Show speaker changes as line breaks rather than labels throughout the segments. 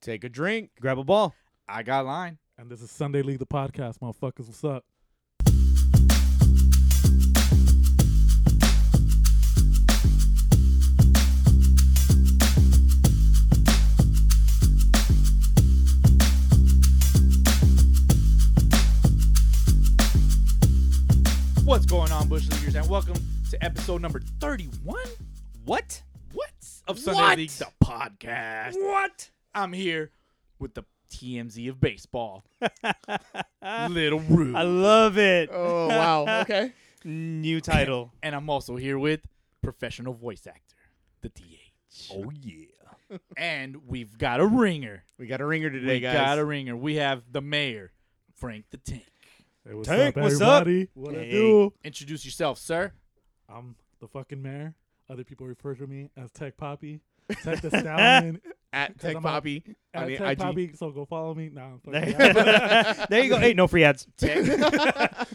take a drink.
Grab a ball.
I got line.
And this is Sunday League the podcast, motherfuckers. What's up?
What's going on, Bush Leaguers, and welcome to episode number 31?
What?
What's of Sunday
What?
League the podcast?
What?
I'm here with the TMZ of baseball. Little Rude.
I love it.
Oh wow. Okay.
New title.
and I'm also here with professional voice actor, the DH.
oh yeah.
And we've got a ringer.
We got a ringer today,
We
guys.
got a ringer. We have the mayor, Frank the Tank.
Hey, what's
Tank,
up,
what's up?
everybody? What
Hey.
I do?
Introduce yourself, sir.
I'm the fucking mayor. Other people refer to me as Tech Poppy, Tech the Stallion,
At
Cause
Tech
I'm a-
Poppy on
at
the
Tech
IG.
Poppy. So go follow me. Nah, I'm fucking
there you go. Hey, no free ads.
Tech,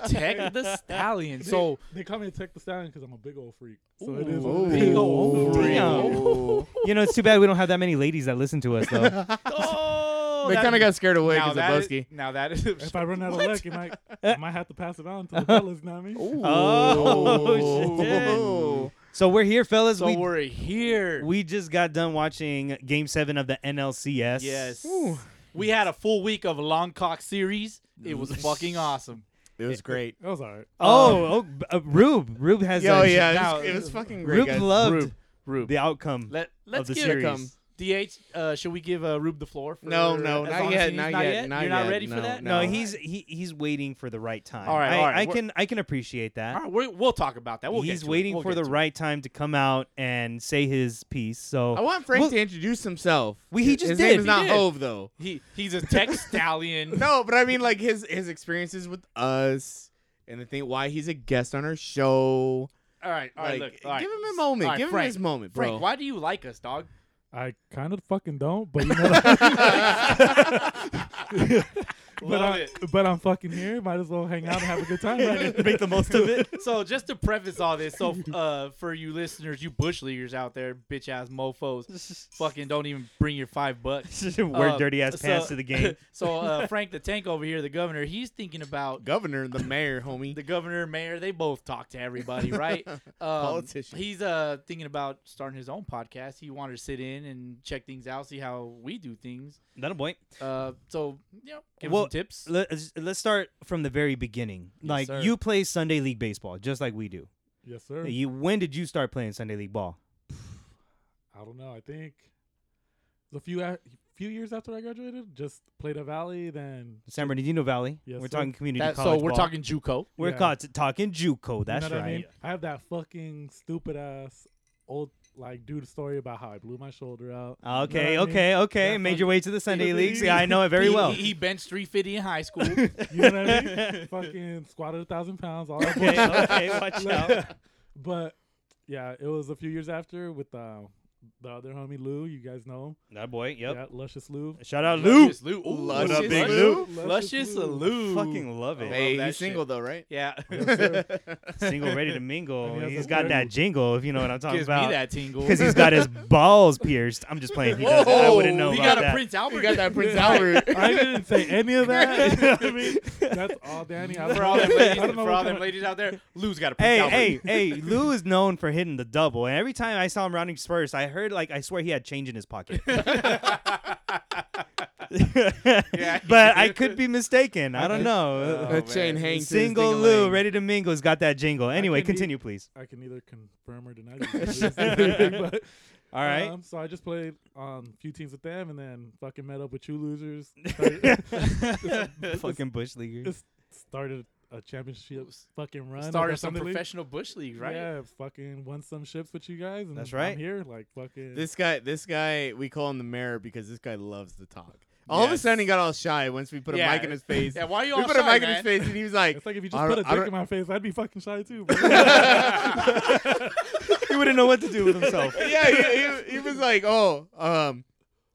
Tech the Stallion. So,
They call me Tech the Stallion because I'm a big old freak. So it is.
Ooh.
what it
big
is.
old
Ooh.
freak.
Damn. You know, it's too bad we don't have that many ladies that listen to us though.
Oh,
They
that-
kind of got scared away
now
because of
that is-
Busky.
now that is.
If I run out of luck, it might, I might have to pass it on to the fellas. You know what I mean?
Oh, shit.
Ooh.
So we're here, fellas.
So
we
we're here.
we just got done watching Game Seven of the NLCS.
yes.
Ooh.
We had a full week of long cock series. It was fucking awesome.
It was great.
That was all right.
Oh, oh, uh, Rube. Rube has.
Yo,
a-
yeah,
now-
it, was, it was fucking great,
Rube
guys.
uh, loved
Rube. Rube.
the outcome.
Let, let's
the
give
series.
Come.
DH, uh, should we give uh, Rube the floor? For
No, no,
as
not
long as
yet,
he's
not yet, not
You're not
yet,
ready for
no,
that?
No,
No.
he's he, he's waiting for the right time.
All right,
I,
all right,
I
we're-
can I can appreciate that.
All right, we're, we'll talk about that. We'll get
he's
to it.
waiting
We'll
for
get
the
to it.
right time to come out and say his piece. So
I want Frank
Well-
to introduce himself.
We- he
His-
just
his
did,
name is
he
not
did.
Hove though.
He he's a tech stallion.
No, but I mean like his his experiences with us and the thing why he's a guest on our show.
All right, all right,
Like,
look, all right.
give him a moment.
All right,
give
Frank,
him his moment, bro.
Frank, why do you like us, dog?
I kind of fucking don't, but you know. What but
Love
I,
it.
but I'm fucking here. Might as well hang out and have a good time. Right?
make the most of it.
So just to preface all this, so uh, for you listeners, you bush leaguers out there, bitch ass mofo's, fucking don't even bring your five bucks.
Wear
Uh,
dirty ass
so-
pants to the game.
So uh, Frank the Tank over here, the governor, he's thinking about
Governor, the mayor, homie.
the governor, mayor. They both talk to everybody, right? Um,
Politician.
He's uh thinking about starting his own podcast. He wanted to sit in and check things out, see how we do things.
That'll boy.
Uh, so you know, give him
Well,
some tips.
Let's uh, let's start from the very beginning. like
sir.
you play Sunday league baseball just like we do.
yes, sir.
You when did you start playing Sunday league ball?
I don't know. I think it was a few a few years after I graduated, just played at Valley. Then
San Bernardino Valley.
Yes,
we're
sir.
talking community
That-
college.
so we're
ball.
talking JUCO.
We're
Yeah.
ca- talking JUCO.
you know
That's
what
right.
I, mean? I have that fucking stupid ass old like dude story about how I blew my shoulder out. You know what
Okay,
I mean?
okay, okay.
Yeah,
Made
fuck-
your way to the Sunday
He-
leagues. Yeah, I know it very
He-
well.
He, he benched 350 in high school.
You know what I mean? fucking squatted a thousand pounds. All that
okay,
bullshit.
okay, watch out.
but yeah, it was a few years after with uh, the other homie Lou. You guys know him.
That boy,
Yeah, Luscious Lou.
Shout out Lou.
Luscious Lou. Ooh,
Luscious
What up, Big
Lou?
Luscious Lou.
Fucking love it.
love
Hey,
that
he's single though, right?
Yeah.
Yes, sir.
Single ready to mingle.
And he has
He's
a
got
weird-
that jingle, if you know what I'm talking
Gives me
about.
that tingle.
Because he's got his balls pierced. I'm just playing. He does. I
Whoa,
wouldn't know
Oh, he
about
got a
that.
Prince Albert.
You got that Prince Albert.
I didn't say any of that. You know what I mean? That's all Danny. I don't
for all
know-
them
I
ladies,
don't know
for
what
all
kind
them
of-
ladies out there, Lou's got a Prince
Hey,
Albert.
hey, hey! Lou is known for hitting the double, and every time I saw him rounding first, I heard like I swear he had change in his pocket. but I could be mistaken. I don't
uh,
know.
Oh,
That chain
man.
hangs. to this
Single
ding-a-ling.
Lou, ready to mingle, has got that jingle. Anyway,
can be-
continue, please.
I can neither confirm or deny. these things, but,
All right.
Um, so I just played on a few teams with them, and then fucking met up with you losers. Started,
Fucking bush leaguer.
just started a championship fucking run.
Started
with
some
Sunday League.
professional bush league, right?
Yeah, fucking won some ships with you guys. And
That's
I'm
right.
here, like fucking.
This guy, this guy, we call him the mayor because this guy loves to talk. All of a
Yes.
sudden, he got all shy once we put a
Yeah.
mic in his face.
Yeah, why are you
we
all
put
shy,
a mic
man?
in his face, and he was like,
it's like if you
I
just put a
don't- I
dick in
don't-
my face, I'd be fucking shy too. Bro.
he wouldn't know what to do with himself.
"Yeah." He, he, he was like, "Oh, um,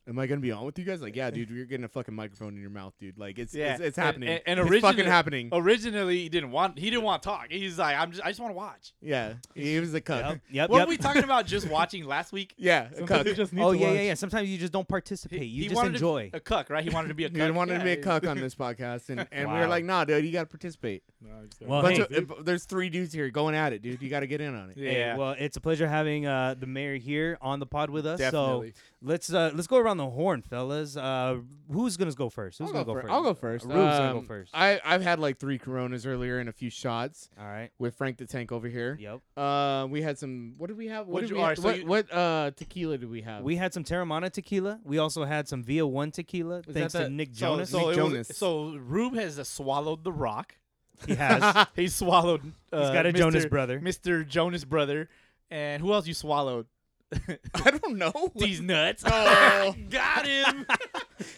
Am I gonna be on with you guys? Like, yeah, dude, you're getting a fucking microphone in your mouth, dude. Like, it's
Yeah.
it's, it's
And-
happening.
and- and
it's fucking
originally-
happening.
Originally, he didn't want he didn't want to talk. He's like, I'm just I just want to watch.
Yeah, he was a cuck.
Yep. Yep.
What
yep.
were we talking about? Just watching last week.
Yeah, a
Sometimes you
cuck.
just need
oh
to
yeah,
watch.
yeah, yeah. Sometimes you just don't participate. You
he
just
wanted to-
enjoy.
a cuck, right? He wanted to be a
He
cuck.
wanted to be a
Yeah.
cuck on this podcast, and, and we were
Wow.
like, nah, dude, you gotta participate.
No, I just gotta-
Well,
Bunch
hey.
of- if- there's three dudes here going at it, dude. You gotta get in on it.
Yeah.
Hey, well, it's a pleasure having uh, the mayor here on the pod with us.
Definitely.
So let's uh, let's go around the horn, fellas. Uh, who's gonna go first? Who's
I'll
gonna
go,
first?
first. I'll go first.
Rube's gonna go
Um,
first.
I I've had like three Coronas earlier and a few shots
All right.
with Frank the Tank over here.
Yep.
Uh, we had some. What did we have? What
What'd
did
you-
we
alright,
have?
so
what,
you-
what uh tequila did we have?
We had some Terramana tequila. We also had some Via One tequila.
that
thanks to
the-
Nick
So-
Jonas.
So,
Nick
it was-
Jonas.
so Rube has uh, swallowed the rock.
he has.
He swallowed. Uh,
He's got a
Mr.
Jonas brother.
Mr. Jonas brother, and who else you swallowed?
I don't know.
These nuts.
Oh.
got him.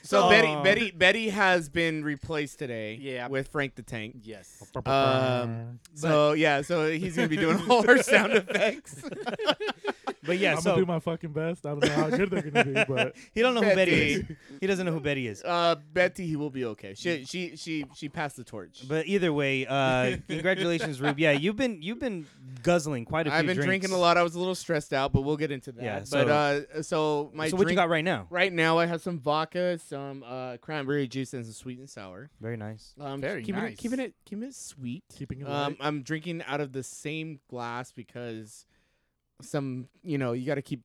So Betty
Oh.
Betty Betty has been replaced today.
Yeah.
with Frank the Tank.
yes.
Um, So yeah, so he's gonna be doing all our sound effects.
But yeah,
I'm
so
gonna do my fucking best. I don't know how good they're gonna be, but
he don't know who Betty is.
Betty.
He doesn't know who Betty is.
uh, Betty, he will be okay. She she she she passed the torch.
But either way, uh, congratulations, Rube. Yeah, you've been you've been guzzling quite a few.
I've been drinking
drinks.
a lot. I was a little stressed out, but we'll get into that.
Yeah,
but uh, so my
so what
drink
you got right now?
right now, I have some vodka, some uh, cranberry juice, and some sweet and sour.
Very nice.
Um,
Very
keeping
nice.
It, keeping it keeping it sweet.
keeping it
Um,
light.
I'm drinking out of the same glass because some you know you got to keep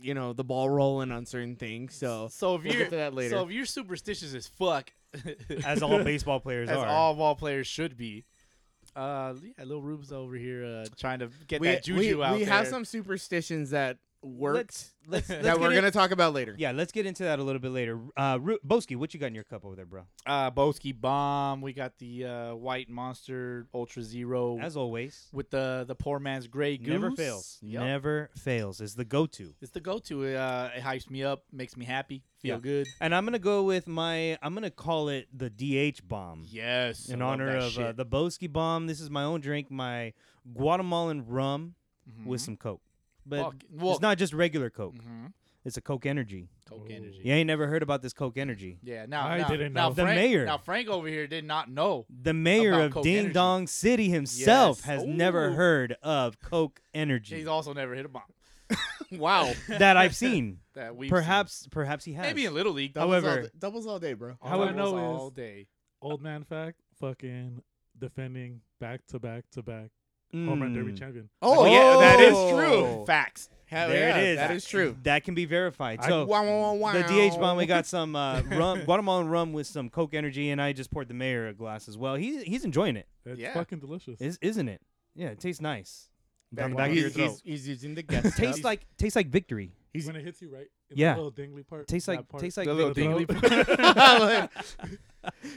you know the ball rolling on certain things. So
So if
we'll
you're
get to that later.
so if you're superstitious as fuck,
As all baseball players
as
are.
all ball players should be. Uh, yeah, little Rube's over here uh, trying to get
we,
that juju
we,
out
we
there.
have some superstitions that worked
Let's, let's, let's
that
get
we're
in-
gonna talk about later.
Yeah, let's get into that a little bit later. Uh, Ru- Boski, what you got in your cup over there, bro?
uh, Boski bomb. We got the uh, white monster ultra zero
As always,
with the the poor man's gray goose.
never fails.
Yep.
Never fails is the go-to.
It's the go-to. It, Uh, it hypes me up, makes me happy, feel
Yeah. Mm-hmm.
good.
And I'm gonna go with my. I'm gonna call it the DH bomb.
Yes,
in honor of uh, the Boski bomb. This is my own drink, my Guatemalan rum
Mm-hmm.
with some Coke. But it's not just regular Coke.
hmm
It's a Coke Energy.
Coke
Ooh.
energy.
You ain't never heard about this Coke Energy.
Yeah, now
I
now,
didn't
now
know.
The
Frank,
mayor.
Now Frank over here did not know.
The mayor
About
of
Coke
Ding
Energy.
Dong City himself
Yes.
has never
Ooh.
heard of Coke Energy
He's also never hit a bomb
Wow,
that I've seen.
that we
perhaps, perhaps he has.
maybe in little league.
doubles all
However-
day, doubles all day, bro.
All I
doubles
know is
all day.
old man fact. Fucking defending back to back to back home run derby
Mm.
champion.
Oh, yeah, that is
Oh.
true.
Facts.
Hell
There
yeah,
it is.
That is true.
That can be verified. So
wow, wow, wow,
the DH bomb. We
wow.
got some uh, rum, Guatemalan rum with some Coke Energy, and I just poured the mayor a glass as well. He he's enjoying it,
It's
Yeah.
fucking delicious.
is, isn't it? Yeah, it tastes nice. Down the
Wow.
back of your
he's,
throat.
he's, he's using the guest.
tastes
cup.
like tastes like victory.
he's-
when it hits you right. In
Yeah.
The little dingly part.
Tastes
that
like
part.
tastes like
The little
victory.
dingly
Like,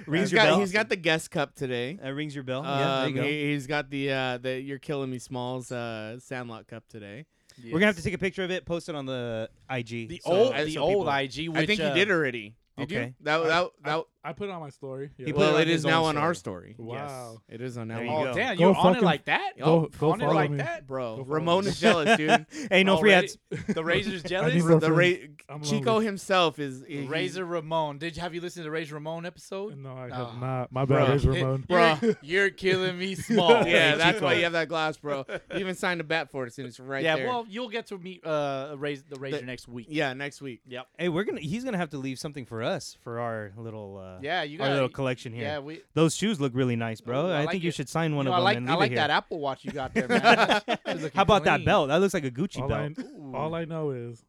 Rings
he's
your
got
bell.
he's got the guest cup today.
That rings your bell. Oh, yeah, there you
Um,
go.
He, has got the uh, the "You're Killing Me" Smalls uh, Sandlot Cup today.
We're gonna have to take a picture of it, post it on the IG.
the
so-
old
I-
the
so
old
people-
IG. Which,
I think
uh,
you did already. Did
okay.
you? That that, that
I put it on my story. Yeah.
He put
well,
it
it
on his
is now
own
on our
story.
story.
Wow.
It is on now.
There you
on-
Oh
go.
damn,
Go
you're on it
fucking-
like that.
go-
Oh,
go
on it
follow
like
me.
that.
bro,
Go for it.
Ramon is jealous, dude.
hey, no free
Already?
ads.
The Razor's
I need
jealous.
Ramon.
the Ra-
I'm
Chico
lonely.
himself is he-
Razor Ramon. Did you have you listened to the Razor Ramon episode?
No, I
Ah.
have not. My
Bruh.
bad is
It-
Ramon.
Bruh.
You're, you're killing me small.
Yeah,
Hey,
that's
Chico.
why you have that glass, bro. You even signed a bat for us, and it's right
yeah,
there.
well, you'll get to meet uh Razor the Razor
The-
next week.
yeah, next week.
Yep.
Hey, we're gonna. He's gonna have to leave something for us for our little. Uh,
Yeah, you
Our
got
little collection here.
Yeah, we
Those shoes look really nice, bro.
Ooh,
I,
I like
think you
it.
should sign
you
one
know,
of
I
them
like
and
I
leave
like
it
that
here.
Apple Watch you got there, man. It's looking
How about that
clean.
belt? That looks like a Gucci
All I,
belt.
Ooh.
all I know is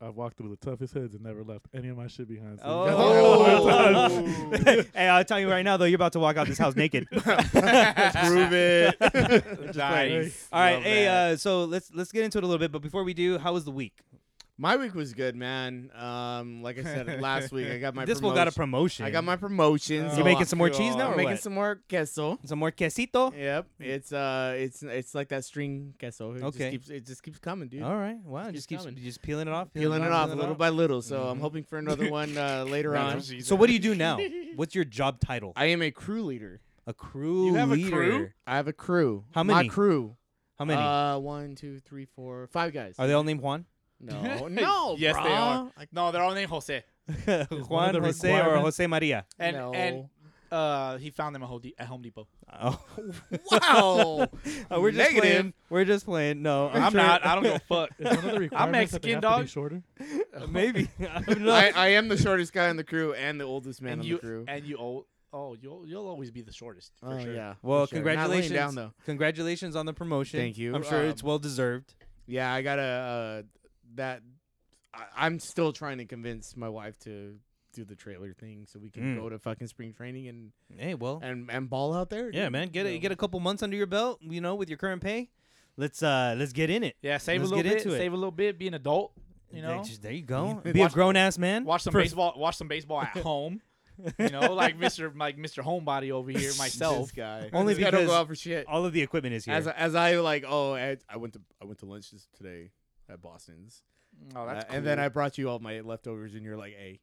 I've walked through the toughest hoods and never left any of my shit behind. So you guys don't know
Oh.
what I'm talking
hey, I'll tell you right now though, you're about to walk out this house naked.
Prove it.
nice.
All right,
Love
hey,
that.
uh, so let's let's get into it a little bit, but before we do, how was the week?
My week was good, man. Um, like I said last week, I got my
this
promotion.
will got a promotion.
I got my promotions.
Oh,
You making some more
God.
cheese now or
I'm making
what?
some more queso.
some more quesito.
Yep, it's uh, it's it's like that string queso. It
Okay.
just keeps, it just keeps coming, dude.
All right, wow,
Just
just
keep
keeps
coming.
just peeling it off,
Peeling it off little by little. So I'm
Mhm.
hoping for another one uh, later
Yeah,
on.
Jesus.
So what do you do now? What's your job title?
I am a crew leader.
A crew
You have a
leader.
crew?
I have a crew. Uh,
How
My
many?
crew.
How many?
Uh, one, two, three, four, five guys.
Are they all named Juan?
No, no.
Yes, they
bruh.
are.
Like,
No, they're all named Jose.
Juan Jose
the
or
requirements-
Jose Maria.
And
no.
and uh, he found them at Home, De- at Home Depot.
Oh,
wow.
Uh, we're just
Negative.
playing. We're just playing. No,
I'm
sure-
not. I don't give a fuck.
Is one of the requirements that
Mexican,
they have To
dog.
be shorter.
Maybe. I don't know.
I, I am the shortest guy on the crew and the oldest man
and
on
you
the crew.
and you old. Oh, you'll you'll always be the shortest. For
oh
sure.
yeah.
well,
for sure. Not laying
congratulations.
down though.
Congratulations on the promotion.
Thank you.
I'm sure
Um,
it's well deserved.
Yeah, I gotta. Uh, that I, I'm still trying to convince my wife to do the trailer thing so we can
Mm.
go to fucking spring training and
Hey, well,
and and ball out there.
yeah,
dude.
man, get
You
a,
know.
get a couple months under your belt. You know, with your current pay, let's uh let's get in it.
Yeah, save
Let's
a little
get
bit.
into it.
Save a little bit. Be an adult. You
There-
know,
just- there you go.
Yeah.
Be
Watch-
a grown ass man.
watch some
For-
baseball. Watch some baseball at home. You know, like Mister like Mister Homebody over here myself.
This guy.
Only
this guy don't go
because-
out for shit.
All of the equipment is here.
As I- as I like, oh, I, I went to I went to lunch this today at Boston's,
Oh, that's
Uh, and then
cool.
I brought you all my leftovers, and you're like, hey,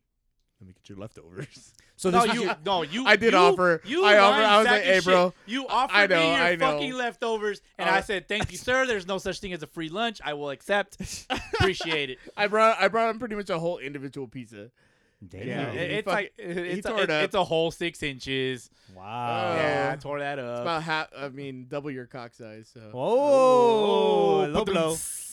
let me get your leftovers.
so
no,
this
you, no, you.
I did
you-
offer.
You
I offered.
lying
I was
sack
like,
of
"Hey,
shit.
bro,
You offered
I know,
me your
I know.
fucking leftovers, and
Uh,
I said, "Thank you, sir. There's no such thing as a free lunch. I will accept. Appreciate it."
I brought I brought him pretty much a whole individual pizza.
Damn.
Yeah.
It- it's
fuck-
like it- it's,
tore
a,
it up.
it's a whole six inches.
Wow.
yeah, I
Oh.
tore that
Uh,
up.
About half. I mean, double your cock size. So.
Oh,
Oh,
low blow.
ba-dum-tss.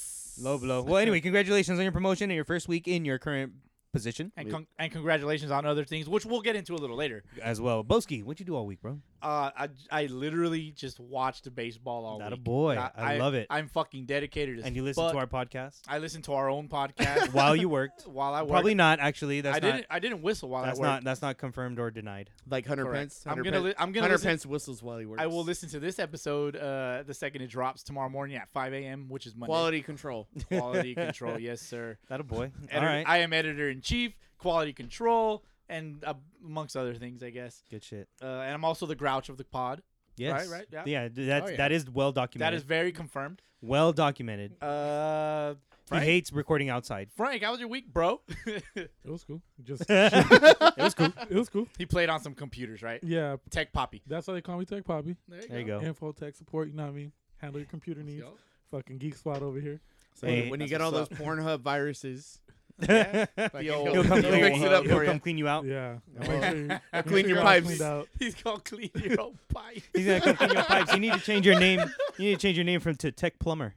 Low blow. Well, anyway, congratulations on your promotion and your first week in your current position
And, con- and congratulations on other things, which we'll get into a little later.
as well. Boski, what'd you do all week, bro?
Uh, I, I literally just watched baseball all
That a
week.
boy. I, love it.
I'm fucking dedicated. As
and you listened to
fuck.
our podcast
I listened to our own podcast
while you worked.
while I worked.
Probably not actually. That's
I
not.
didn't. I didn't whistle while
that's
I worked.
not. That's not confirmed or denied.
Like Hunter
Correct.
Pence.
I'm
Hunter
gonna.
Pence,
Li- I'm gonna.
Hunter
Listen-
Pence whistles while he works.
I will listen to this episode uh, the second it drops tomorrow morning at 5 a.m., which is Monday.
Quality control.
Quality control, yes, sir.
That a boy. all
Editor-
right.
I am editor in chief, quality control, and uh, amongst other things, I guess.
Good shit.
Uh, and I'm also the grouch of the pod.
Yes.
right, yeah.
Yeah. d- That's,
Oh, yeah.
That is well documented.
That is very confirmed.
well documented.
Uh, Frank,
He hates recording outside.
Frank, how was your week, bro?
It was cool. Just
That's
it was cool. It was cool.
he played on some computers, right?
Yeah,
Tech Poppy.
that's why they call me Tech Poppy.
There you go.
Info tech support. You know what I mean? Handle your computer
Let's
needs.
go.
Fucking geek squad over here.
So
Hey,
when you
that's
get all
what's
those Pornhub viruses, fucking
old-
He'll come,
He'll
clean,
fix it up
he'll
for
come
ya.
clean you out.
Yeah, Make
Oh.
sure you- make
Clean
sure
your
you're all
pipes.
cleaned out.
He's gonna clean your own pipe.
He's gonna come clean your pipes. You need to change your name. You need to change your name from to Tech Plumber.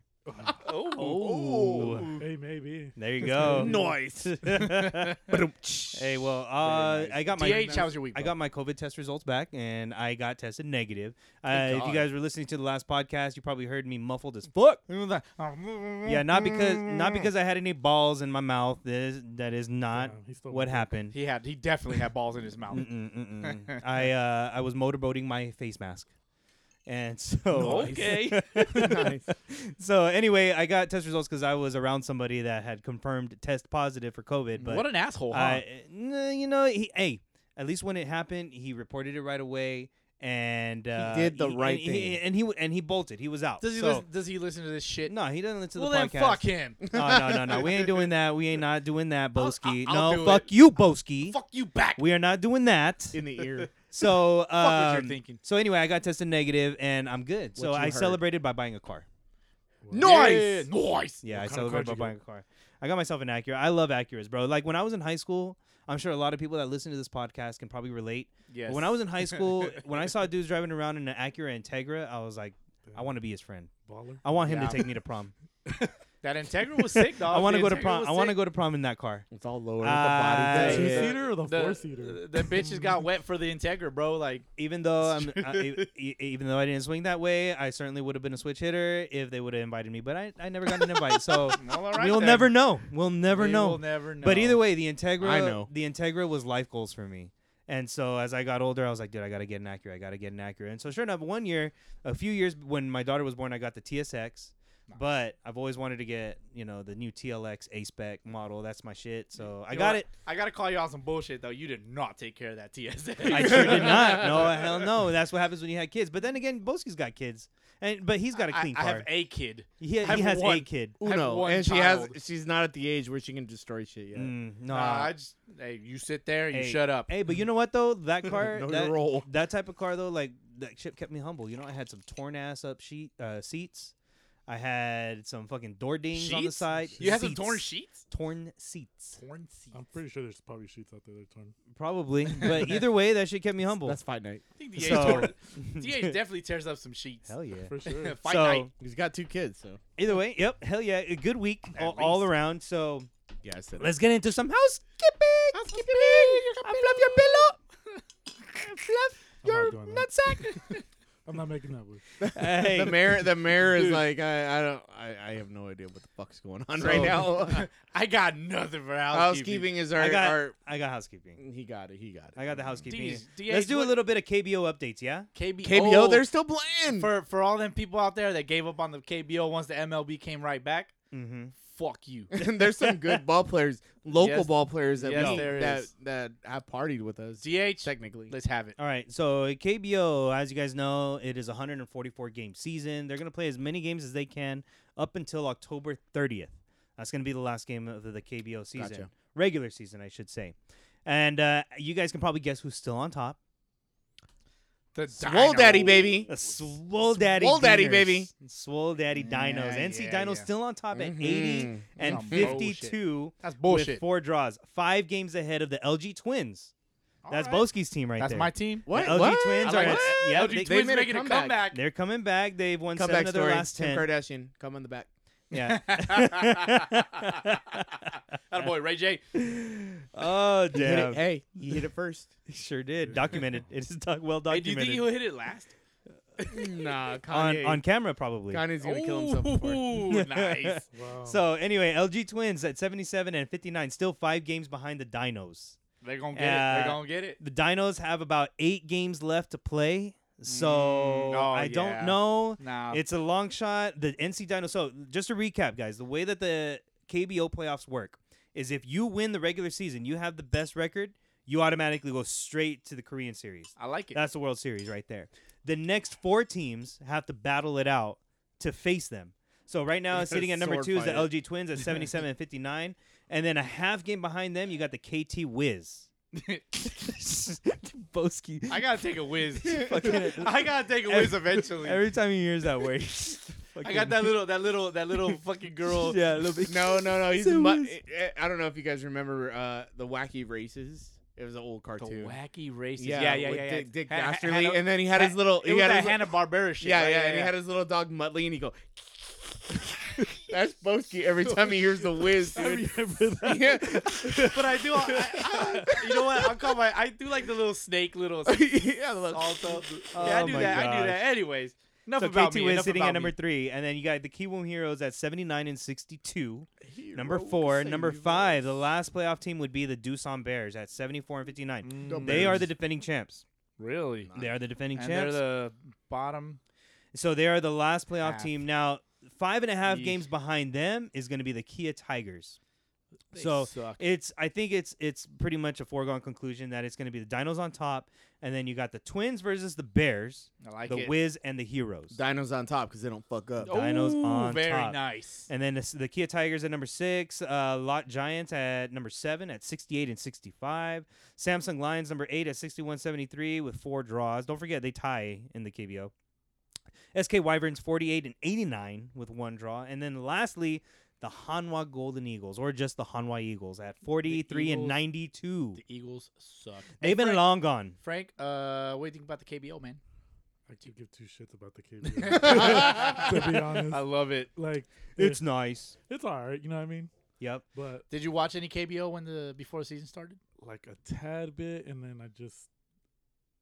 Oh,
Oh.
Hey, maybe.
There you go.
noise.
hey, well, uh, I got my
DH, how was your week?
I
bro?
got my COVID test results back, and I got tested negative. Uh, if
God.
you guys were listening to the last podcast, you probably heard me muffled as fuck. Yeah, not because not because I had any balls in my mouth. This that is not
Damn, he's still
what
muffled.
happened.
He had. He definitely had balls in his mouth.
Mm-mm, mm-mm. I uh, I was motorboating my face mask, and so
Okay.
Nice.
so anyway, I got test results because I was around somebody that had confirmed test positive for COVID. But
what an asshole, huh?
I, n- you know, he, hey, at least when it happened, he reported it right away, and uh,
did the
he-
right
and, he-
thing.
and he and he bolted. He was out.
does he
So-
listen, does he listen to this shit?
No, he doesn't listen
Well,
to the
then
podcast.
fuck him.
No, no, no, no. We ain't doing that. We ain't not doing that,
I'll-
Boski.
I'll- I'll do
no, fuck you, Boski.
Fuck you back.
We are not doing that.
in the ear.
So,
Fuck what
um,
you're thinking.
so anyway, I got tested negative, and I'm good. so
you
I
heard.
celebrated by buying a car.
Noise.
Noise.
Noise.
Yeah,
What
I
kind of
celebrate by
card you
buying a car. I got myself an Acura. I love Acuras, bro. Like when I was in high school, I'm sure a lot of people that listen to this podcast can probably relate.
Yes.
But When I was in high school, when I saw dudes driving around in an Acura Integra, I was like, I want to be his friend.
Baller.
I want him
Yeah.
to take me to prom.
that Integra was sick, dog.
I want to
The
go to
Integra
prom.
was
I want to
sick.
go to prom in that car.
It's all
Uh,
lower.
The
the body.
two
does.
yeah.
seater or the,
The-
four seater?
The bitches got wet for the Integra, bro. Like,
Even though I'm, I, e- even though I didn't swing that way, I certainly would have been a switch hitter if they would have invited me. But I, I never got an invite, so
well, all right
we'll
then.
never know. We'll never
We
know.
will never know.
But either way, the Integra,
I know.
the Integra was life goals for me. And so as I got older, I was like, dude, I gotta get an Acura. I gotta get an Acura. And so sure enough, one year, a few years when my daughter was born, I got the TSX. But I've always wanted to get, you know, the new TLX A spec model. That's my shit. So I
You know
got
what?
it.
I gotta call you on some bullshit though. You did not take care of that TSA.
I sure did not. No, hell no. That's what happens when you have kids. But then again, Boski's got kids, and but he's got a
I-
clean
I,
car.
have a kid.
he, he
I have
has a
one.
kid.
I have
Uno,
one
and she
child.
has. She's not at the age where she can destroy shit yet.
Mm, no,
Nah, I just hey, you sit there, you
Hey,
shut up.
Hey, but you know what though? That car,
Know your
that,
role.
that type of car though, like that shit kept me humble. You know, I had some torn ass up sheet uh, seats. I had some fucking door dings on the
Sheets?
side.
You had some
Seats.
torn sheets.
Torn seats.
Torn seats.
I'm pretty sure there's probably sheets out there that are torn.
Probably, but either way, that shit kept me humble.
That's fight night.
I think DH,
so,
torn, DH definitely tears up some sheets.
hell yeah.
For sure.
Fight
so,
night.
He's got two kids, so
either way, yep, hell yeah, a good week
At
all, all
least.
around. So,
yeah, I said.
let's get into some housekeeping. I love your pillow.
I'm not doing that.
nutsack.
I'm not making that word.
hey,
The mayor, the mayor is
Dude.
like, I, I don't, I, I have no idea what the fuck's going on
So-
right now.
I got nothing for housekeeping.
housekeeping is our,
I got-
our,
I got housekeeping.
he got it, he got it.
I got the housekeeping.
Jeez, DH,
Let's do a
what-
little bit of KBO updates, yeah?
KBO.
KBO,
there's.
they're still
Oh.
playing.
for for all them people out there that gave up on the KBO once the MLB came right back,
Mm-hmm.
fuck you.
and there's some good ball players, local
Yes.
ball players that
Yes,
we,
there
that
is.
that have partied with us.
DH,
Technically,
let's have it.
All right, so at KBO, as you guys know, it is a 144 game season. They're going to play as many games as they can up until October 30th. That's going to be the last game of the, the KBO season,
Gotcha.
regular season, I should say. And uh, you guys can probably guess who's still on top.
The
Swole Daddy,
Dinos.
baby.
The Swole Daddy,
Swole Daddy,
Diners.
baby.
Swole Daddy Dinos.
Yeah,
NC
yeah,
Dinos
yeah.
still on top at
Mhm.
80 and
Some bullshit.
52
That's
with
bullshit.
four draws, five games ahead of the LG Twins.
All
That's
right.
Boski's team right
That's
there.
my team.
What?
The LG
What?
twins are
I like
at-
that.
yeah,
LG
they-
Twins
made a
making a comeback.
They're coming back. They've won seven
comeback
of their
story.
last ten.
Kim Kardashian, come on the back.
Yeah.
That boy Ray J.
oh
You hit it-
damn!
Hey, you hit it first.
Sure did. Documented. It is doc- well
Hey, do you
documented.
think he'll hit it last?
nah,
on
Kanye.
on camera probably.
Kanye's gonna kill himself. before.
Ooh, nice.
Wow.
So anyway, LG Twins at 77 and 59, still five games behind the Dinos.
They're gonna get it.
Uh,
They're gonna get it.
The Dinos have about eight games left to play, so
Mm, oh,
I don't
yeah.
know.
Nah.
It's a long shot. The NC Dino. So just to recap, guys, the way that the KBO playoffs work is if you win the regular season, you have the best record, you automatically go straight to the Korean series.
I like it.
That's the World Series right there. The next four teams have to battle it out to face them. So right now, sitting at number
Sword
two is the
fight
LG Twins at 77 and 59, and then a half game behind them, you got the KT Wiz. Boski.
I gotta take a whiz.
Fucking-
I gotta take a whiz eventually.
Every time he hears that word,
I got that little, that little, that little fucking girl.
Yeah, a little bit.
No, no, no. He's
So
mu-
is-
I- I I don't know if you guys remember uh, the Wacky Races. It was an old
The
cartoon.
wacky racist. Yeah, yeah, yeah.
with
yeah,
Dick, Dick
Ha- ha-
Dastardly,
Hanna-
and then he had his
Ha-
little.
It
He
was
had
that
his,
Hanna Barbera shit.
yeah,
right?
yeah, and he had his little dog Muttley, and he go. That's Boski every time he hears the whiz,
I
dude.
remember that.
Oh, Yeah.
But I do. I, I, I- you know what? I'll call my. I do like the little snake, little
yeah, look.
salto. Yeah, I
Oh
do
my
that. I
gosh.
do that. Anyways, enough
So
about
KT
me.
Wiz
enough
sitting
about
at number
me.
three, and then you got the Kiwoom Heroes at 79 and 62. Number four, number five, the last playoff team would be the Doosan Bears at 74 and 59. They are the defending champs.
Mm. really.
They are the defending
And they're
champs.
the bottom.
so they are the last playoff
Half.
team. Now, five and a half
Yeesh.
games behind them is going to be the Kia Tigers.
They
So,
suck.
It's I think it's it's pretty much a foregone conclusion that it's going to be the Dinos on top, and then you got the Twins versus the Bears,
I like
the
it.
Wiz, and the Heroes.
Dinos on top because they don't fuck up.
Oh,
Dinos on
very
top.
nice.
And then the, the Kia Tigers at number six, uh, Lot Giants at number seven at 68 and 65. Samsung Lions number eight at 61 73 with four draws. Don't forget, they tie in the KBO. SK Wyverns 48 and 89 with one draw. And then lastly, the Hanwha Golden Eagles, or just the Hanwha Eagles at 43 and
Eagles.
92.
The Eagles suck.
They've been
Frank,
long gone.
Frank, uh, what do you think about the KBO, man?
I could give two shits about the KBO. to be honest,
I love it.
like
It's nice.
it's all right. You know what I mean?
Yep.
But
Did you watch any KBO when the before the season started?
like a tad bit, and then I just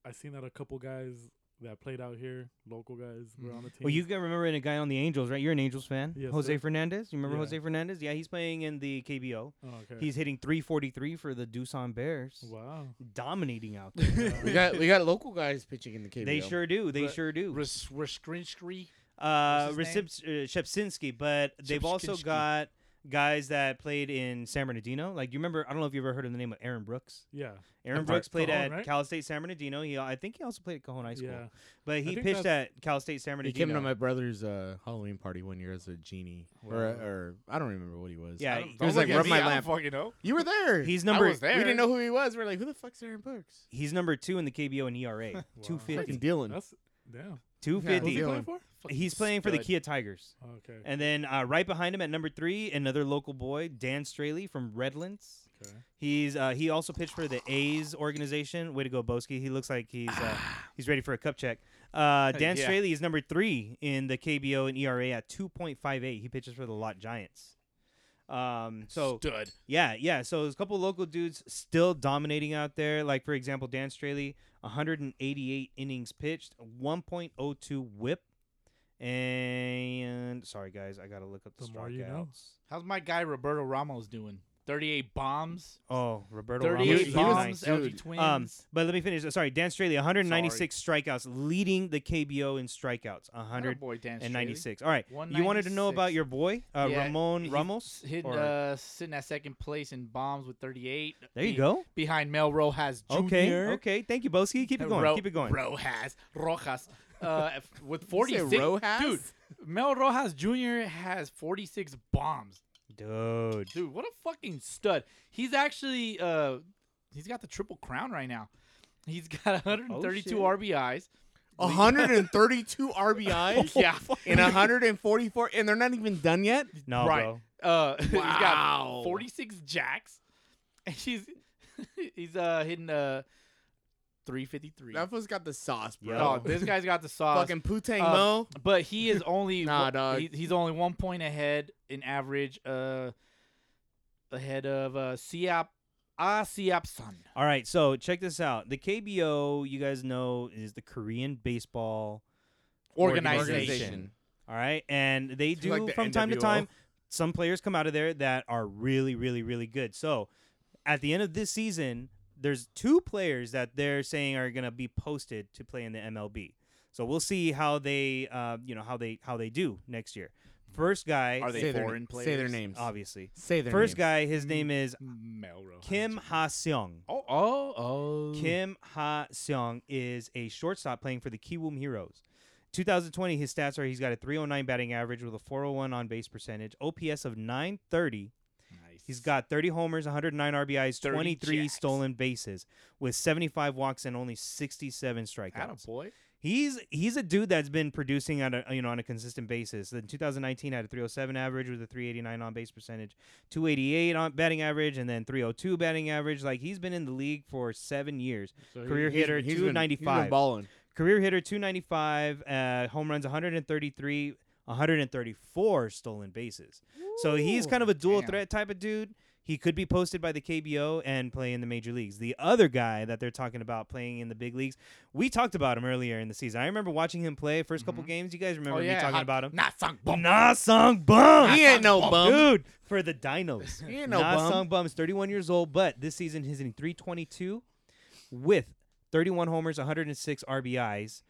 I seen that a couple guys that played out here, local guys, were on the team.
Well, you can remember a guy on the Angels, right? You're an Angels fan.
Yes,
Jose
sir.
Fernandez. You remember
Yeah.
Jose Fernandez? Yeah, he's playing in the KBO.
Oh, okay.
He's hitting 343 for the Doosan Bears.
wow.
Dominating out there.
we got we got local guys pitching in the KBO.
they sure do. They
Re-
sure do.
Res- Reskrinskri?
Uh,
what's his
Recep- uh, Shepsinski, but they've also
Shepskinski.
got guys that played in San Bernardino. Like, you remember, I don't know if you ever heard of the name of Aaron Brooks.
Yeah.
Aaron
At
Brooks played
Cajon,
at
right?
Cal State San Bernardino. He, I think he also played at Cajon High School.
Yeah.
But he
think
pitched at Cal State San
He
Bernardino.
came to my brother's uh, Halloween party one year as a genie, or, uh,
Wow.
or I don't remember what he was.
Yeah,
I
he
don't-
was
don't
like,
look at
"Rub
me,
my
I don't
lamp."
fucking know.
you were there.
He's number
I was there.
We didn't know who he was. We're like, who the fuck's Aaron Brooks?
he's number two in the KBO and ERA.
Wow.
Two fifty.
Freaking Dylan.
That's damn.
Two
Who's
Yeah,
fifty.
he
Dylan.
playing for?
fucking
He's playing for the
stud.
Kia Tigers.
Okay.
And then uh, right behind him at number three, another local boy, Dan Straley from Redlands.
Okay.
He's uh, he also pitched for the A's organization. Way to go, Boski. He looks like he's uh, he's ready for a cup check. Uh, Dan
Yeah.
Straley is number three in the KBO and ERA at 2.58. He pitches for the Lot Giants. Um, so
stud.
yeah, yeah. So there's a couple local dudes still dominating out there. Like for example, Dan Straley, 188 innings pitched, 1.02 WHIP, and sorry guys, I gotta look up the,
The more you know.
strikeouts.
How's my guy Roberto Ramos doing? 38 bombs,
Oh, Roberto Ramos.
38
is
he was
bombs,
nice.
LG
Dude.
Twins.
Um, but let me finish. Sorry, Dan Straley, 196 strikeouts, leading the KBO in strikeouts,
Atta boy, Dan Straley.
196. All right, you wanted to know about
196.
your boy uh,
Yeah,
Ramon
he's
Ramos.
Hitting,
Or-
uh, sitting at second place in bombs with 38.
there you
Be-
go.
Behind Mel Rojas Jr.
Okay, okay. Thank you, Boski. Keep it
Uh,
going.
Ro-
Keep it going.
Rojas, Rojas, uh, f- with
You say
46.
Rojas?
Dude, Mel Rojas Jr. has 46 bombs.
Dude.
Dude, what a fucking stud. He's actually, uh, he's got the triple crown right now. He's got 132
Oh, shit.
RBIs.
132 RBIs
Yeah.
in 144, and they're not even done yet.
No,
Right.
bro.
Uh, he's got
Wow.
46 jacks. And he's he's uh hitting uh 353.
That fool's got the sauce, bro.
Dog, this guy's got the sauce.
Fucking Putang
Um,
Mo.
but he is only
Nah,
one-
dog.
he- he's only one point ahead in average uh ahead of uh Siap Ah Siap Sun.
All right, so check this out. The KBO, you guys know, is the Korean baseball
Organization.
organization. All right, and they
It's
do
like the
from time to
NWO.
time. Some players come out of there that are really, really, really good. So, at the end of this season, there's two players that they're saying are gonna be posted to play in the MLB. So we'll see how they, uh, you know, how they how they do next year. First guy,
Are they
Say their-
foreign
Say their
players?
names.
obviously.
Say their
First
names.
guy, his name is
Melro.
Kim Ha Seong.
Oh oh oh
Kim Ha Seong is a shortstop playing for the Kiwoom Heroes. 2020, his stats are he's got a 309 batting average with a 401 on base percentage, OPS of 930.
Nice.
He's got 30 homers, 109 RBIs,
30
23
jacks.
stolen bases, with 75 walks and only 67 strikeouts.
boy.
He's he's a dude that's been producing on a you know on a consistent basis. In 2019, had a 307 average with a 389 on base percentage, 288 on batting average, and then 302 batting average. Like he's been in the league for seven years.
So he-
Career
He's-
hitter
he's been- He's
295,
been balling.
career hitter 295, uh, home runs 133, 134 stolen bases. So he's kind of a dual
damn.
threat type of dude. He could be posted by the KBO and play in the major leagues. The other guy that they're talking about playing in the big leagues, we talked about him earlier in the season. I remember watching him play 1st couple games. You guys remember
oh, yeah,
me talking
hot-
about him?
Not sunk bomb.
Nah, Song Bum.
He ain't no bum.
Oh, Dude, for the Dinos.
He ain't no
Nah
bum.
Sung Bum is 31 years old, but this season he's in 322 with 31 homers, 106 RBIs,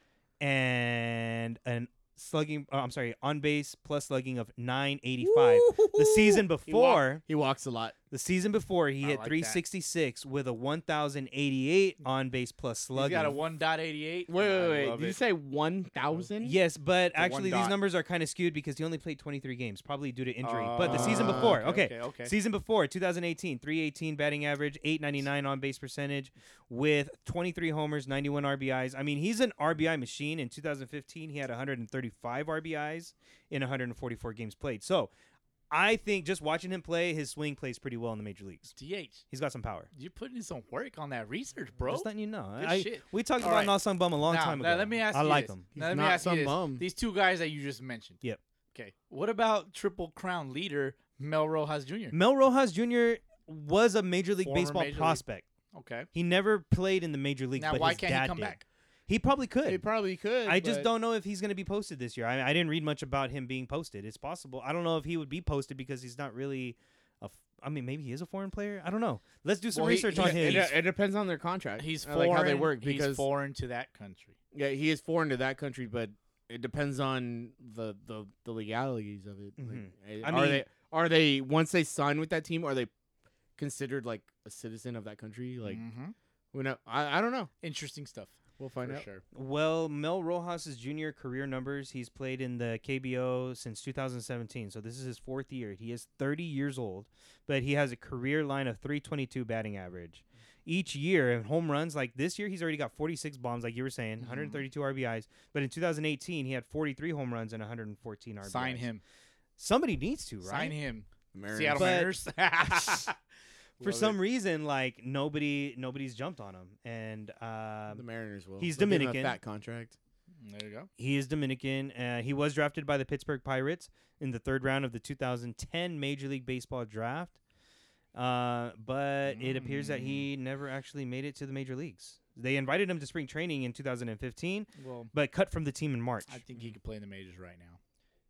and an slugging. Uh, I'm sorry, on base plus slugging of 985. The season
He walk-
before,
He walks a lot.
the season before he
I
hit
like that.
366 with a 1,088 on base plus
He's
slugging.
got a 1.88.
Wait,
I
wait, wait.
love
Did you
it.
say 1,000?
Yes, but
one
actually these
dot.
numbers are kind of skewed because he only played 23 games, probably due to injury. but the
Ah,
season before,
okay,
okay,
okay, okay.
season before 2018, 318 batting average, 899 on base percentage, with 23 homers, 91 RBIs. I mean, he's an RBI machine. In 2015, he had 135 RBIs in 144 games played. So, I think just watching him play, his swing plays pretty well in the major leagues.
DH.
He's got some power.
You're putting in some work on that research, bro.
Just letting you know.
Good
I-
shit.
We talked
All
about
right.
Nasang Bum a long
Now,
time ago.
now let me ask
I
you
like
this.
him.
Now,
He's
let me
not
ask
some
you this.
bum.
These two guys that you just mentioned.
Yep.
Okay. What about Triple Crown leader Mel Rojas Jr.?
Mel Rojas Jr. was a Major League
Former
Baseball
Major League-
prospect.
Okay.
He never played in the major leagues.
Now
but
why
his
can't
dad
he come
did.
back?
He probably could.
He probably could.
I just
but-
don't know if he's going to be posted this year. I, I didn't read much about him being posted. It's possible. I don't know if he would be posted because he's not really a. F- I mean, maybe he is a foreign player. I don't know. Let's do some
Well, he- uh,
research
he-
on
It,
him.
it depends on their contract.
He's
I
foreign.
like how they work because
he's foreign to that country.
yeah, he is foreign to that country, but it depends on the the, the legalities of it.
Mm-hmm.
Mhm.
Like, eh,
I
are
mean-
they are they once they sign with that team, are they considered like a citizen of that country? Like,
Mhm.
we know, I I don't know.
interesting stuff.
We'll find
for
out.
sure.
well, Mel Rojas' junior career numbers. He's played in the KBO since 2017, so this is his fourth year. He is 30 years old, but he has a career line of 322 batting average. each year and home runs. Like this year, he's already got 46 bombs, like you were saying,
Mm-hmm.
132 RBIs. But in 2018, he had 43 home runs and 114 RBIs.
Sign him.
Somebody needs to, right?
Sign him.
Mariners.
Seattle
But-
Mariners.
For some reason, like nobody, nobody's jumped on him, and
The
um,
Mariners will.
He's
They'll give him
Dominican.
A fat contract.
there you go.
he is Dominican. Uh, he was drafted by the Pittsburgh Pirates in the third round of the 2010 Major League Baseball draft. Uh, but it appears that he never actually made it to the major leagues. They invited him to spring training in 2015,
Well,
but cut from the team in March.
I think he could play in the majors right now.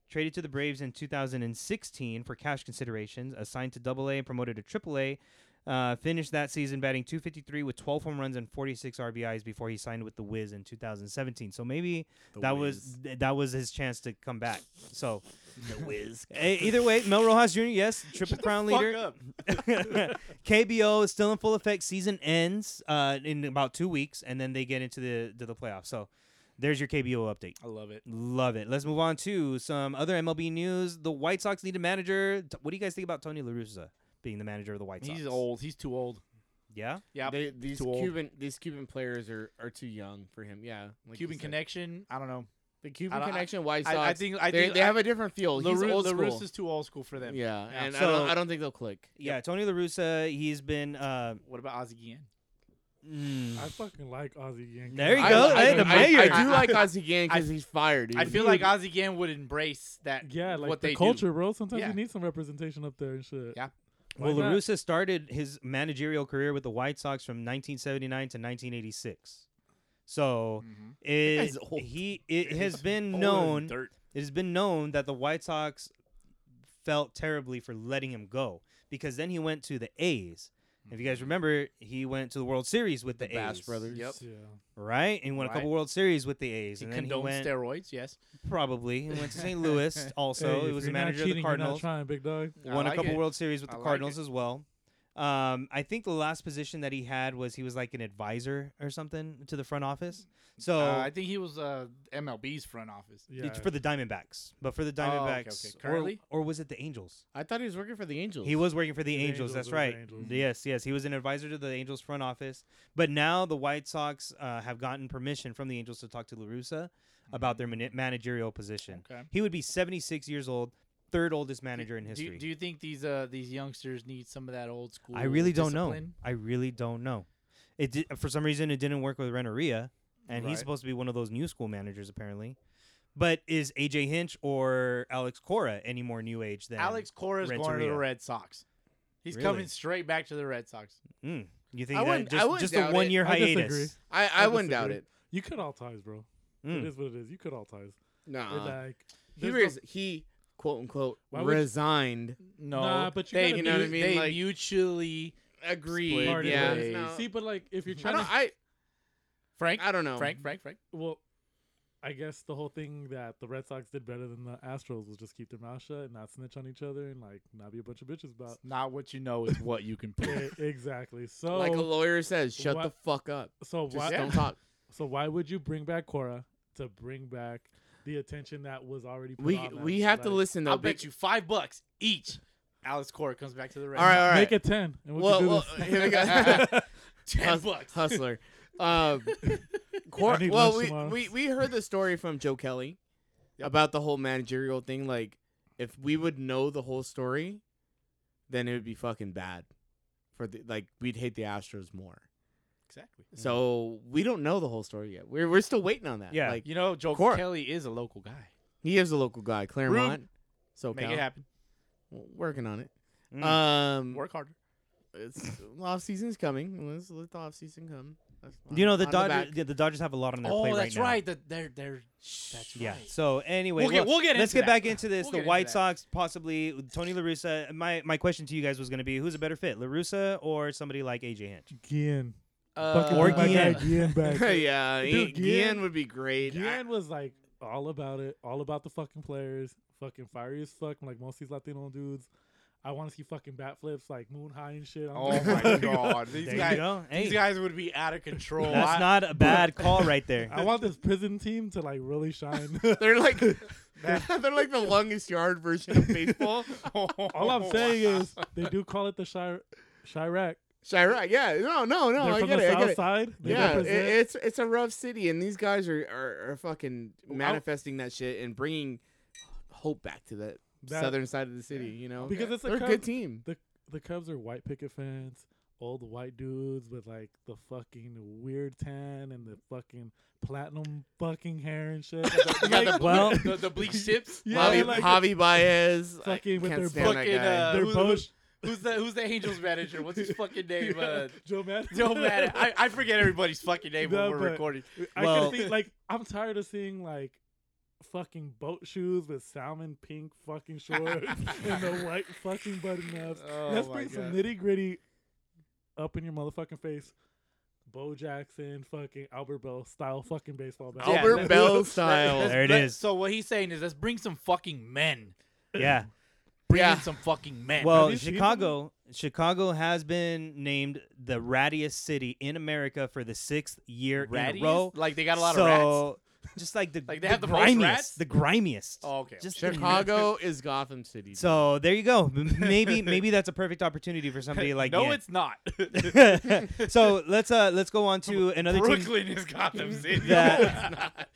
Traded to the Braves in 2016 for cash considerations, assigned to Double A and promoted to Triple A. Uh, finished that season batting 253 with 12 home runs and 46 RBIs before he signed with the Wiz in 2017. So maybe
The
that was
Wiz.
th- that was his chance to come back. So the Wiz. either way, Mel Rojas Jr. Yes, triple crown
Fuck
leader.
up.
KBO is still in full effect. Season ends uh, in about two weeks, and then they get into the to the playoffs. So there's your KBO update.
I love it.
Love it. Let's move on to some other MLB news. The White Sox need a manager. T- What do you guys think about Tony La Russa being the manager of the White Sox?
He's old. He's too old.
Yeah.
Yeah.
They, these
Too old.
Cuban these Cuban players are, are too young for him. Yeah, like you
Cuban
said.
connection. I don't know.
The
I
Cuban
don't- I-
connection. White Sox.
I, I think I
they,
think
they have a different feel.
La
he's
Ru-
old
La
school.
Russa's too old school for them.
Yeah,
Yeah.
and I,
So-
don't, I don't think they'll click.
Yeah. Tony La Russa. He's been. Uh,
What about Ozzie Guillen?
mm,
I fucking like Ozzy Yankees.
There you
I,
go.
I,
Hey,
I,
the
I,
mayor.
I do like Ozzie Gann because he's fired.
I
dude.
feel like Ozzie Guillen would embrace that.
Yeah, like
what
the
they do.
culture, bro. Sometimes
Yeah.
you need some representation up there and shit.
Yeah.
Why
well, La
not?
Russa started his managerial career with the White Sox from 1979 to 1986. So
Mhm.
it,
guy's old.
he it has been
Old
known
and dirt.
it has been known that the White Sox felt terribly for letting him go because then he went to the A's. If you guys
Mm-hmm.
remember, he went to the World Series with the,
The Bass
A's,
brothers.
Yep.
Yeah.
right? And he won a couple
Right.
World Series with the A's,
He
and then he
condoned
went
steroids. Yes.
probably he went to St. Louis. Also,
Hey,
he
if
was the
you're not
manager of
cheating,
the
you're not
Cardinals.
trying, big dog.
I
Won a
like
couple
it.
World Series with
I
the
like
Cardinals
it.
as well. Um, I think the last position that he had was he was like an advisor or something to the front office. So
Uh, I think he was uh, MLB's front office.
Yeah.
it's for the Diamondbacks, but for the
Oh, okay, okay.
Diamondbacks, or-
Currently?
or was it the Angels?
I thought he was working for the Angels.
He was working for the,
The
Angels.
Angels
That's
were the
right.
Angels.
Yes, yes. He was an advisor to the Angels front office. But now the White Sox uh, have gotten permission from the Angels to talk to Larusa
Mm-hmm.
about their mana- managerial position.
Okay.
He would be 76 years old, third oldest manager in
Do-
history.
Do, you think these uh these youngsters need some of that old school?
I really don't
discipline?
know. I really don't know. It did, for some reason it didn't work with Renneria, and
Right.
he's supposed to be one of those new school managers apparently. But is AJ Hinch or Alex Cora any more new age than
Alex Cora's going to the
Renteria.
Red Sox. He's
Really?
coming straight back to the Red Sox.
Mm. You think
I
that
wouldn't- I
just,
wouldn't
just a
doubt it.
one year
I disagree.
hiatus?
I, I,
I
wouldn't doubt it.
disagree. You cut all ties, bro.
Mm.
It is what it is. You cut all ties. It,
Nah.
like,
He,
there's no-
res- he quote unquote
Why would-
resigned.
No,
Nah, but you
they,
gotta
you
know what I mean?
They
Like-
mutually
Agreed.
parted
Yeah.
ways.
No.
See, but like if you're
uh, I,
trying
don't,
to,
I
Frank,
I don't know.
Frank, Frank, Frank.
well, I guess the whole thing that the Red Sox did better than the Astros was just keep their mouth shut and not snitch on each other and like not be a bunch of bitches about.
It's not what you know; it's what you can
Yeah,
prove.
exactly. So,
like a lawyer says, shut
Wha-
the fuck up.
so
Just
why?
don't talk.
So why would you bring back Cora to bring back the attention that was already? Put
We
on
we
them?
have to
Like,
listen though.
I'll bet
big-
you five bucks each. Alex Cora comes back to the Red.
All right,
Sox.
all right.
Make it ten, and we
Well,
can do
well,
this.
here we go.
ten
Hus-
bucks.
Hustler. Um, Cor-
I need
well,
lunch
we,
tomorrow.
we we heard the story from Joe Kelly about the whole managerial thing. Like, if we would know the whole story, then it would be fucking bad. For the like, we'd hate the Astros more.
Exactly.
So we don't know the whole story yet. We're we're still waiting on that.
Yeah.
like
You know, Joe
Cora.
Kelly is a local guy.
he is a local guy, Claremont. So
Make it happen.
working on it.
Mm.
Um,
Work harder.
it's off season's coming. Let's let the off season come. That's
You know
on
the
back.
Dodgers. The, the Dodgers have a lot on their
Oh,
plate
that's
right, now.
right. The, they're they're. That's
Yeah.
right.
So anyway,
We'll get-
look,
we'll get
let's
into
get
that.
back into this.
We'll get
the
into
White
that.
Sox possibly Tony La Russa. My my question to you guys was going to be who's a better fit, La Russa or somebody like AJ Hinch?
Gian,
Uh,
fucking
or
bring my guy
Guillen.
Gian back.
yeah,
Dude,
Ian-
Guillen-
Guillen would be great. I-
Gian was like all about it, all about the fucking players, fucking fiery as fuck, like most of these Latino dudes. I want to see fucking bat flips, like moon high and shit. I'm
oh
like-
my god, these
There
guys,
you go. Hey,
these guys would be out of control.
that's
I-
not a bad call right there.
I want this prison team to like really shine.
They're like they're like the longest yard version of baseball.
Oh. all I'm saying is they do call it the Chi- Chirac
Chirac, yeah, no, no, no,
They're
I
from
get
the
it, I
south
get it.
side. They
Yeah, it,
represent.
it's it's a rough city, and these guys are are, are fucking manifesting that shit and bringing hope back to that,
That-
southern side of the city. You know,
Because it's a
they're a
Cub-
good team.
the Cubs are white picket fence, old white dudes with like the fucking weird tan and the fucking platinum fucking hair and shit.
You got the,
Like, well,
the, the bleach tips.
Yeah,
Javi,
like-
Javi Baez,
Fucking
I
with
can't
their
stand
fucking,
that guy.
uh,
They're
who's,
both-
who's- who's the who's the Angels manager? What's his fucking name? Uh,
Joe Madden.
Joe Madden. I, I forget everybody's fucking name
No,
when we're
but-
recording.
I
Well-
can see like I'm tired of seeing like fucking boat shoes with salmon pink fucking shorts and the white fucking button ups.
Oh
Let's
my
bring some
God.
nitty gritty up in your motherfucking face. Bo Jackson, fucking Albert Bell style fucking baseball bat.
Yeah,
Albert
let's-
Bell
let's-
style.
let's-
There it
let's-
is.
So what he's saying is, let's bring some fucking men.
yeah.
Bring
Yeah.
in some fucking men.
Well,
you seen them?
Chicago, Chicago has been named the rattiest city in America for the sixth year in
Ratties?
a row.
Like they got a lot
so,
of rats.
just like the
Like, they
the
have the most
grimiest,
rats?
the grimiest.
Oh, okay.
Just the-
Chicago is Gotham City.
So there you go. M- Maybe maybe that's a perfect opportunity for somebody like
no,
Yan.
it's not.
so let's uh let's go on to another team.
Brooklyn is Gotham City.
That-
No, it's not.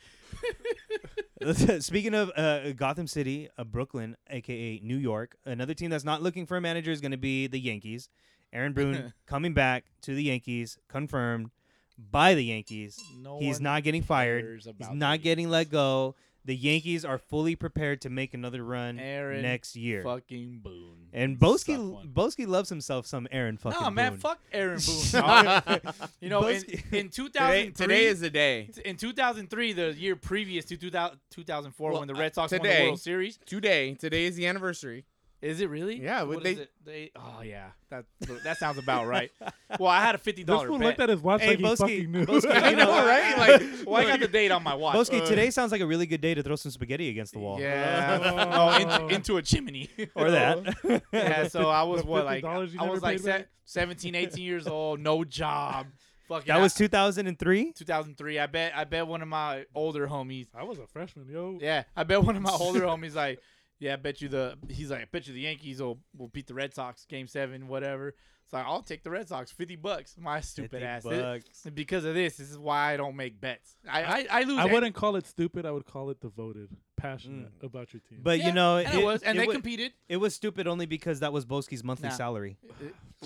Speaking of uh, Gotham City, uh, Brooklyn, aka New York, another team that's not looking for a manager is going to be the Yankees. Aaron Boone coming back to the Yankees, confirmed by the Yankees.
No
He's
one
not getting fired.
cares
He's
about
not
the
getting let go. The Yankees are fully prepared to make another run
Aaron
next year.
Fucking Boone.
And
Suck one.
Boski Boski loves himself some Aaron fucking
Nah, man,
Boone.
fuck Aaron Boone. dog.
today,
you know, in,
Boski-
in 2003,
today is the day.
in 2003, the year previous to 2000, 2004,
Well,
when the
uh,
Red Sox won
today-
the World Series.
Today, today is the anniversary.
Is it really?
Yeah, would
What is
they-
it? They- Oh yeah. That that sounds about right. Well, I had a fifty
This
dollar
fool
bet.
looked at his watch
Hey,
like he
Boski-
fucking knew.
Boski,
I
you know,
know, right? Like, well, I got the date on my watch.
Boski,
Uh,
today sounds like a really good day to throw some spaghetti against the wall.
Yeah. oh, into, into a chimney.
Or that.
yeah. So I was
The
what like
$50 you
I was
never
like
paid
se-
back?
17, 18 years old, no job. Fucking.
That
I-
was 2003.
2003. I bet. I bet one of my older homies.
I was a freshman, yo.
Yeah, I bet one of my older homies like, yeah, I bet you the he's like, I bet you the Yankees will will beat the Red Sox game seven, whatever. So I'll take the Red Sox, fifty bucks. My stupid
50
ass.
bucks.
It- because of this, this is why I don't make bets. I I, I lose.
I
every-
wouldn't call it stupid. I would call it devoted, passionate about your team.
But
Yeah,
you know,
and, I was, and
it
they
wa-
competed.
it was stupid only because that was Boski's monthly
Nah.
salary.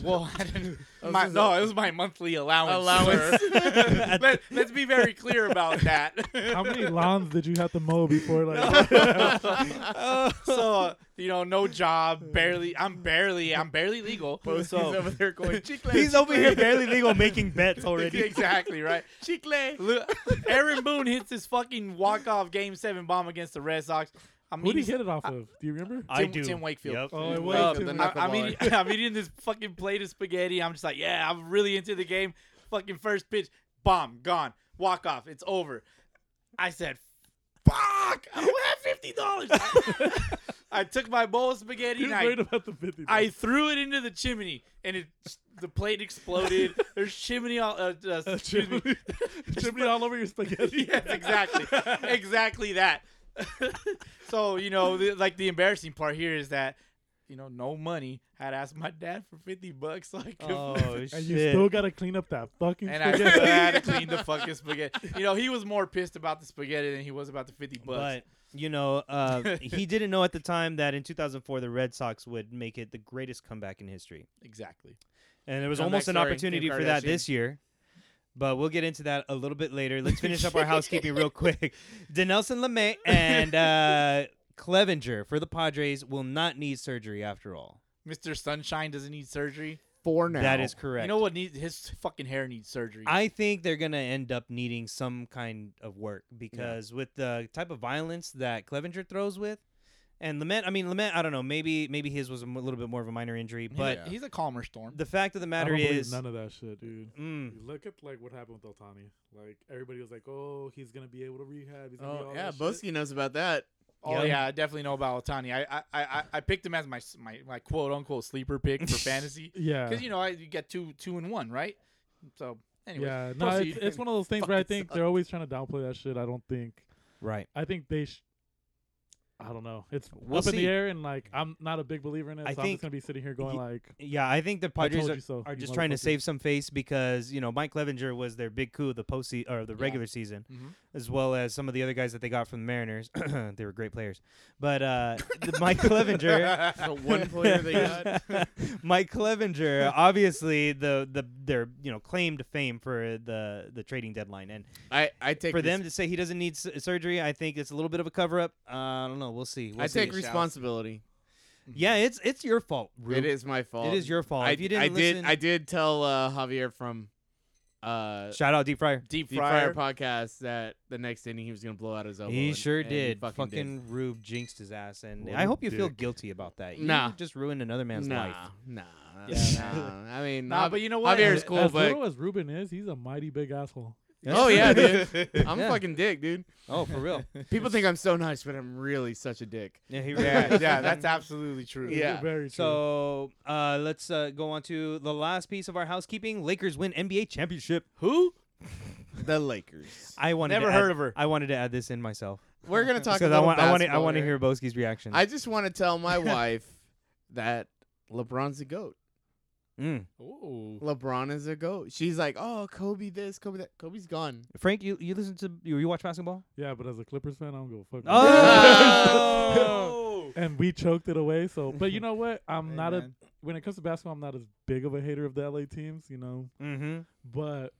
Well, I didn't.
was
My,
just
no, it was my monthly allowance.
Allowance.
sir. Let, let's be very clear about that.
How many lawns did you have to mow before like?
so you know, no job, barely. I'm barely. I'm barely legal.
Both
so
over there going chicle.
He's over here barely legal making bets already.
exactly right.
chicle.
Look, Aaron Boone hits his fucking walk off game seven bomb against the Red Sox. I'm
Who did he
eating-
hit it off of? Do you remember?
I
Tim-
do.
Tim Wakefield.
Yep.
Oh, it was.
Uh,
Wakefield, the
I- I'm,
knuckleballer.
eating, I'm eating this fucking plate of spaghetti. I'm just like, yeah, I'm really into the game. Fucking first pitch, bomb, gone, walk off, it's over. I said, fuck, I don't have fifty dollars. I took my bowl of spaghetti
He's
and I
worried about the fifty.
I threw it into the chimney, and it the plate exploded. There's chimney all. Uh, uh, excuse me.
chimney, chimney all over your spaghetti.
yes, exactly, exactly that. so you know, the, like the embarrassing part here is that you know, no money. I had asked my dad for fifty bucks, so I could.
Oh
And you still
shit!
gotta clean up that fucking
and I still
spaghetti.
had to clean the fucking spaghetti. You know, he was more pissed about the spaghetti than he was about the fifty bucks.
But you know, uh, he didn't know at the time that in 2004 the Red Sox would make it the greatest comeback in history,
exactly.
and there was
Comeback
almost an
story,
opportunity
Kim
for that
Kardashian.
this year. But we'll get into that a little bit later. Let's finish up our housekeeping real quick. Denelson Lemay and uh, Clevenger for the Padres will not need surgery after all.
Mr. Sunshine doesn't need surgery.
Four now.
That is correct.
You know what needs his fucking hair needs surgery.
I think they're gonna end up needing some kind of work because with the type of violence that Clevenger throws with, and Lament, I mean Lament, I don't know, maybe maybe his was a m- little bit more of a minor injury,
He's a-
but
Yeah.
he's a calmer storm.
the fact of the
I
matter
don't believe
is,
none of that shit, dude.
mm,
You look at like what happened with Altani. Like everybody was like, "Oh, he's gonna be able to rehab." He's gonna be
Oh
all
yeah,
that shit."
Boski knows about that.
Oh
Yeah.
yeah, I definitely know about Otani. I I, I, I- I picked him as my s- my, my quote unquote sleeper pick for fantasy
Yeah,
because you know I you get two two and one right. So anyway,
yeah. No, it's,
proceed.
it's one of those things where I
Fucking
think they're always trying to downplay that shit. I don't think.
right?
I think they. Sh- I don't know. It's
We'll
up in
see.
the air, and like I'm not a big believer in it.
I
so I'm
think-
just gonna be sitting here going
Ye-
like,
Yeah, I think the
I
Padres
told
are,
you so,
are
you
just trying to
motherfuckers.
save some face because you know Mike Clevenger was their big coup of the postseason or the
Yeah.
regular season,
Mm-hmm.
Mhm.
as well as some of the other guys that they got from the Mariners. they were great players, but uh, the Mike Clevenger.
The one player they got.
Mike Clevenger, obviously the the their you know claim to fame for the the trading deadline, and
I, I take
for
res-
them to say he doesn't need s- surgery, I think it's a little bit of a cover up. Uh, I don't know. We'll see. We'll
I
see.
take
Shouts.
responsibility.
yeah, it's it's your fault. Rube.
It is my fault.
It is your fault.
I,
if you didn't
I
listen,
did. I did tell uh, Javier from uh,
shout out Deep Fryer.
Deep
the Fire
fryer.
podcast that the next inning he was gonna blow out his elbow.
He
and-
sure
and he
did.
fucking, did.
fucking Rube jinxed his ass, and
What
I
a
hope you feel
dick.
guilty about that. You
Nah.
just ruined another man's
nah,
life.
Nah, nah,
Yeah.
nah. I mean,
Nah,
Jav-
but you know what?
Javier's cool,
as
but
little as Ruben is, he's a mighty big asshole.
oh yeah, dude, I'm
Yeah.
a fucking dick, dude.
Oh, for real.
People think I'm so nice, but I'm really such a dick.
Yeah, he really
yeah,
is.
yeah, that's absolutely true.
Yeah.
very true.
So uh, let's uh, go on to the last piece of our housekeeping. Lakers win NBA championship.
Who?
The Lakers.
I wanted
Never
to
heard
add,
of her.
I wanted to add this in myself
We're gonna talk
because
about
I want I want to, I
basketball
want to
here.
hear Boski's reaction.
I just want to tell my wife that LeBron's a goat.
Mm.
Ooh.
LeBron is a goat. She's like, oh, Kobe this, Kobe that. Kobe's gone.
Frank, you you listen to you, you watch basketball?
yeah, but as a Clippers fan, I don't go fuck.
Oh!
and we choked it away. So, but you know what? I'm
Hey,
not
man.
a when it comes to basketball, I'm not as big of a hater of the LA teams. You know,
Mm-hmm.
but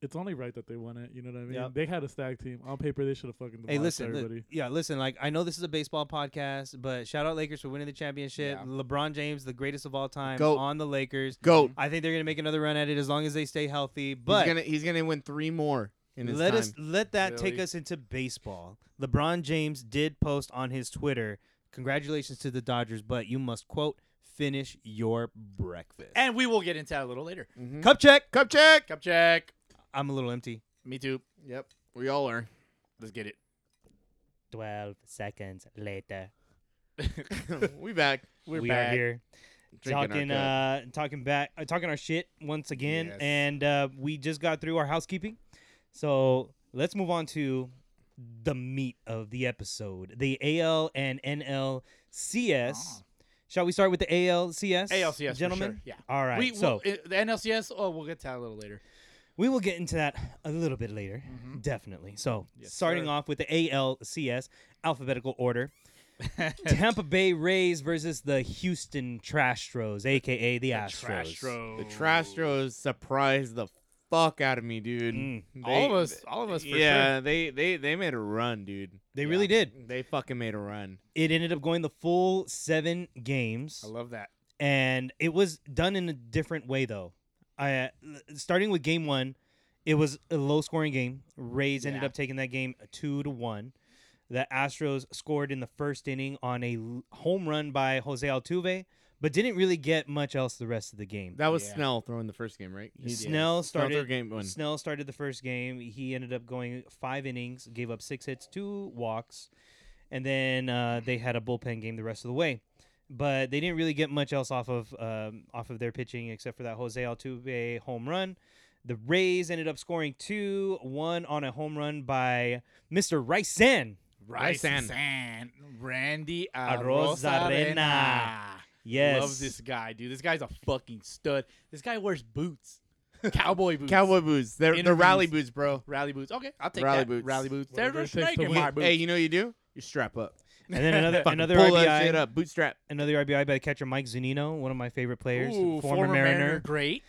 it's only right that they won it. You know what I mean?
Yep.
They had a stag team on paper. They should have fucking.
Hey,
demolished
listen, li-
everybody.
yeah, listen. Like I know this is a baseball podcast, but shout out Lakers for winning the championship.
Yeah.
LeBron James, the greatest of all time,
Goat.
on the Lakers.
Goat.
I think they're gonna make another run at it as long as they stay healthy. But
Mm-hmm. he's gonna he's gonna win three more in his
let
time.
us let that take
Really?
us into baseball. LeBron James did post on his Twitter, "Congratulations to the Dodgers, but you must quote finish your breakfast."
And we will get into that a little later.
Mhm.
Cup check.
Cup check.
Cup check.
I'm a little empty.
Me too.
Yep, we all are.
Let's get it.
Twelve seconds later,
we back.
We're
we
back.
are here.
Drinking our
talking
cup.
uh talking back uh, talking our shit once again
Yes.
and uh we just got through our housekeeping so let's move on to the meat of the episode the AL and NLCS
Ah.
shall we start with the ALCS
ALCS, for
gentlemen
sure. Yeah.
all right
we,
so
we'll- uh, the NLCS. Oh, we'll get to that a little later.
we will get into that a little bit later
Mhm.
definitely so
Yes,
starting
sir.
off with the ALCS alphabetical order Tampa Bay Rays versus the Houston Trastros aka the, Astros uh,
the Trastros surprised the fuck out of me, dude.
Mm.
All of us. All of us. For
yeah, they they they made a run, dude.
They really did.
They fucking made a run.
It ended up going the full seven games,
Sure. I love that.
and it was done in a different way though. I uh, starting with game one, it was a low scoring game. Rays ended
Yeah.
up taking that game two to one. The Astros scored in the first inning on a l- home run by Jose Altuve, but didn't really get much else the rest of the game.
That was
Yeah.
Snell throwing the first game, right? He-
Snell
Snell threw
started
game one.
Snell started the first game. He ended up going five innings, gave up six hits, two walks, and then uh, they had a bullpen game the rest of the way. But they didn't really get much else off of um, off of their pitching except for that Jose Altuve home run. The Rays ended up scoring two, one on a home run by Mr. Rysan.
Rice
San.
and San. Randy
Arozarena.
Arozarena.
Yes,
Love this guy, dude. This guy's a fucking stud. This guy wears boots. Cowboy boots.
Cowboy boots. They're, they're rally
Interviews.
boots, bro.
Rally boots. Okay, I'll take
Rally
that.
boots.
Rally boots. They're
Whatever it
just
takes to
making
win.
my boots.
Hey, you know what you do? You strap up.
and then another
Fucking
another
pull
RBI,
that shit up. Bootstrap.
another RBI by the catcher Mike Zunino, one of my favorite players,
Ooh,
former, Mariner,
great.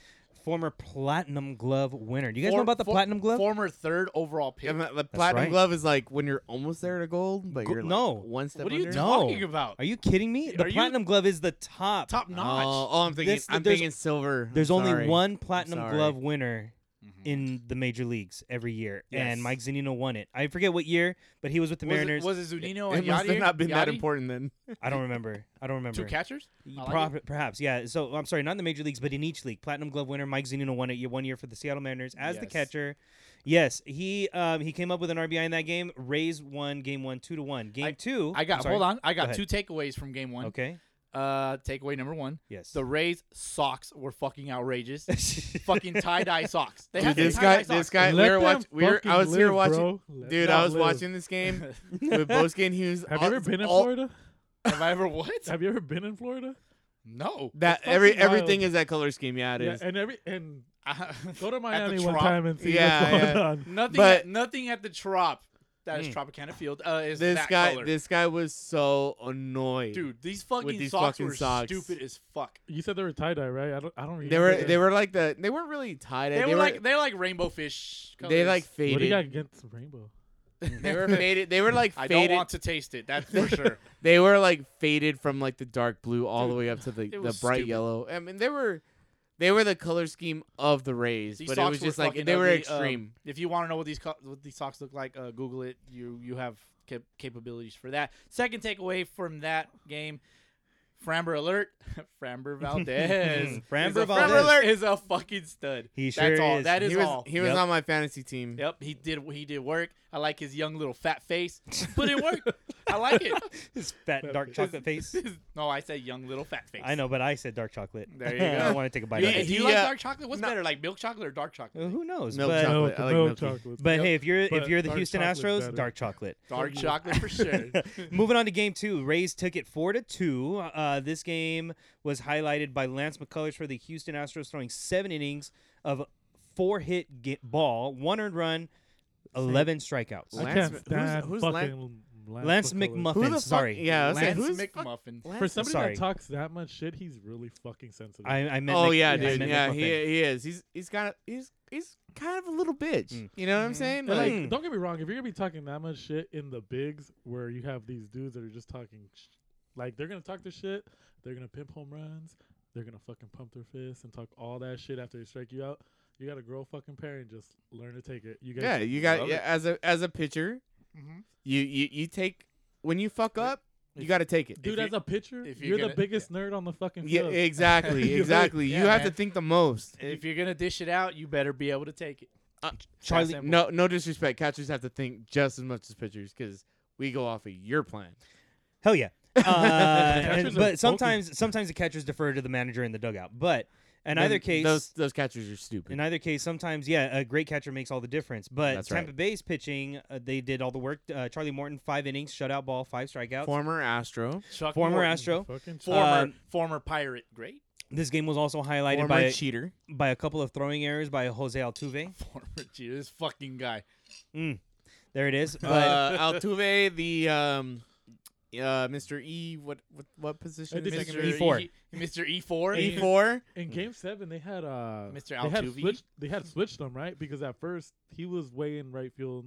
former Platinum Glove winner. Do you guys know
For-
about the
for-
Platinum Glove?
Former third overall pick.
Yeah, the the platinum
right.
glove is like when you're almost there to gold, but
Go-
you're like
no.
one step
what are you
under.
No.
talking about?
Are you kidding me? The
Are you-
platinum glove is the top.
Top notch.
Oh, oh, I'm thinking.
This-
I'm
there's-
thinking silver. I'm
There's only
sorry.
one platinum
sorry.
glove winner
Mhm.
in the major leagues every year, and
Yes.
Mike Zunino won it. I forget what year, but he was with the Mariners.
Was it, was it Zunino
It
and
must
Yadier?
have not been that
Yadi?
important then.
I don't remember. I don't remember.
Two catchers? I like
Pro- perhaps, yeah. So I'm sorry, not in the major leagues, but in each league. Platinum Glove winner Mike Zunino won it year- one year for the Seattle Mariners as the
Yes.
catcher. Yes, he um, he came up with an RBI in that game. Rays won game one, two to one. Game two,
I
I'm
got
sorry.
hold on. I got
ahead.
two takeaways from game one.
Okay,
uh, takeaway number one:
Yes.
the Rays socks were fucking outrageous. fucking tie dye socks. They
Dude,
had
this
tie dye
guy,
socks.
this guy, we
Let
were
them
watching. We were, I
fucking
was here
live,
watching.
bro. Let
Dude,
them
I was
live.
watching this game with Bosky and Hughes.
Have you
all-
ever been in
all-
Florida?
Have I ever what?
Have you ever been in Florida?
No.
That
fucking
every
wild.
everything is that color scheme. Yeah, it
yeah,
is.
and every and
I-
go to Miami
the
one
Trop.
time and see
Yeah,
what's
yeah.
going on.
nothing.
But-
nothing at the Trop. That is
Mm.
Tropicana Field. Uh, is
This
that
guy,
color.
this guy was so annoyed.
dude. These fucking
these
socks
fucking
were
socks.
stupid as fuck.
You said they were tie dye, right? I don't. I don't.
they
remember
were
that.
they were like the they weren't really tied.
They, were, like they're like rainbow fish. Colors.
they like
What do you got
faded.
against rainbow?
They were faded. They were like
I
faded.
don't want to taste it. That's for sure.
They were like faded from like the dark blue all the
Dude,
way up to the, the bright
was stupid.
yellow. I mean, they were they were the color scheme of the Rays,
These
but it
socks
was
were
just like
fucking
they were
ugly.
extreme.
Um, if you want to know what these co- what these socks look like, uh, Google it. You you have cap- capabilities for that. Second takeaway from that game. Framber Alert, Framber Valdez.
Framber
is a,
Valdez.
Alert is a fucking stud.
He
That's
sure
all.
is.
That is
he was
all.
he was
Yep.
on my fantasy team.
yep, he did he did work. I like his young little fat face, but it worked. I like it.
His fat dark chocolate face.
no, I said young little fat face.
I know, but I said dark chocolate.
There you
I
go.
want to take a bite
Do
of
you,
Yeah,
it.
do you
he,
like
uh,
dark chocolate? What's better, like milk chocolate or dark chocolate?
Who knows?
Milk
but
chocolate. I like
milk
milky.
chocolate.
but
Yep.
hey, if you're
But
if you're the
dark
Houston
chocolate's
Astros,
better.
dark chocolate.
Dark chocolate for sure.
Moving on to game two, Rays took it four to two. Uh, this game was highlighted by Lance McCullers for the Houston Astros throwing seven innings of four hit get ball, one earned run, eleven strikeouts.
Lance
I can't
Mc- who's-
stand
who's Lan-
fucking
Lance
McCullers.
McMuffin.
Who the fuck-
sorry,
yeah, I was
Lance
saying, who's
McMuffin.
fuck-
For somebody
Sorry.
that talks that much shit, he's really fucking sensitive.
I, I meant.
oh
Mc-
yeah,
I
dude.
meant
Yeah,
McMuffin.
he, he is. He's he's got a, he's he's kind of a little bitch.
Mm.
You know what I'm
Mhm.
saying?
And, Hmm. like,
Like,
don't get me wrong. If you're gonna be talking that much shit in the bigs, where you have these dudes that are just talking, sh- like they're gonna talk their shit, they're gonna pimp home runs, they're gonna fucking pump their fists and talk all that shit after they strike you out. You gotta grow a fucking pair and just learn to take it. You guys,
yeah, you
Love
got
it.
yeah, as a as a pitcher,
Mhm.
you you you take when you fuck up, you got to take it.
If
dude,
you-
as a pitcher,
if you
you're
get
the
it-
biggest nerd on the fucking
Yeah, eh,
field.
exactly,
You're
exactly.
right.
you
Yeah,
have to
man.
think the most.
If you're gonna dish it out, you better be able to take it.
Uh, Charlie.
That's simple.
No, no disrespect. Catchers have to think just as much as pitchers because we go off of your plan.
Hell yeah. Uh,
Catchers are bulky.
but sometimes sometimes the catchers defer to the manager in the dugout. But in
Then
either case,
those those catchers are stupid.
in either case, sometimes yeah, a great catcher makes all the difference. But
That's right.
Tampa Bay's pitching, uh, they did all the work. Uh, Charlie Morton, five innings, shutout ball, five strikeouts.
Former Astro,
Chuck
Former
Morton,
Astro.
Fucking ch-
former
Um,
former pirate, great
This game was also highlighted
former
by
cheater.
by a couple of throwing errors by Jose Altuve.
former. Gee, this fucking guy.
There it is. But
Uh, Altuve, the um, uh, Mr. E, what what what position?
did
is
Mr.
Mr.
E four.
Mr. E four.
E four.
In Game Seven, they had uh,
Mr.
They had
Altuve.
switched. They had switched them right because at first he was way in right field.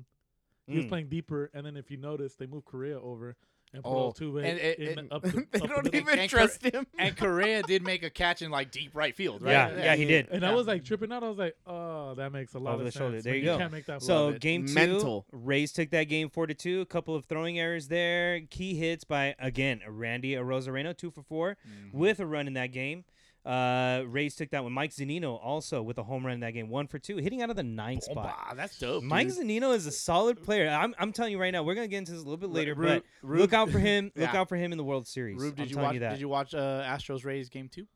He was
Mm.
playing deeper, and then if you notice, they moved Korea over and put
Oh,
Altuve
and it-
in
it-
up. The, up the
They don't
middle.
even
And Cor-
trust him.
And Correa did make a catch in like deep right field, right?
yeah, yeah, he
Yeah.
did.
And I
Yeah.
was like tripping out. I was like, oh, that makes a lot
Over
of
the
sense.
shoulder.
when
There you go.
Can't make that
So
play.
game two,
Mental.
Rays took that game four to two. A couple of throwing errors there, key hits by again Randy Rosareno, two for 4
Mm-hmm.
with a run in that game. Uh, Rays took that one. Mike Zanino also with a home run in that game, one for two, hitting out of the nine spot.
Bomba, that's dope.
Mike Zanino is a solid player. I'm, I'm telling you right now, we're gonna get into this a little bit later,
Ru-
but
Ru-
look out for him. Look
Yeah.
out for him in the World Series.
Rube,
I'm
did you
telling
watch?
you that.
Did you watch uh, Astros Rays game two?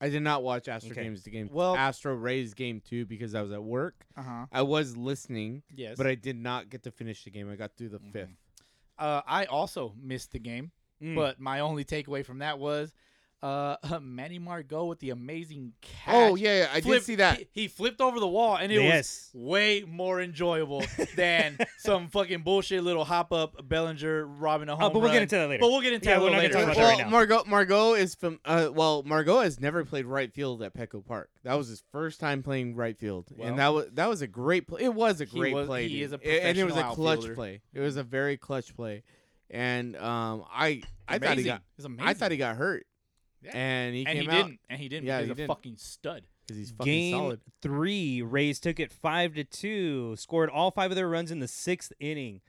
I did not watch Astro
Okay.
games. The game
Well-
Astro Rays game two because I was at work.
Uh huh.
I was listening,
Yes. Mm-hmm.
but I did not get to finish the game. I got through the fifth.
uh, I also missed the game.
Mm.
But my only takeaway from that was uh, Manny Margot with the amazing catch.
Oh yeah, yeah I did
Flipped-
see that.
He, he flipped over the wall, and it
Yes.
was way more enjoyable than some fucking bullshit little hop up Bellinger robbing a home
Oh, but we'll
run.
get into that later.
But we'll get into
Yeah,
that
we're
a little
not gonna
later.
talk about
well,
that right now.
Margot Margot is from uh, well, Margot has never played right field at Petco Park. That was his first time playing right field,
Well-
and that was that was a great play. It was a
He
great
was-
play.
he
dude.
is a
It- and it was a
professional
clutch
outfielder.
play. It was a very clutch play, and um, I I thought he
Amazing.
got
It's amazing.
I thought he got hurt,
Yeah.
and he
and
came
he
out
didn't. And he didn't.
Yeah,
he's
he
a
didn't.
fucking stud.
because he's fucking
Game
solid.
three, Rays took it five to two. Scored all five of their runs in the sixth inning.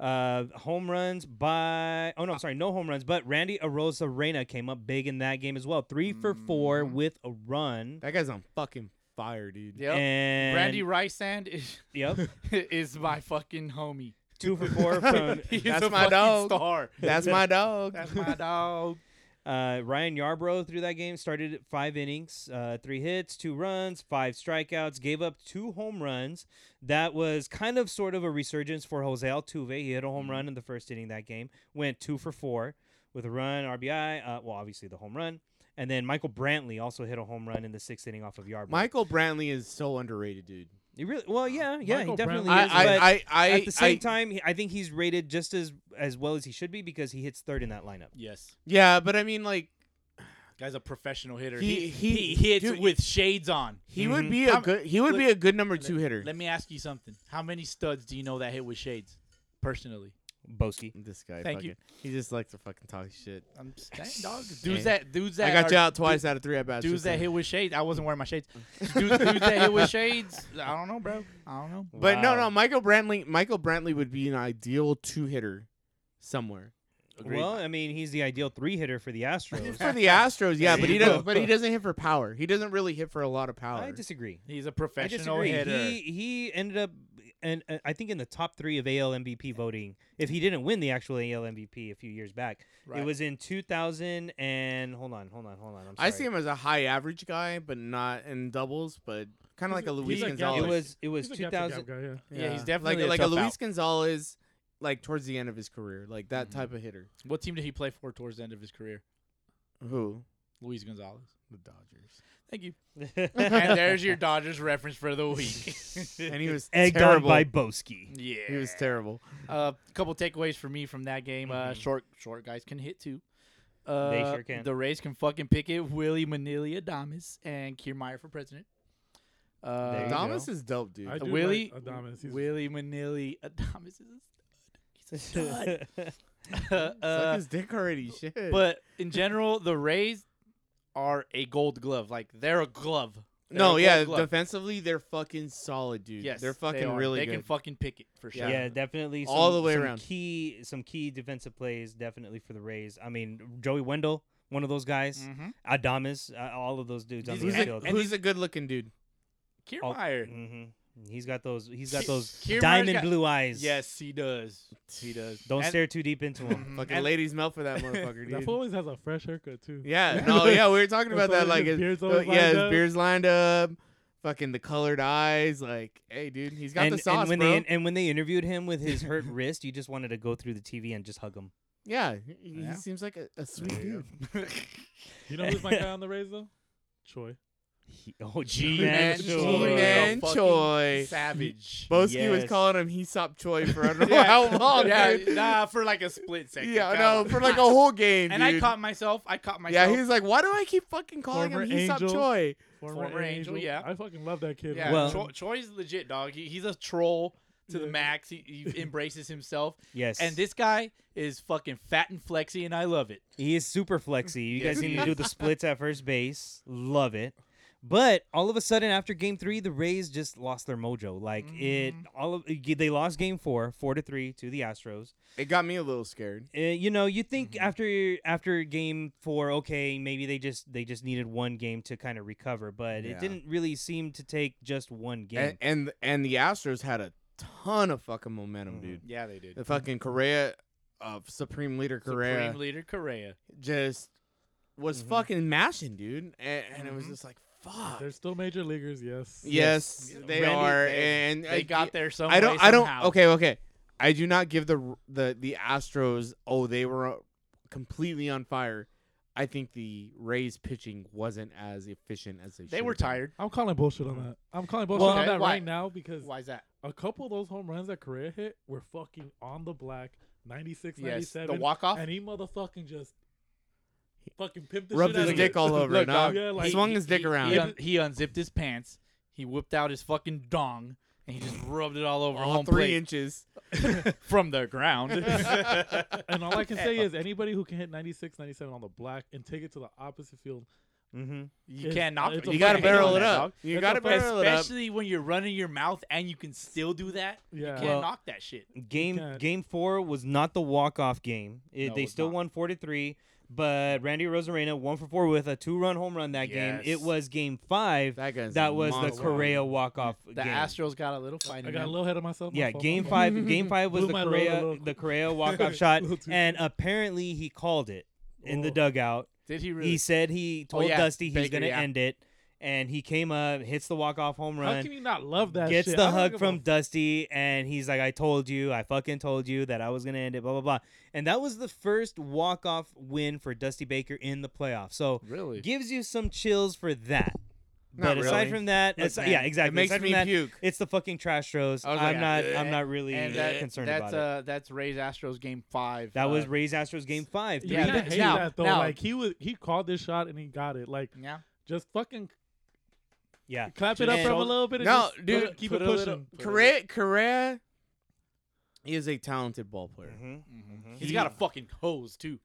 Uh, home runs by oh no, I'm sorry, no home runs, but Randy Arosa Reyna came up big in that game as well. Three for four with a run.
That guy's on fucking fire, dude.
Yep.
And
Randy Rysand is
yep,
is my fucking homie.
two for four from
He's
That's
a
my
fucking
dog.
star.
That's my dog.
That's my dog.
Uh, Ryan Yarbrough threw that game, started at five innings, uh, three hits, two runs, five strikeouts, gave up two home runs. That was kind of sort of a resurgence for Jose Altuve. He hit a
Mm-hmm.
home run in the first inning that game, went two for four with a run, RBI, uh, well, obviously the home run. And then Michael Brantley also hit a home run in the sixth inning off of Yarbrough.
Michael Brantley is so underrated, dude.
He really, well, yeah, yeah,
Michael
he definitely
Brantley-
is.
I,
but-
I, I, I,
at the same
I-
time, he- I think he's rated just as as well as he should be because he hits third in that lineup.
Yes,
yeah, but I mean, like,
guy's a professional hitter. He
He-
he,
he-
hits
dude,
with shades on.
he
Mhm.
would be a
How-
good, he would
let-
be a good number two hitter.
Let me ask you something. How many studs do you know that hit with shades? Personally,
Boski.
This guy,
Thank
fucking,
you.
he just likes to fucking talk shit.
I'm saying, dog.
Hey.
Dudes that dudes that
I got you
are-
out twice out of three at bats.
Dudes that hit with shades. I wasn't wearing my shades. Dudes, dudes that hit with shades. I don't know, bro. I don't know.
But
Wow.
no, no, Michael Brantley, Michael Brantley would be an ideal two hitter somewhere.
Well, I mean, he's the ideal three hitter for the Astros.
for the Astros, yeah,
There
but
you
he
go.
doesn't. But he doesn't hit for power. He doesn't really hit for a lot of power.
I disagree.
He's a
I
professional
disagree.
hitter.
He he ended up and uh, I think in the top three of AL MVP voting. If he didn't win the actual AL MVP a few years back, it
Right.
was in 2000 and hold on, hold on, hold on. I'm sorry.
I see him as a high average guy, but not in doubles, but
He's
kind of like
a-
a Luis
he's a
It
Gonzalez.
gap-
was it was
He's a gap to gap
2000.
guy, yeah.
Yeah, he's definitely a
like like
tough
Luis
out.
Gonzalez, like towards the end of his career, like that type of hitter.
What team did he play for towards the end of his career?
Who?
Luis Gonzalez.
The Dodgers.
Thank you. and there's your Dodgers reference for the week.
And he was
Egged on
terrible.
by Boski.
yeah.
he was terrible.
Uh, A couple takeaways for me from that game. Uh,
Mm-hmm.
Mhm.
short short guys can hit too. Uh,
sure can.
The Rays can fucking pick it. Willie Manili Adamas and Kiermaier for president.
There
Uh,
you go.
Thomas is dope, dude.
I do
Willie
like Adames. He's-
Willie Manili Adamas is a stud. He's a stud.
Suck
Uh,
his dick already. Shit.
but in general, the Rays are a Gold Glove. Like they're a glove. They're a
no,
Gold
yeah,
Glove.
defensively they're fucking solid, dude.
yes,
they're
they
fucking
are.
really
They
good.
can fucking pick it for sure.
Yeah, definitely.
All
some-
the way
some
around.
Key, some key defensive plays, definitely for the Rays. I mean, Joey Wendell, one of those
Mm.
guys.
Mm-hmm. Adamas, uh, all of those dudes on the He's
who's
a-
a,
outfield.
and
who's a good looking dude?
Mm-hmm.
Oh,
All-
Kiermaier.
mm,
Mhm. He's got those. He's got
Ki-
those
Kiermaier's
diamond
got-
blue eyes.
Yes, he does. He does.
Don't
And-
stare too deep into him.
Mhm.
Fucking
And-
ladies melt for that motherfucker,
That
dude.
fool always has a fresh haircut too.
Yeah, no, yeah, we were talking about
That's
that.
why
Like,
his
his,
beard's
uh,
always
yeah,
lined
his
up.
beard's lined up, fucking the colored eyes. Like, hey, dude, he's got
and,
the sauce,
and when
bro.
they and when they interviewed him with his hurt wrist, you just wanted to go through the TV and just hug him.
yeah, he, he
Yeah.
seems like a, a sweet dude.
You know who's my guy on the Rays though? Choi.
He- oh, G man,
G-Man
Choi.
Choi. Fucking
G-Man Choi.
Savage.
Boski was
Yes.
calling him Hesop Choi for I don't know how long,
yeah,
dude.
nah, for like a split second.
Yeah,
Kinda.
no, for like a whole game,
And
dude.
I caught myself. I caught myself.
yeah, he's like, why do I keep fucking calling
Former
him Hesop
Angel.
Choi?
Former Angel, yeah.
I fucking love that kid.
Yeah,
man.
Well-
Cho- Choi's legit, dog. He, he's a troll to the
Yeah.
max. He, he embraces himself.
Yes,
And this guy is fucking fat and flexy, and I love it.
He is super flexy. You
Yes,
guys need
he
to do the splits at first base. Love it. But all of a sudden, after Game Three, the Rays just lost their mojo. Like it, all of they lost Game Four, four to three to the Astros.
It got me a little scared.
Uh, you know, you think after after game four, okay, maybe they just they just needed one game to kind of recover, but
Yeah.
it didn't really seem to take just one game.
And, and and the Astros had a ton of fucking momentum,
Mhm.
dude.
Yeah, they did.
The fucking Correa, uh, Supreme Leader Correa,
Supreme leader Mm-hmm. Correa.
just was
Mhm.
fucking mashing, dude. And, and it was
Mhm.
just like, fuck.
They're still major leaguers, yes.
yes,
Yes.
they
Randy,
are.
they-
and
They
I,
got there somehow.
I don't. I don't. Okay. Okay. I do not give the the the Astros. Oh, they were uh, completely on fire. I think the Rays pitching wasn't as efficient as they.
They
should
were
have been.
tired.
I'm calling bullshit on that. I'm calling bullshit
Well,
on that
why-
right now because
Why is that?
a couple of those home runs that Correa hit were fucking on the black, 96,
Yes, the
97.
walk off.
and he motherfucking just fucking pimped the
Rubbed
shit out
his
of
dick
it.
all over.
Look,
it, nah?
dog,
Yeah, like-
he swung his dick around.
He, un- he unzipped his pants. He whipped out his fucking dong and he just rubbed it all over
all
home
three
plate
inches.
from the ground.
And all I can say is anybody who can hit 96, 97 on the black and take it to the opposite field.
hmm
you
It's-
can't knock.
it's
it.
a
You gotta
can't hit on
barrel it
that,
up. You
It's
gotta
a fact.
barrel
dog.
it up.
Especially when you're running your mouth and you can still do that. You
Yeah.
can't
Well,
knock that shit.
Game
can't-
Game Four was not the walk off game. It,
No, it
they
was
still
not.
won four to three, but Randy Rosarena one for four with a two run home run that game.
Yes.
It was Game Five
That guy's
that was the
monster.
Correa walk off
The
game.
Astros got a little fighting.
I got a little ahead of myself. my
Yeah,
fault,
game
my fault.
five. Game five was
Blew
the
my load a
Correa,
little
the
quick.
Correa walk off shot,
Little too
and apparently he called it in the
Oh.
dugout.
Did he really?
He said he told
yeah,
Dusty he was
Baker,
going to
yeah.
end it, and he came up, hits the walk off home
How
run,
can you not love that?
gets
shit? I
the
don't
hug
give
from
a-
Dusty, and he's like, "I told you, I fucking told you that I was going to end it." Blah blah blah. And that was the first walk off win for Dusty Baker in the playoffs. So
really?
gives you some chills for that.
Not
but aside
really.
from that,
Look,
as-
man,
yeah, exactly.
It makes
aside from
me
that,
puke.
It's the fucking trash throws.
I was
I'm
like,
not.
"Ugh."
I'm not really
and that,
concerned about
that's
it.
uh that's Rays Astros game five.
that was
Uh,
Rays Astros Game Five.
You
Yeah,
can't
but
hate
now-
that though.
now-
like he was, he called this shot and he got it. Like
yeah.
just fucking
Yeah.
clap it up
And-
from a little bit. And
No,
just put
dude,
it- keep
put
it
a
pushing.
little-
Correa, Correa is a talented ball player.
Mm-hmm.
Mhm.
He's got a fucking hose too.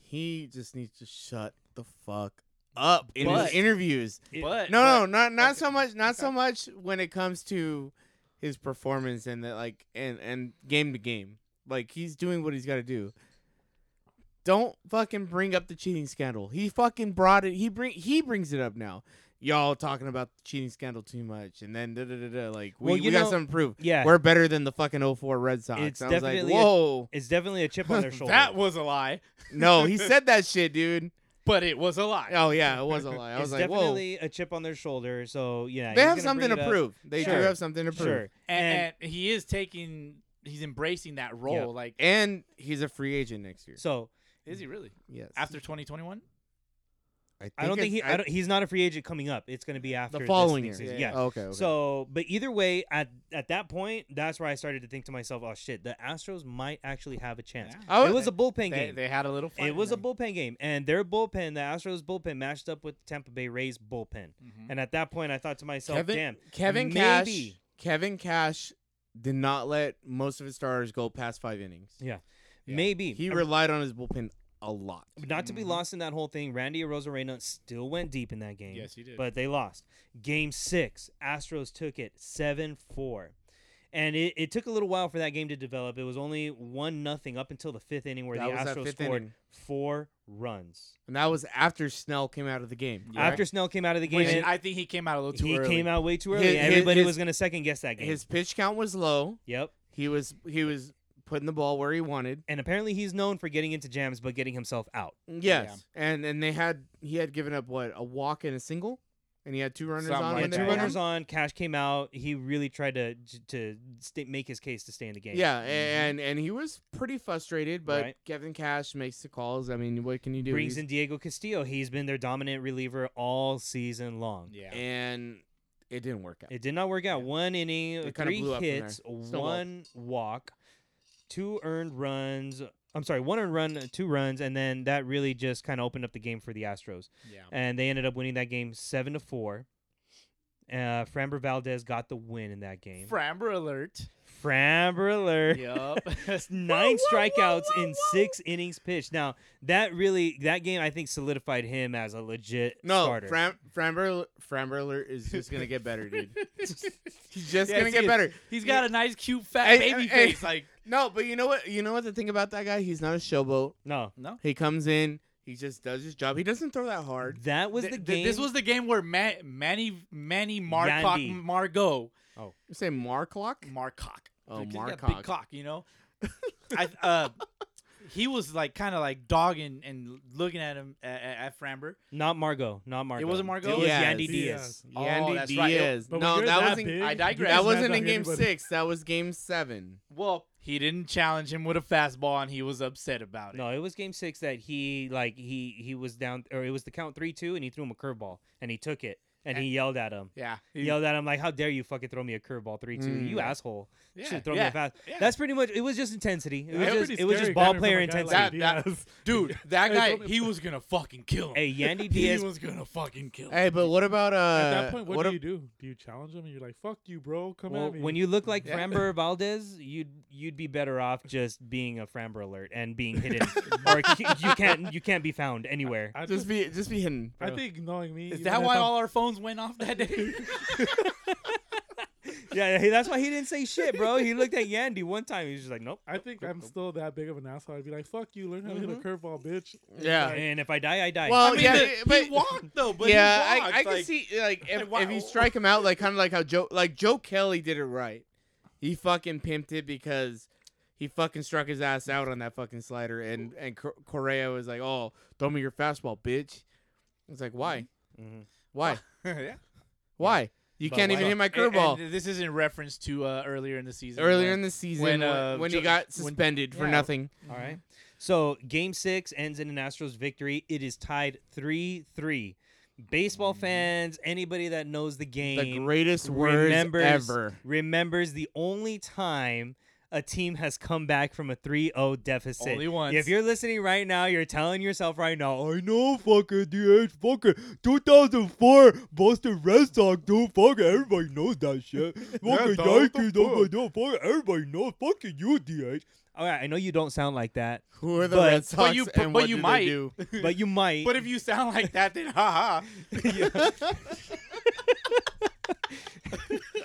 He just needs to shut the fuck up in
But-
his interviews.
It-
But
No,
but,
no, not not so
okay.
much. Not so
Okay.
much when it comes to his performance and the, like and and game to game. Like he's doing what he's got to do. Don't fucking bring up the cheating scandal. He fucking brought it. He bring he brings it up now. Y'all talking about the cheating scandal too much, and then da da da da. Like we,
Well,
we
you
got
know-
something to prove.
Yeah.
We're better than the fucking 04 Red Sox.
It's
I was like,
definitely a-
whoa.
It's definitely a chip on their shoulder.
that was a lie.
no, he said that shit, dude.
But it was a lie.
Oh yeah, it was a lie. I
it's
was like, whoa.
definitely a chip on their shoulder. So yeah,
They
he's
have
gonna
something
bring
to
it up.
prove. They
Sure.
do have something to prove.
Sure,
and, and he is taking he's embracing that role.
Yeah.
Like
And he's a free agent next year.
so
is he really?
yes.
After twenty twenty one?
I don't think he.
it's-
I don't, he's not a free agent coming up. It's going to be after
the
this
following year.
next season. Yeah.
Oh, okay, okay.
So, but either way, at at that point, that's where I started to think to myself, "Oh shit, the Astros might actually have a chance."
Yeah.
I
It
would-
was a bullpen
They,
game.
they had a little fun.
it was a bullpen game, and their bullpen, the Astros bullpen, matched up with Tampa Bay Rays bullpen.
Mhm.
And at that point, I thought to myself,
Kevin,
"Damn,
Kevin
maybe-
Cash. Kevin Cash did not let most of his stars go past five innings.
yeah,
Yeah.
maybe
He
I'm-
relied on his bullpen a lot.
not to be
Mm-hmm.
Mhm.
lost in that whole thing, Randy Rosarena still went deep in that game.
Yes, he did.
But they lost. Game six, Astros took it 7 4. And it, it took a little while for that game to develop. It was only 1 nothing up until the fifth inning where
That was that
the Astros
fifth
scored
inning.
four runs.
And that was after Snell came out of the game. correct?
After Snell came out of the game,
Which
and
I think he came out a little too
he
early.
came out way too early.
His- his-
Everybody
his-
was going to second guess that game.
his pitch count was low.
yep.
He was he was putting the ball where he wanted.
And apparently he's known for getting into jams but getting himself out.
Mm-hmm.
Yes. And and they had he had given up what a walk and a single, and he had two runners
Something
on.
like
when
And
they
two
that,
won.
runners on, Cash came out. He really tried to to sta make his case to stay in the game. Mm-hmm.
Yeah, and and he was pretty frustrated, but
Right.
Kevin Cash makes the calls. I mean, what can you do?
brings
He's-
in Diego Castillo. He's been their dominant reliever all season long.
Yeah.
and it didn't work out.
It did not work out.
Yeah.
One inning,
It kinda
three
blew up from there.
hits,
Snowballed.
one walk, two earned runs. I'm sorry, one earned run, two runs, and then that really just kind of opened up the game for the Astros,
yeah.
and they ended up winning that game seven to four. Uh, Framber Valdez got the win in that game.
Framber alert.
Framber alert.
Yup.
nine strikeouts in six innings pitched. Now that really that game I think solidified him as a legit
No,
starter.
Fram, Framber Framber Alert is just gonna get better, dude. He's
Yes,
just gonna
he
get
is.
better.
He's got a nice, cute, fat
Hey,
baby
hey,
face. Like
No, but you know what? You know what the thing about that guy? He's not a showboat.
no,
no.
He comes in, he just does his job. He doesn't throw that hard.
that was
Th-
the
th-
game.
This was the game where Ma- Manny Manny Marcock
Yandy.
Margot
You say Marklock?
Marcock.
Oh,
He's got a
Marcock.
Big cock, you know. I uh, he was like kind of like dogging and looking at him at, at Framber.
not Margot, not Margot.
wasn't Margot?
It was
Diaz.
Yandy Diaz.
Diaz.
Oh,
Yandy
that's right. It-
Diaz.
But when
No,
you're
that,
that
wasn't.
big,
I
you
digress.
that
can't
wasn't
knock
in Game
anybody.
Six. That was Game Seven.
Well, he didn't challenge him with a fastball, and he was upset about it.
No, it was game six that he like he he was down or it was the count three two and he threw him a curveball and he took it and he yelled at him.
Yeah,
He
He-
yelled at him like, "How dare you fucking throw me a curveball three two?
Mm.
You asshole!
yeah,
Should throw me
yeah.
a fast."
yeah.
That's pretty much. It was just intensity. It was
That's
just
pretty
it was just
scary
ball
coming from
player
a guy like
intensity.
That-
Diaz.
dude. That
Hey,
guy,
don't be-
he was gonna fucking kill him.
hey, Yandy
he
Diaz
was gonna fucking kill him.
Hey, but what about uh?
At that point, what,
what
do
ab-
you do? Do you challenge him and you're like, "Fuck you, bro, come
Well,
at me"?
when you look like
Yeah.
Framber Valdez, you'd you'd be better off just being a Framber alert and being hidden, or c- you can't you can't be found anywhere.
I
Just
just,
be, just be hidden.
I
bro.
think knowing me,
Is
even
that
if
why
I'm-
all our phones went off that day?
yeah, he- that's why he didn't say shit, bro. He looked at Yandy one time. He was just like, nope.
I think I'm still that big of an asshole. I'd be like, "Fuck you, learn how to hit a curveball, bitch."
Yeah.
And if I die, I die.
Well,
I mean,
Oh, yeah,
the-
but-
he walked though. But he
yeah, I,
walked,
I can
like-
see like if,
like, wow.
if you strike him out, like kind of like how Joe like Joe Kelly did it right. He fucking pimped it because He fucking struck his ass out on that fucking slider, and and Cor- Correa was like, "Oh, throw me your fastball, bitch." It's like, why,
Mm-hmm.
Mhm.
why,
yeah.
why? You
But
can't
why-
even hit my
And-
curveball.
and this is in reference to uh, earlier in the season.
Earlier
when-
in the season,
when,
when,
uh,
when
Jo-
he got
when-
suspended for
yeah.
nothing,
All right. So game six ends in an Astros victory. It is tied three three.
Mm-hmm.
Baseball fans, anybody that knows the game,
the greatest words
remembers
ever.
remembers the only time a team has come back from a 3-0 deficit.
Only once.
If you're listening right now, you're telling yourself right now, I know fucking DH fucking 2004 Boston Red Sox, dude, fucking everybody knows that shit. Fucking
dog,
Yankees,
the fuck?
nobody know, fucking everybody knows, fucking you, DH. All right, I know you don't sound like that,
Who are the
But-
Red
but
Sox?
you-
and
but- but
what
you
do they
might.
do?
but you might.
But if you sound like that, then haha.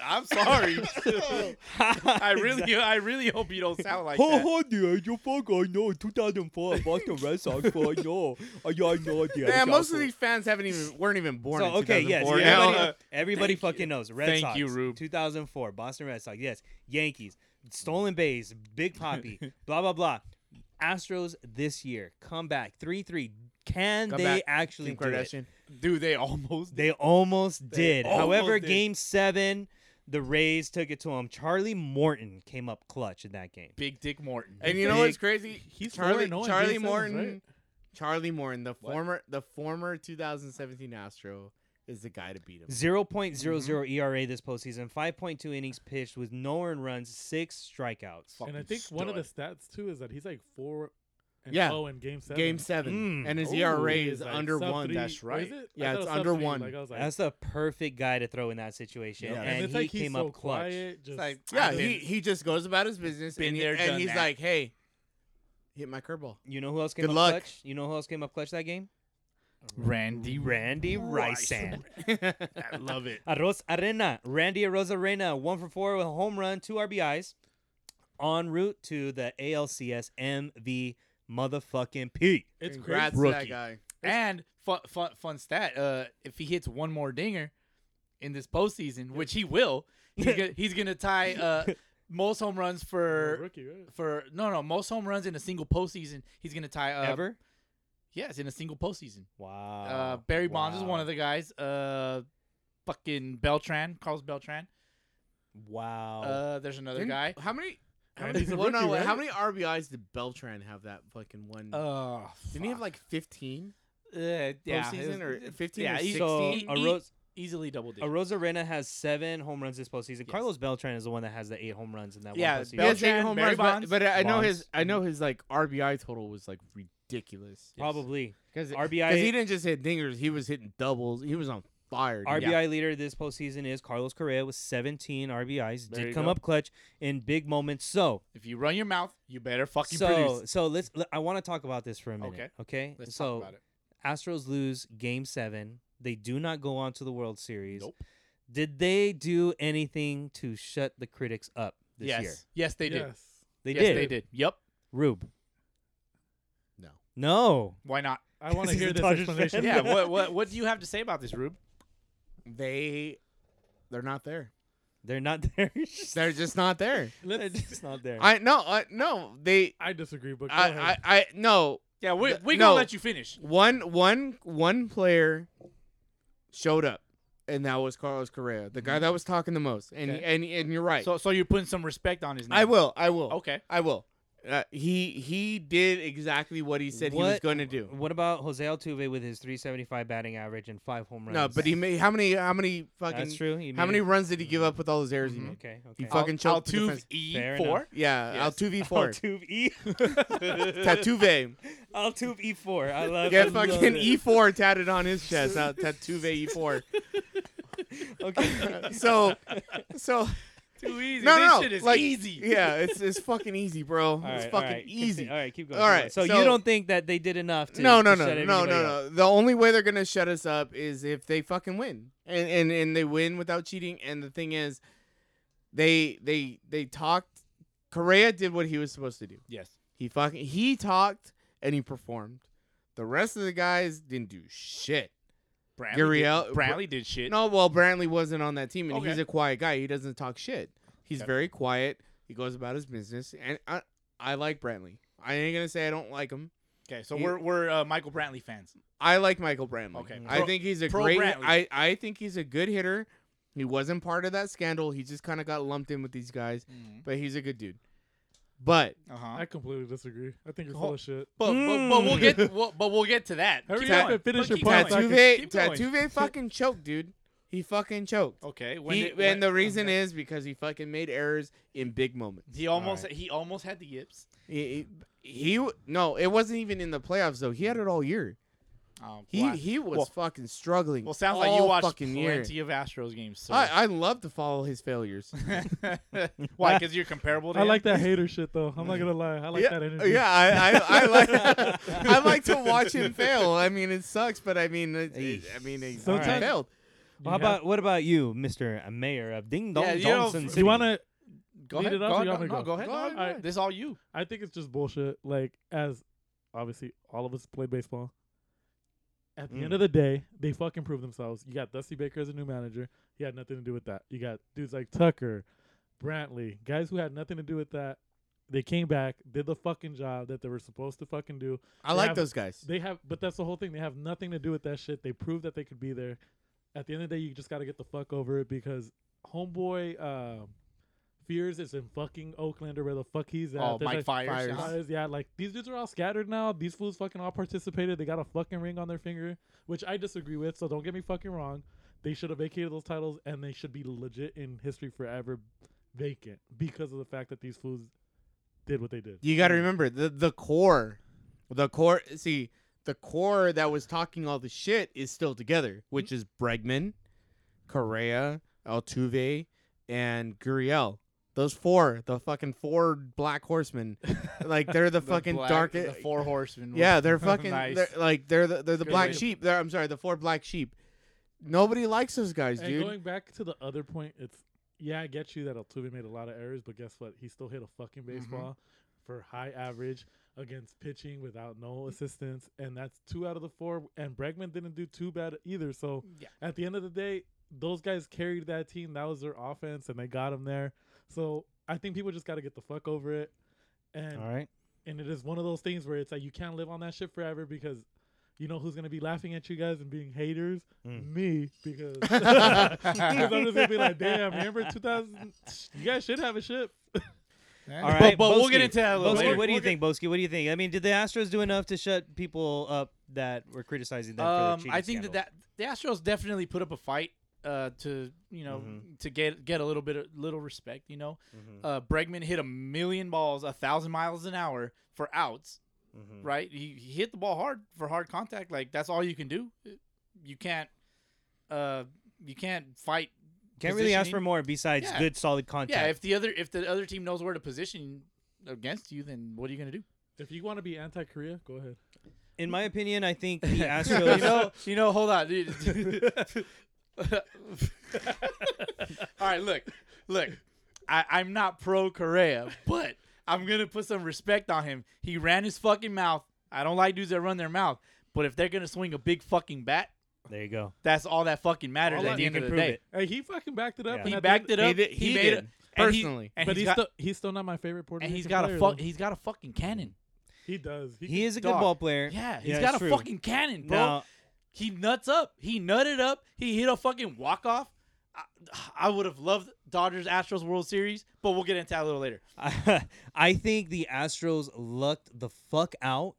I'm sorry. I really, I really hope you don't sound like
Ho
that.
ho, DH, you fuck, I know, 2004 Boston Red Sox, fuck, I know, I, I know, DH.
Man, most of
fuck.
these fans haven't even weren't even born.
So
in
okay, yes,
2004
yeah,
now.
everybody,
uh,
everybody
thank you.
fucking knows. Red
Thank
Sox,
you, Rube.
2004, Boston Red Sox. Yes, Yankees, stolen base, Big Poppy, blah blah blah. Astros this year, come back three three. Can
Come
they
back,
actually
Kim
do it?
Kardashian.
Dude, they almost.
They almost
They
did. However,
almost did.
Game Seven, the Rays took it to them. Charlie Morton came up clutch in that game.
Big Dick Morton.
And you know what's crazy?
He's 4-0
Charlie
in
Charlie
game sevens,
Morton.
right?
Charlie Morton, the former the former 2017 Astro, is the guy to beat him.
0.00 ERA E this postseason, 5.2 innings pitched with no earned runs, six strikeouts.
Fuck.
And I think one of the stats too is that he's like four and
Yeah.
oh in game seven.
Game
Mm.
seven, and his
Ooh,
ERA
he's
is
like
under
sub
one.
three-
That's
what is
right.
it? I
Yeah,
thought
it's
it was sub
under
three,
one.
Like I was like,
That's the perfect guy to throw in that situation,
Yeah.
and,
And
and it's
he
like he's
came
so
up clutch.
quiet. Just
like,
Yeah,
I've
he
been-
he just goes about his business,
Been
and, he-
there,
and
done
he's
that.
like, "Hey, hit my curveball."
You know who else came
Good
up
luck.
clutch? You know who else came up clutch that game?
Randy
Randy
Rice.
Rysand.
I love it.
Arroz Arena. Randy Arroz Arena, one for four with a home run, two RBIs, en route to the ALCS MV motherfucking P.
Uh,
it's
Congrats
crazy.
to that
Rookie.
guy.
And fun, fun, fun stat. Uh, if he hits one more dinger in this postseason, which he will, he's gonna, he's gonna tie uh, most home runs
For a
for
rookie, right?
for no no most home runs in a single postseason. He's gonna tie uh,
Ever?
Yes, in a single postseason.
Wow.
uh, Barry Bonds is one of
the.
the guys. Uh, fucking Beltran, Carlos Beltran.
Wow.
Uh, there's another
Oh. Didn't-
guy.
How many? How
And
many,
he's a
well, no,
rookie,
wait,
right?
how many RBIs did Beltran have that fucking one?
Oh,
Didn't he have like 15
uh, yeah, it was-
postseason or 15
yeah,
or
he's-
16?
so
e-
Arroz
easily double digits.
Arroz Arena has seven home runs this postseason.
Yes.
Carlos Beltran is the one that has the eight home runs in that
Yeah,
one postseason.
He has eight
Beltran,
home
Barry
runs, but,
Bonds.
but uh, I know his
Bonds.
I know his like RBI total was like ridiculous.
Probably.
Because
RBI
he didn't just hit dingers, he was hitting doubles. He was on fire. dude.
RBI leader this postseason is Carlos Correa with 17 RBIs.
There
Did
you
come
go.
up clutch in big moments. So,
if you run your mouth, you better fucking
so,
produce.
so let's. Let, I want to talk about this for a minute. Okay.
Okay.
Okay.
Let's
so,
talk about it.
Astros lose Game Seven. They do not go on to the World Series.
Nope.
Did they do anything to shut the critics up this
yes,
year?
yes, they did.
yes.
They
yes,
did.
they did. Yep.
Rube.
No.
No.
Why not?
I want
This
to
is
hear
a
this
Dodgers
explanation.
fan.
Yeah. what what what do you have to say about this, Rube?
They they're not there.
They're not there.
They're just not there.
They're
Let's,
just not there.
I no, I no, they
I disagree, but go
I,
ahead.
I, I no.
Yeah, we
Th-
we
no.
gonna let you finish.
One one one player showed up and that was Carlos Correa, the guy that was talking the most. And
Okay.
and and you're right.
So so you're putting some respect on his name.
I will. I will.
Okay.
I will. Uh, he he did exactly what he said he was
What-
going to do.
What about Jose Altuve with his 375 batting average and five home runs?
No, but he made how many how many fucking
That's true. He
how
made Mm-hmm.
many
it.
runs did he give up with all those errors he
Mhm.
made?
Okay.
He
Okay.
fucking choked the
Altuve
defense.
Fair
E
enough.
four.
Yeah,
Yes.
Altuve four,
Altuve E.
Tatuve.
Altuve E4. I love I
Get
love
fucking
it.
E four tatted on his chest. Uh, Tatuve E four.
Okay.
So, so
Too easy.
No,
this
no,
shit is
like-
easy.
yeah, it's it's fucking easy, bro.
All
it's
right, all
fucking
right, conti-
easy.
All right, keep going.
All
keep
right,
going. So, you
so-
don't think that they did enough to
no, no,
to
no,
shut
no, no,
everybody up?
no. The only way they're gonna shut us up is if they fucking win, and and and they win without cheating. And the thing is, they they they talked. Correa did what he was supposed to do.
Yes.
He fucking he talked and he performed. The rest of the guys didn't do shit.
Brantley
Gurriel-
did, Brantley did shit.
No, well, Brantley wasn't on that team, and
Okay.
he's a quiet guy. He doesn't talk shit. He's
Okay.
very quiet. He goes about his business, and I, I like Brantley. I ain't gonna say I don't like him.
Okay, so
He-
we're we're uh, Michael Brantley fans.
I like Michael Brantley.
Okay.
I
Pro-
think he's a
pro
great.
Brantley.
I I think he's a good hitter. He wasn't part of that scandal. He just kind of got lumped in with these guys,
Mm-hmm.
but he's a good dude. But
Uh huh.
I completely disagree. I think you're
Hold-
full of shit.
But, but but we'll get we'll, but we'll get to that.
Hurry
Keep
up
going.
and finish
But
your
keep
point,
going.
Tatuve
Keep going.
Tatuve fucking choked, dude. He fucking choked.
Okay,
he,
did-
and the reason
okay.
is because he fucking made errors in big moments.
he almost he almost had the yips.
He, he, he w- no, it wasn't even in the playoffs though. He had it all year.
Oh,
He
boy.
he was
Well-
fucking struggling.
well, sounds like you
all
watched
fucking year.
plenty of Astros games. So.
I, I love to follow his failures.
Why? Because you're comparable to
I
him?
like that hater shit though. I'm not gonna lie. I like that energy.
Yeah, I, I, I like I like to watch him fail. I mean, it sucks, but I mean, it, it- I mean, he
Sometimes-
he failed.
You
How
have-
about what about you, Mister uh, Mayor of Ding Dong
Yeah, you know,
Johnson?
f-
Do you wanna?
Go
Lead
ahead.
it
Go,
off, or you
no,
want me to
no,
go?
go ahead.
Go
no,
ahead,
no,
go ahead.
This is all you.
I think it's just bullshit. Like as obviously all of us played baseball. At the end
Mm.
of the day, they fucking proved themselves. You got Dusty Baker as a new manager. He had nothing to do with that. You got dudes like Tucker, Brantley, guys who had nothing to do with that. They came back, did the fucking job that they were supposed to fucking do.
I like
have-
those guys.
They have, but that's the whole thing. They have nothing to do with that shit. They proved that they could be there. At the end of the day, you just got to get the fuck over it because homeboy um Fears is in fucking Oakland or where the fuck he's at.
Oh,
There's,
Mike
like,
Fires.
Fires.
huh?
guys, yeah, like these dudes are all scattered now. These fools fucking all participated. They got a fucking ring on their finger, which I disagree with. So don't get me fucking wrong. They should have vacated those titles, and they should be legit in history forever, vacant because of the fact that these fools did what they did.
You got to remember the the core, the core. See, the core that was talking all the shit is still together, which is Bregman, Correa, Altuve, and Guriel. Those four, the fucking four black horsemen, like they're the,
The
fucking
black-
dark. e-,
The four horsemen. were-
yeah, they're fucking
Nice.
they're, like they're the, they're the
Good
black
way to-
sheep. They're I'm sorry, the four black sheep. Nobody likes those guys,
And
dude.
going back to the other point, it's yeah, I get you that Altuve made a lot of errors, but guess what? He still hit a fucking
Mm-hmm.
baseball for high average against pitching without no assistance, and that's two out of the four. And Bregman didn't do too bad either. So
Yeah.
at the end of the day, those guys carried that team. That was their offense, and they got him there. So I think people just got to get the fuck over it. And
All right.
and it is one of those things where it's like you can't live on that shit forever because you know who's gonna be laughing at you guys and being haters?
Mm.
Me, because 'cause I'm just gonna be like, damn, remember 2000? You guys should have a ship.
Yeah.
All right,
But, but we'll
Boski.
get into that a little
Boski,
later.
what do you
We'll get-
think, Boski? What do you think? I mean, did the Astros do enough to shut people up that were criticizing them? for their
Um,
cheating
I think
scandal?
that, that the Astros definitely put up a fight uh, to you know
Mhm.
to get get a little bit of little respect. You know,
Mhm,
uh, Bregman hit a million balls, a thousand miles an hour for outs.
mhm.
Right, he, he hit the ball hard for hard contact. Like that's all you can do. You can't, uh, you can't fight.
Can't really ask
positioning.
for more besides
Yeah.
good, solid contact.
Yeah, if the other if the other team knows where to position against you, then what are you gonna do?
If you want to be anti-Korea, go ahead.
In my opinion, I think the Astros.
you know, you know. Hold on. dude. All right, look, look. I, I'm not pro Correa, but I'm gonna put some respect on him. He ran his fucking mouth. I don't like dudes that run their mouth, but if they're gonna swing a big fucking bat,
there you go.
that's all that fucking matters
All
at
I-
the
you
end of
can
the
prove
day.
it.
Hey, he fucking backed it up.
Yeah.
and
He
at the end-
backed it up.
He did- he
made
did,
it and he-
personally.
and
but
he's
he's,
got
still he's still not my favorite Puerto
and
Rican
he's got
player,
a fuck.
though.
He's got a fucking cannon.
He does. He,
He
can-
is a good
Dog.
ball player.
Yeah,
he's
he's got a
true.
fucking cannon, bro.
Now,
He nuts up. He nutted up. He hit a fucking walk off. I, I would have loved Dodgers Astros World Series, but we'll get into that a little later.
I, I think the Astros lucked the fuck out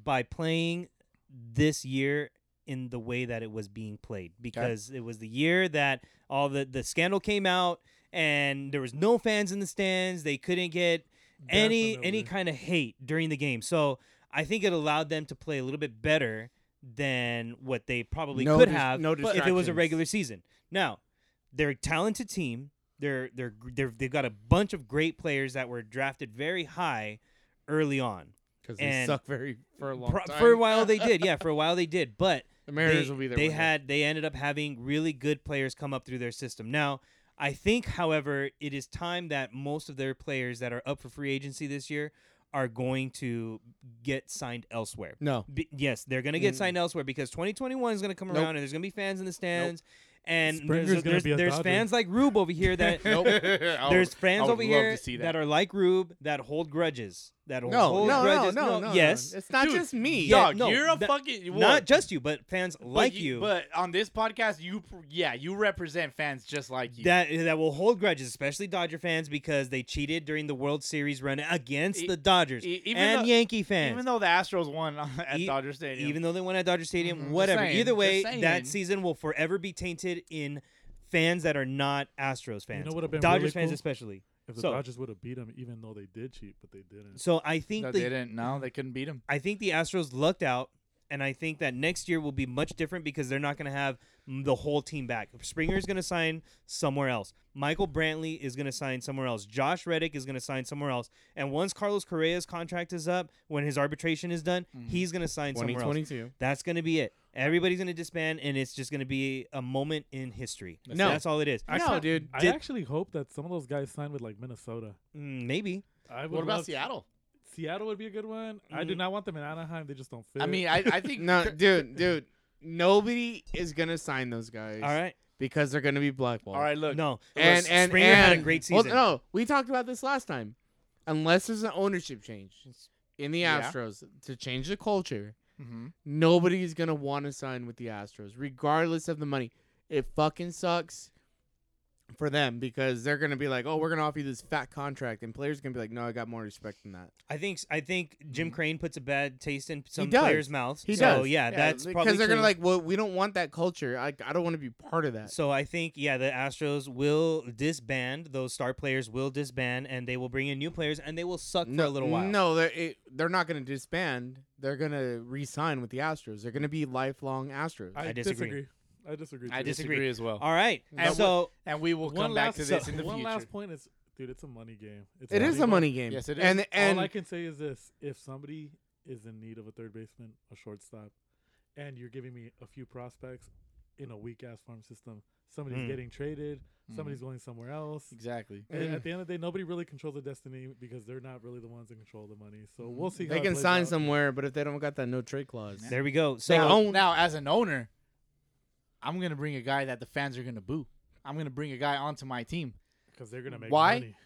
by playing this year in the way that it was being played because it was the year that all the the scandal came out and there was no fans in the stands. They couldn't get any any
Definitely.
kind of hate during the game. So I think it allowed them to play a little bit better than what they probably
No
could
dis-
have
no
if it was a
distractions.
regular season. Now, they're a talented team. They're they're they're they've got a bunch of great players that were drafted very high early on.
Because
and-
they suck very for a long
Pro-
time.
for a while they did, yeah, for a while they did, but
the Mariners
they,
will be there.
they had they ended up having really good players come up through their system. Now, I think, however, it is time that most of their players that are up for free agency this year are going to get signed elsewhere.
no.
Be- yes, they're going to get
Mm.
signed elsewhere because 2021 is going to come
Nope.
around and there's going to be fans in the stands. And
Springer's
there's,
gonna
there's,
be a
there's
Dodger.
fans like Rube over here that
Nope. I would-
there's
I
fans
would
over
love
here
to see
that. are like Rube that hold grudges. That
No,
hold
no, no,
grudges.
no, no.
Yes,
It's not
Dude,
just me.
yeah,
Dog,
no,
you're a
that-
fucking well,
not just you, but fans
but
like you.
But on this podcast, you pr- yeah, you represent fans just like you.
that that will hold grudges, especially Dodger fans, because they cheated during the World Series run against
E-
the Dodgers
e- even
and
though-
Yankee fans.
Even though the Astros won at
E-
Dodger Stadium,
even though they won at Dodger Stadium,
Mhm. Just
whatever.
saying,
Either
just
way,
saying.
that season will forever be tainted in fans that are not Astros fans.
know would've been
Dodgers
really
fans
cool?
especially.
If the
So-
Dodgers would have beat them, even though they did cheat, but they didn't.
So I think
No,
the
they didn't. No, they couldn't beat him.
I think the Astros lucked out, and I think that next year will be much different because they're not going to have m- the whole team back. Springer is going to sign somewhere else. Michael Brantley is going to sign somewhere else. Josh Reddick is going to sign somewhere else. And once Carlos Correa's contract is up, when his arbitration is done, he's going to sign somewhere else.
2022.
That's going to be it. Everybody's going to disband, and it's just going to be a moment in history.
No.
that's all it is.
No, dude.
I
Did-
actually hope that some of those guys signed with like Minnesota.
Mm, Maybe.
I would
What about
love- Mm.
Seattle?
Seattle would be a good one. I do
Mhm.
not want them in Anaheim. They just don't fit.
I mean, I, I think
No, dude, dude. Nobody is gonna sign those guys.
All right.
Because they're gonna be blackballed.
All right, look.
No.
And and
Springer
and
had a great season.
Well, no, we talked about this last time. Unless there's an ownership change in the
Yeah.
Astros to change the culture,
Mm-hmm.
hmm
nobody's gonna want to sign with the Astros, regardless of the money. It fucking sucks for them because they're gonna be like, "Oh, we're gonna offer you this fat contract," and players gonna be like, "No, I got more respect than that."
I think I think Jim Crane puts a bad taste in some
Mm-hmm. does.
players' mouths.
He
so,
does.
Yeah, that's
because
probably
they're
true.
gonna like, "Well, we don't want that culture. I, I don't want to be part of that."
So I think yeah, the Astros will disband those star players will disband, and they will bring in new players, and they will suck for a little while.
No, they're it, they're not gonna disband. They're gonna re-sign with the Astros. They're gonna be lifelong Astros.
I,
I disagree.
disagree. I disagree.
I
too.
disagree,
Disagree.
as well.
All right.
And
so
And we will
One
come back
last-
to this in the
one
future.
last point is, dude, it's a money game. It's
it is a
volleyball.
money game.
Yes, it is.
And and
all I can say is this: if somebody is in need of a third baseman, a shortstop, and you're giving me a few prospects in a weak ass farm system, somebody's
Mm.
getting traded, somebody's going somewhere else.
exactly.
And at the end of the day, nobody really controls the destiny because they're not really the ones that control the money. So we'll see.
they
how it
can
plays
sign
out.
somewhere, but if they don't got that no trade clause,
there we go. So
They
now,
own-
now, as an owner, I'm gonna bring a guy that the fans are gonna boo. I'm gonna bring a guy onto my team.
because they're gonna make
Why?
money.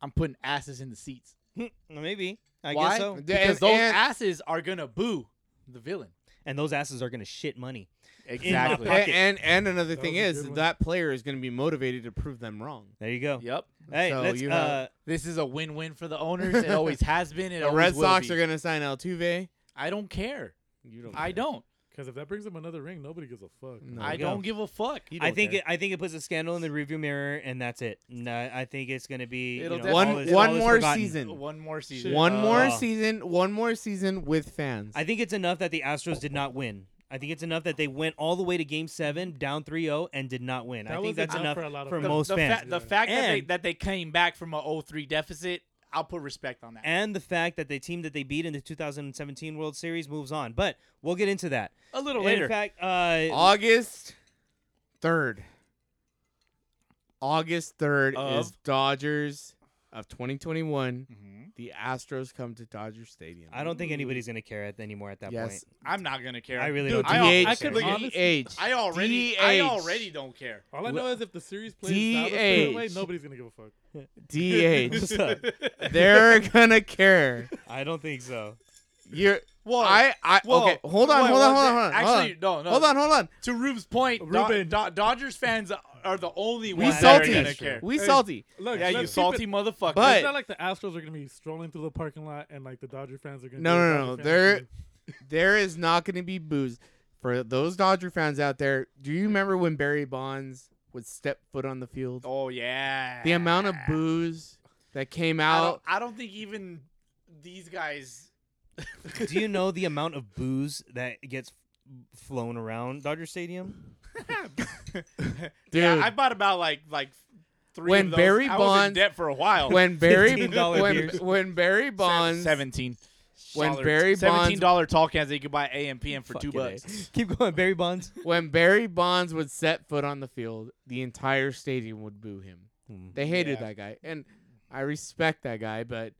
I'm putting asses in the seats.
oh.
maybe I
Why?
guess so.
And-
Because those
and-
asses are gonna boo the villain.
And those asses are gonna shit money.
Exactly.
In my
and,
pocket.
and and another
That
thing
was a
is
good one.
that player is going to be motivated to prove them wrong.
There you go.
yep.
Hey,
So
let's
you have-
uh,
This is a win-win for the owners. It always has been. It
The
always
Red
will
Sox
be.
are going to sign Altuve.
I don't care.
You don't.
I don't.
Because if that brings them another ring, nobody gives a fuck.
No.
I
you go.
don't give a fuck.
I think it, I think it puts a scandal in the rearview mirror, and that's it. No, I think it's gonna be you
It'll
know,
definitely-
all
one
is- all
one
is
more
forgotten.
season.
One more season.
One more
Uh,
season. One more season with fans.
I think it's enough that the Astros did not win. I think it's enough that they went all the way to Game Seven, down 3-0, and did not win. I
That
think
was
that's
enough
enough
for a lot of
for
fans.
most
the
fans.
fa- the fact that they,
And-
that they came back from a 0-3 deficit, I'll put respect on that.
and the fact that the team that they beat in the 2017 World Series moves on. But we'll get into that
a little
In
later.
fact, uh,
August third. August third is
Of?
Dodgers of 2021.
Mm-hmm.
Mhm.
The Astros come to Dodger Stadium.
I don't think anybody's gonna care at, anymore at that
Yes.
I'm not gonna care.
I really
Dude,
don't. think
I al-
anybody
I
cares.
could
look at-
DH.
I already, I
DH.
already don't care.
All I know is if the series plays out a certain way,
DH.
nobody's gonna give a fuck.
DH.
So,
They're gonna care.
I don't think so.
You're.
Well,
I. I.
well,
okay. Hold on.
wait,
hold
well,
on. Hold on. Hold on.
Actually, no, no.
hold on. Hold on.
To Rube's point, Do-
Ruben.
Do- Dodgers fans are the only
We
ones that are
salty.
gonna care.
We
Hey.
salty.
Look,
Yeah,
let's
you
keep it-
salty motherfucker.
But-
it's not like the Astros are gonna be strolling through the parking lot and like the Dodger fans are gonna.
No,
be
no,
like,
no.
"Dodger fans,
There,
dude."
there is not going to be booze for those Dodger fans out there. Do you remember when Barry Bonds would step foot on the field?
oh yeah,
The amount of booze that came
I don't,
out.
I don't think even these guys.
Do you know the amount of booze that gets flown around Dodger Stadium?
Yeah,
Dude.
I bought about like like three.
When
of those.
Barry
I was in
Bonds-
debt for a while.
When Barry,
$15
when,
beers.
when Barry
Se-
Bonds,
seventeen.
When
dollars.
Barry
seventeen
Bonds-
dollar tall cans that you could buy AM PM for two
Fucking A.
bucks.
Keep going, Barry Bonds.
when Barry Bonds would set foot on the field, the entire stadium would boo him. They hated
Yeah.
that guy, and I respect that guy, but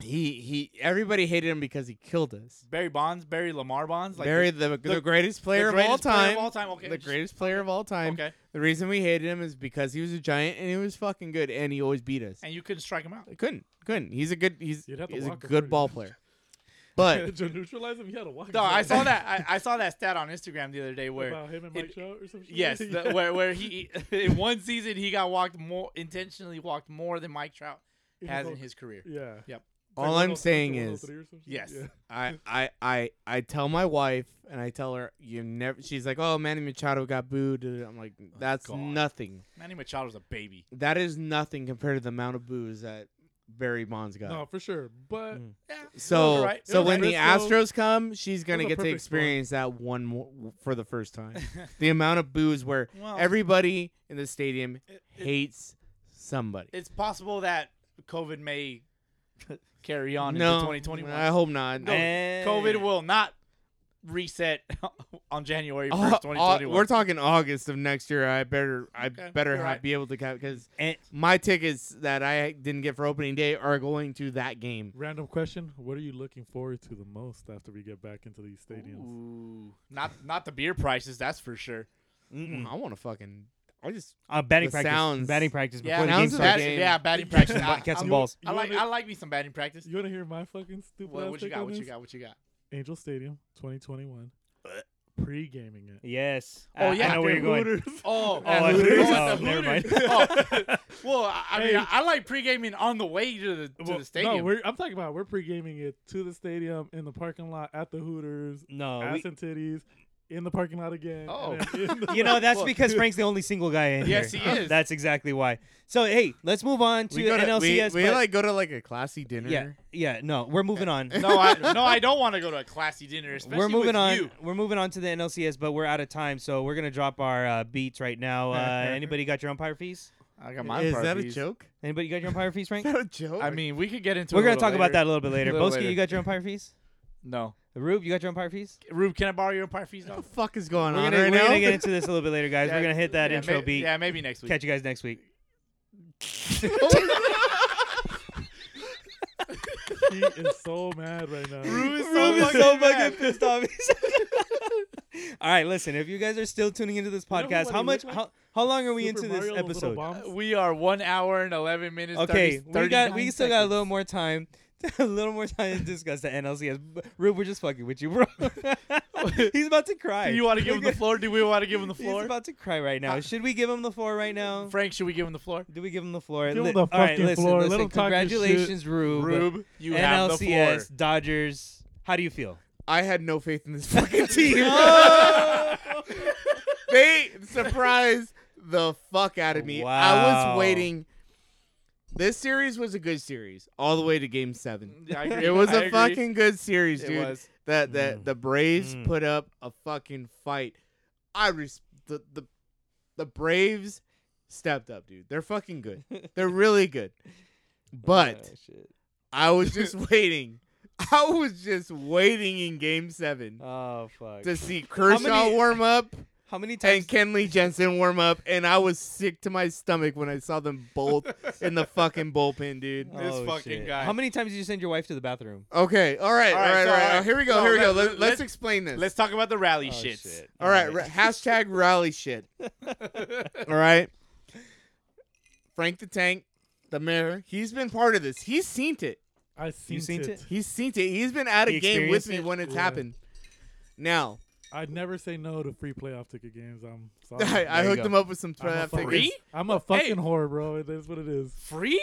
He he. Everybody hated him because he killed us.
Barry Bonds, Barry Lamar Bonds, like
Barry, the, the,
the
greatest
the
player of all
greatest player
time.
of all time. Okay,
the
just-
greatest player of all time.
Okay,
The reason we hated him is because he was a giant and he was fucking good and he always beat us.
and you couldn't strike him out.
I couldn't. Couldn't. He's a good. He's
You'd have to
he's a
walk him
good
pretty
ball
much.
player. But
to neutralize him, you had to walk.
No,
him
I
out.
saw that. I, I saw that stat on Instagram the other day where
about him and Mike
it-
Trout or some shit.
Yes, the,
Yeah.
where where he in one season he got walked more intentionally walked more than Mike Trout
He was
has in
all-
his career.
Yeah. Like
all I'm
103
saying
to
is,
103 or some shit?
Yes.
Yeah.
I, I I I tell my wife and I tell her you never. She's like, oh, Manny Machado got booed. and I'm
Oh,
like, that's
God.
nothing.
Manny Machado's a baby.
That is nothing compared to the amount of boos that Barry Bonds got.
No, for sure. But
Mm.
It
So
was alright. It
so
was
when the
alright. Let's go.
Astros come, she's gonna
a
get to
perfect spot.
experience that one more for the first time. the amount of boos where
Well,
everybody in the stadium
it- it-
hates somebody.
it's possible that COVID may carry on
no,
into 2021.
I hope not.
No,
Eh,
COVID will not reset on January 1st,
Au- au-
2021.
Uh, we're talking August of next year. I better, I
Okay,
better
you're
ha-
right.
be able to count because
And-
my tickets that I didn't get for opening day are going to that game.
Random question: What are you looking forward to the most after we get back into these stadiums?
Ooh, not not the beer prices, that's for sure.
Mm-mm.
I want to fucking. I just
Uh, batting
The
practice.
sounds.
Batting practice
Yeah,
before the
sounds
game
of
starts.
that- game.
yeah, batting practice.
Catch
I,
some
I'm-
balls.
I like
wanna-
I like me some batting practice.
You want to hear my fucking stupid?
What,
ass
what you
take on
got? What you
this?
got? What you got?
Angel Stadium, 2021. Pre gaming it.
Yes.
Oh,
I-
yeah,
I know where
they're
you're going.
Oh,
Oh, at
Hooters?
Hooters?
Oh, at
Oh,
the
never mind.
Hooters. Oh, well, I, I mean,
Hey.
I, like pre-gaming on the way to the to
Well,
the stadium.
No, we're, I'm talking about we're pre gaming it to the stadium in the parking lot at the Hooters,
No.
ass
we-
and titties in the parking lot again.
Uh, Oh.
and then in the-
you know that's
Look.
because Frank's the only single guy in
Yes,
here.
he is.
That's exactly why. So hey, let's move on to
we go to,
NLCS.
We, we
but-
like go to like a classy dinner.
yeah, yeah. No, we're moving on.
no, I no, I don't want to go to a classy dinner. Especially
we're moving
with
on.
You.
We're moving on to the NLCS, but we're out of time, so we're gonna drop our uh, beats right now. Uh, anybody got your umpire fees?
I got
Is that a joke?
Anybody got your umpire fees,
Is
Frank?
that a joke?
I mean, we could get into.
we're
it a
gonna
little
talk about
later.
that a little bit later.
Little
Boski,
later.
you got your umpire fees?
No,
Rube, you got your umpire fees?
Rube, can I borrow your umpire fees?
what
Though?
the fuck is going
We're
on
gonna,
right
we're
now?
gonna get into this a little bit later, guys.
Yeah,
we're gonna hit that
yeah,
intro
may-
beat.
Yeah, maybe next week.
Catch you guys next week.
He is so mad right now.
Rube is so
Rube is
fucking
so
mad.
fucking pissed off. All right, listen. If you guys are still tuning into this
know who
podcast,
what
how
he
much?
looked like?
How, how long are we
Super
into this
Mario, little
episode?
bombs.
Um, We are one hour and eleven minutes.
Okay,
30
we got we
39
still got a
seconds.
little more time, a little more time to discuss the NLCS. B- Rube, we're just fucking with you, bro. He's about to cry.
Do you want to give him the floor? Do we want to give him the
He's
floor?
about to cry right now. Should we give him the floor right now?
Frank, should we give him the floor?
Do we give him the floor?
Give him
Li-
the
All right,
fucking
listen,
floor. Let
listen.
him talk his shit.
Congratulations, Rube.
Rube, you have the floor.
NLCS Dodgers. How do you feel?
I had no faith in this fucking team. they surprised the fuck out of me. I
Wow.
was waiting. This series was a good series, all the way to Game Seven.
Yeah, I agree.
It was
I
a
agree.
fucking good series,
It
dude.
was.
That that
Mm.
the Braves
Mm.
put up a fucking fight. I res- the the the Braves stepped up, dude. They're fucking good. They're really good. But
Oh, shit.
I was just waiting. I was just waiting in Game Seven
Oh, fuck.
to see Kershaw
many-
warm up
How many times?
and Kenley Jensen warm up, and I was sick to my stomach when I saw them both in the fucking bullpen,
Oh,
dude.
this fucking guy.
How many times did you send your wife to the bathroom?
Okay, all right, all
All
right, all
right,
right.
so, all right.
Here we go,
So,
here we go.
let-
Let, us
let's-
explain this.
Let's talk about the rally
Oh,
shits.
shit.
all right, ra- hashtag rally shit. all right, Frank the Tank, the mayor. He's been part of this. He's seen it.
I seen,
seen
it.
it?
He's seen it. He's been at a
He
game with
experienced
me
it?
when it's
Yeah.
happened. Now,
I'd never say no to free playoff ticket games. I'm sorry.
I, I
you
hooked
go.
him up with some uh,
I'm a
draft
fucking-
tickets.
I'm a fucking whore, bro. It is what it is.
Free?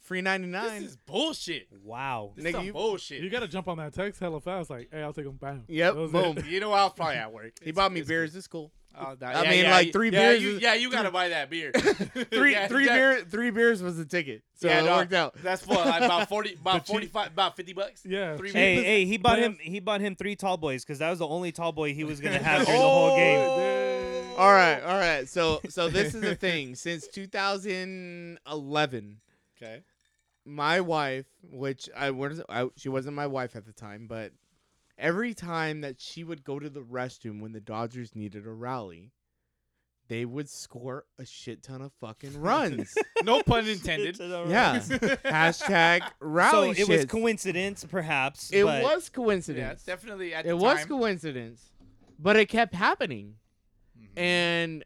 Free ninety
This
nine.
is bullshit.
Wow.
This
Nigga,
is some
you-
bullshit.
You got to jump on that text hella fast. Like, hey, I'll take them. Bam.
Yep,
That was
boom.
it.
You know, I was probably at work.
He
It's-
bought me
it's
beers. It's cool.
cool. Oh, nah,
I
yeah,
mean,
yeah,
like,
you-
three
yeah,
beers
You,
is-
yeah, you gotta buy that beer.
three
Yeah,
three
yeah.
beer three beers was the ticket, so
Yeah,
it
no,
worked out.
That's for like about forty, about
But you-
forty five, about fifty bucks.
Yeah.
Three
Hey,
beers.
hey, he bought him.
playoff-
He bought him three tall boys because that was the only tall boy he was gonna have during the whole game.
Oh,
All right, all right. So so this is the thing. Since 2011,
Okay.
my wife, which I was, I, she wasn't my wife at the time, but every time that she would go to the restroom when the Dodgers needed a rally, they would score a shit ton of fucking runs.
No pun intended.
yeah. Hashtag
So
rally
it was
shits.
coincidence, perhaps.
it
but-
was
yeah,
coincidence.
it's definitely at
it
the
was
time.
coincidence, but it kept happening.
Mhm.
And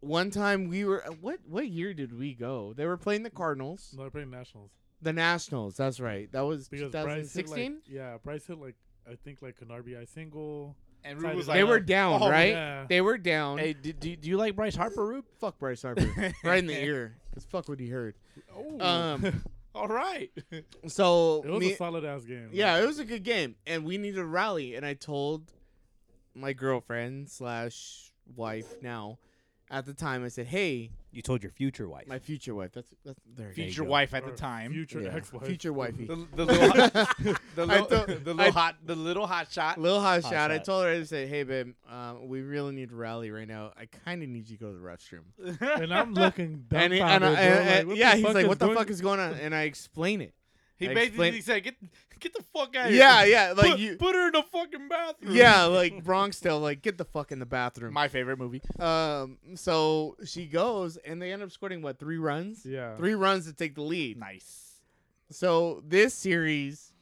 one time we were what what year did we go? They were playing the Cardinals,
No, they're playing nationals
the Nationals. That's right. That was
because Bryce hit like
2016.
yeah, Bryce hit like I think like an RBI single.
And Rube was
They
like,
They were down,
Oh,
right?
yeah.
They were down.
"Hey, do, do, do you like Bryce Harper, Rube?
Fuck Bryce Harper right in the ear. Cause fuck what he heard.
Oh,
Um,
all right.
so
It was
me-
a solid ass game.
Yeah, it was a good game, and we needed a rally. And I told my girlfriend slash wife now, at the time, I said, "Hey,
You told your future wife.
my future wife. That's that's there. you
Future
go.
wife at the
Or
time.
future
Yeah,
ex-wife,
future wifey,
The, the little, hot, the,
I
little,
thought-
the little
I-
hot, the little hot shot.
little hot,
Hot
shot. I
shot.
told her to say, "Hey, babe, um, we really need a rally right now. I kind of need you to go to the restroom."
and I'm looking
And,
dumbfounded.
he- and, I-
bro,
and-
like,
and- uh,
what the
yeah, he's
fuck
like,
is
"What the
going-
fuck is going on?" And I explain it.
he
I
basically
explained-
said, "Get, get the fuck out of here."
Yeah, yeah, like
put,
you.
put her in the fucking bathroom.
Yeah, like Bronx tell, like get the fuck in the bathroom.
my favorite movie.
Um, so she goes, and they end up scoring what three runs?
Yeah,
three runs to take the lead.
Nice.
So this series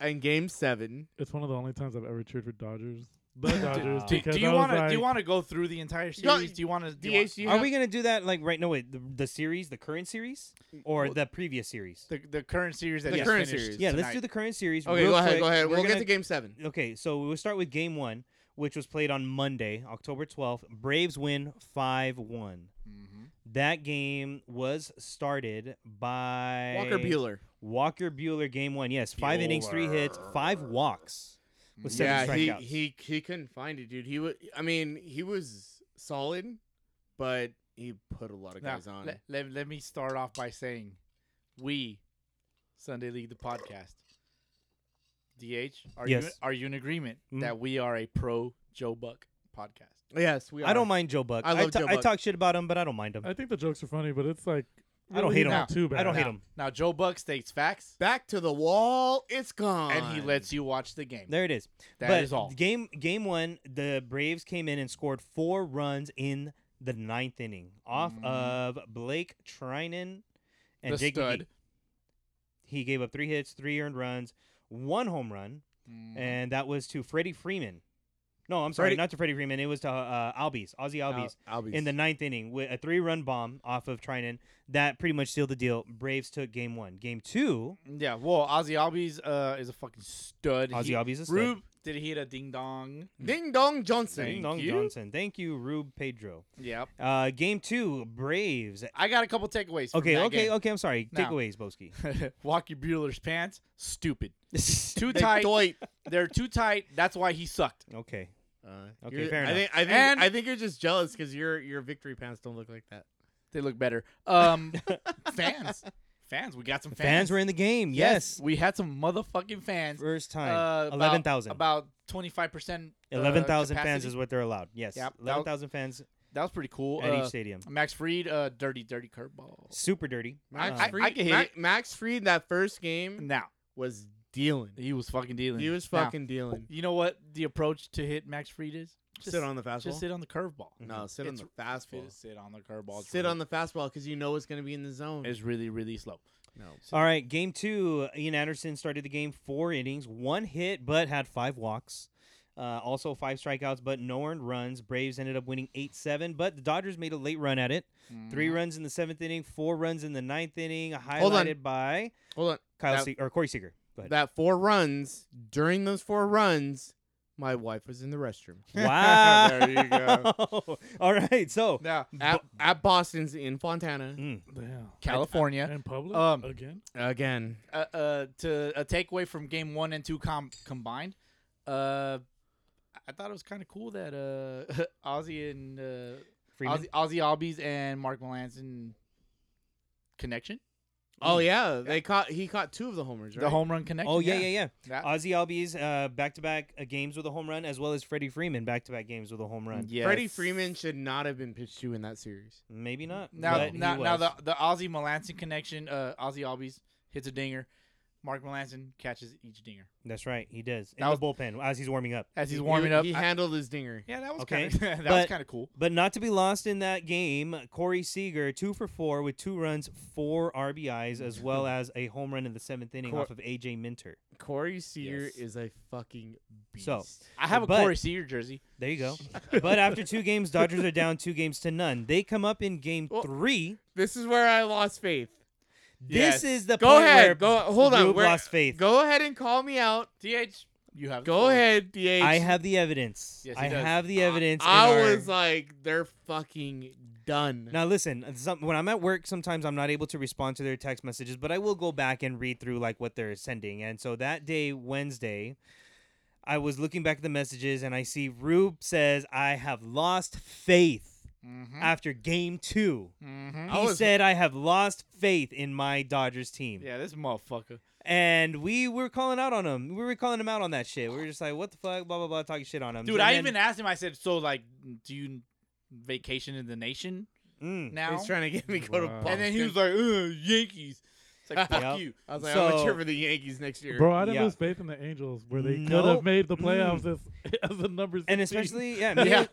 and game seven.
it's one of the only times I've ever cheered for Dodgers. The Dodgers.
Do,
because
do you
I was
want to? do you
like-
want to go through the entire
Yo,
series? Do you want to? Do you want,
DH, you
Are
have-
we gonna do that like right? No, wait. The, the series, the current series, or the previous series?
the, the current series that
The
just
current
finished
series.
Yeah,
tonight.
let's do the current series.
okay,
real
go ahead,
quick.
go ahead.
We're
We'll get
gonna-
to game seven.
Okay, so we'll start with game one, which was played on Monday, October 12th. Braves win 5 1.
Mhm.
That game was started by
Walker Bueller.
Walker Bueller, game one. Yes, five innings, three hits, five walks with seven
he
strikeouts.
he he couldn't find it, dude. He was. I mean, he was solid, but he put a lot of
Now,
guys on.
Let, let, let me start off by saying we, Sunday League, the podcast. DH, are, you,
Yes.
are you in agreement
Mhm.
that we are a pro Joe Buck podcast?
yes, we. Are.
I don't mind Joe Buck.
I
I,
love
ta-
Joe
I
Buck.
talk shit about him, but I don't mind him.
I think the jokes are funny, but it's like
I don't hate 'em.
not Too bad.
I don't hate
now,
him.
Now, Joe Buck states facts
Back to the wall. It's gone.
and he lets you watch the game.
There it is.
That
but
is all.
Game game one, the Braves came in and scored four runs in the ninth inning off
Mhm.
of Blake Trinan and
The
Jake
stud.
McGee. He gave up three hits, three earned runs, one home run,
Mhm.
and that was to Freddie Freeman. No, I'm sorry,
Freddie-
not to Freddie Freeman. It was to uh, Albies, Ozzy Albies.
Al- Albies.
in the ninth inning with a three-run bomb off of Trinan. That pretty much sealed the deal. Braves took game one. Game two,
yeah, well, Ozzy Albies uh, is a fucking stud.
Ozzy
He-
Albies is stud.
Rube, did he hit a ding dong?
Ding dong Johnson.
Ding
Ding Dong
you.
Johnson. Thank you, Rube Pedro.
Yep.
Uh, game two, Braves.
I got a couple takeaways. From
Okay,
that
okay,
game.
okay. I'm sorry.
Now.
Takeaways, Boski.
Walker Bueller's pants, stupid. Too
They
tight.
doit.
They're too tight. That's why he sucked.
okay.
Uh,
Okay,
you're-
fair
I
enough.
think, I think,
And-
I think you're just jealous because your your victory pants don't look like that.
They look better. Um, fans, fans. We got some
Fans.
fans.
were in the game. Yes.
we had some motherfucking fans.
First
Uh,
time.
about-
Eleven thousand.
About twenty five percent. uh,
Eleven thousand fans is what they're allowed. Yes.
Yep, that-
Eleven thousand fans
That was pretty cool.
at
Uh,
each stadium.
Max Fried, uh, dirty, dirty curveball.
Super dirty.
Max
Uh,
I-
Fried,
I can hit
Ma-
it.
Max Fried that first game
Now
was dealing.
he was fucking dealing.
He was
Now,
fucking dealing.
you know what the approach to hit Max Fried is?
sit on the fastball.
Just sit on the curveball.
Mm-hmm.
no, sit on
It's-
the fastball.
Sit, sit on the curveball. It's
Sit
really-
on the fastball because you know it's going to be in the zone.
It's really, really slow.
no.
All right, game two. Ian Anderson started the game four innings, one hit, but had five walks. Uh, also five strikeouts, but no earned runs. Braves ended up winning eight seven, but the Dodgers made a late run at it. Three
Mm-hmm.
runs in the seventh inning, four runs in the ninth inning,
on.
highlighted by
Hold on.
Kyle
That-
Se- or Corey Seager. Go ahead.
That four runs during those four runs, my wife was in the restroom
Wow.
There you
go. All right, so
Now
at, at Boston's in Fontana
mm,
Damn.
California.
In public
Um,
again.
again.
uh, uh, to a takeaway from game one and two com- combined. Uh, I thought it was kind of cool that uh, Ozzy and uh,
Freeman.
Ozzy, Ozzy Albies and Mark Melanson connection,
Oh yeah, they caught. He caught two of the homers. Right?
the home run connection.
Oh yeah, yeah, yeah.
That-
Ozzy Albies uh, back-to-back uh, games with a home run, as well as Freddie Freeman back-to-back games with a home run.
Yes.
Freddie Freeman should not have been pitched to in that series.
Maybe not.
Now,
but he
now, now
was.
the the Ozzy Melanson connection. Uh, Ozzy Albies hits a dinger. Mark Melanson catches each dinger
That's right. He does. In
That
the bullpen as he's warming up.
as he's
He-
warming
he,
up.
He
I-
handled his dinger.
yeah, that was
Okay,
kind of that was
but-
kind of cool.
But not to be lost in that game, Corey Seager, two for four with two runs, four RBIs, as well as a home run in the seventh inning
Cor-
off of AJ Minter.
Corey Seager
Yes.
is a fucking beast.
So,
I have a
But-
Corey Seager jersey.
There you go. but after two games, Dodgers are down two games to none. They come up in game
Well,
three.
this is where I lost faith.
Yes.
This is the
Go
point where
ahead. Go hold on.
Rube
We're-
lost faith.
Go ahead and call me out.
DH, you have the
Go
floor.
ahead, DH.
I have the evidence.
Yes, he
I
does.
have the evidence.
I,
in our-
was uh, like, they're fucking done.
Now listen, some, when I'm at work, sometimes I'm not able to respond to their text messages, but I will go back and read through like what they're sending. And so that day, Wednesday, I was looking back at the messages and I see Rube says, "I have lost faith
Mhm,
after game 2."
mhm.
Hmm? Mm-hmm. I
He
was-
said, "I have lost faith in my Dodgers team."
Yeah, this motherfucker.
And we were calling out on him. We were calling him out on that shit. We were just like, "What the fuck?" blah blah blah talking shit on him.
Dude, I even asked him. I said, "So, like, do you vacation in the nation
even
now?"
He's trying to get me to go to
Wow.
Boston.
and then he was like, Ugh, "Yankees." It's like, fuck
Yep.
you.
I was like, I'm
So-
gonna cheer for the Yankees next year.
Bro, I didn't
Yeah.
lose faith in the Angels where they could
Nope.
have made the playoffs as, as the numbers.
and especially yeah, me-
Yeah,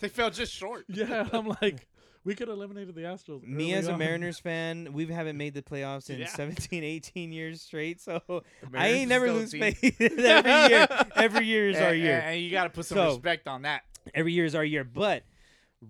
they fell just short.
yeah, I'm like, we could have eliminated the Astros.
me
early
as a
on.
Mariners fan, we haven't made the playoffs in
Yeah.
seventeen, eighteen 17, 18 years straight. So I
Mariners
ain't never
still
lose
team. Eh,
faith. every year, every year is our
And-
year.
and- and you got to put some
So-
respect on that.
Every year is our year. But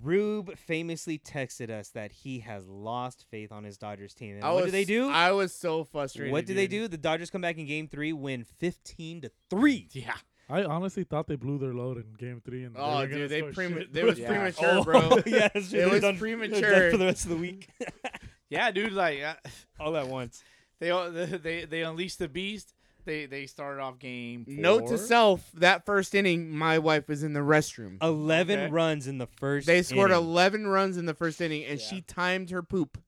Rube famously texted us that he has lost faith on his Dodgers team. And
I
what
was,
do they do?
I was so frustrated.
what do they
dude.
do? The Dodgers come back in Game Three, win fifteen to three.
Yeah,
I honestly thought they blew their load in Game Three, and
Oh,
were gonna
dude, they
score
prema-
shit.
they was
Yeah.
premature, bro.
Oh, yeah, that's true.
It
They're done- they're
was
done
premature.
for the rest of the week.
yeah, dude. Like, uh,
All at once.
they they they unleashed the beast. They they started off game. Four.
Note to self: that first inning, my wife was in the restroom.
Eleven
Okay.
runs in the first.
They scored
inning,
11 runs in the first inning, and
Yeah.
she timed her poop.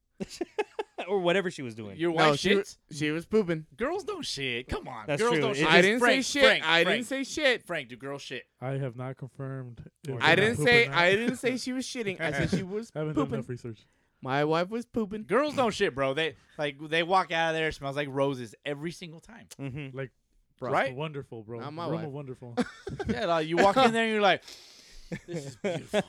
or whatever she was doing.
Your wife
No, she,
shits?
she was pooping.
Girls don't shit. Come on,
That's
girls
true.
don't
It
shit.
I
is-
didn't
Frank,
say shit.
Frank,
I
Frank.
didn't say shit.
Frank, do girls shit?
I have not confirmed. if
I
I
they're
didn't
not
say.
pooping or
I
not.
didn't say she was shitting. I said she was
I haven't done
pooping.
enough research.
My wife was pooping.
Girls don't shit, bro. They like they walk out of there it smells like roses every single time.
Mm-hmm.
Bro.
Right?
Wonderful, bro.
Not my
Room
wife.
of wonderful.
Yeah, like you walk in there and you're like, this is beautiful.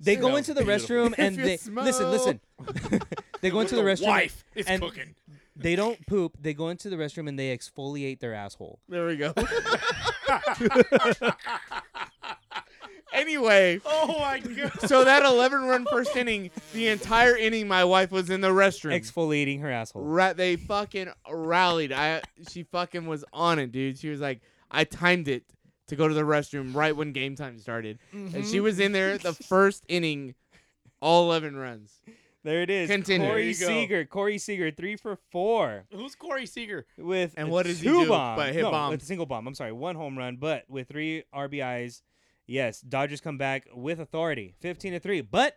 they
Sit
go
down,
into the
beautiful.
restroom and
If you
they listen,
smell-
listen. they go into the restroom.
Wife is
and-
cooking.
They don't poop. They go into the restroom and they exfoliate their asshole.
There we go. anyway,
Oh my god.
so that 11 run first inning, the entire inning, my wife was in the restroom.
Exfoliating her asshole.
Ra- they fucking rallied. I she fucking was on it, dude. She was like, I timed it to go to the restroom right when game time started, and she was in there the first inning, all eleven runs.
There it is.
Continue.
There
Corey
you go.
Seager. Corey Seager, three for four
Who's Corey Seager?
with
And
a
what does he
two
do
bomb.
but hit
no,
bomb?
with a single bomb. I'm sorry, one home run, but with three RBIs. Yes, Dodgers come back with authority, 15 to three, but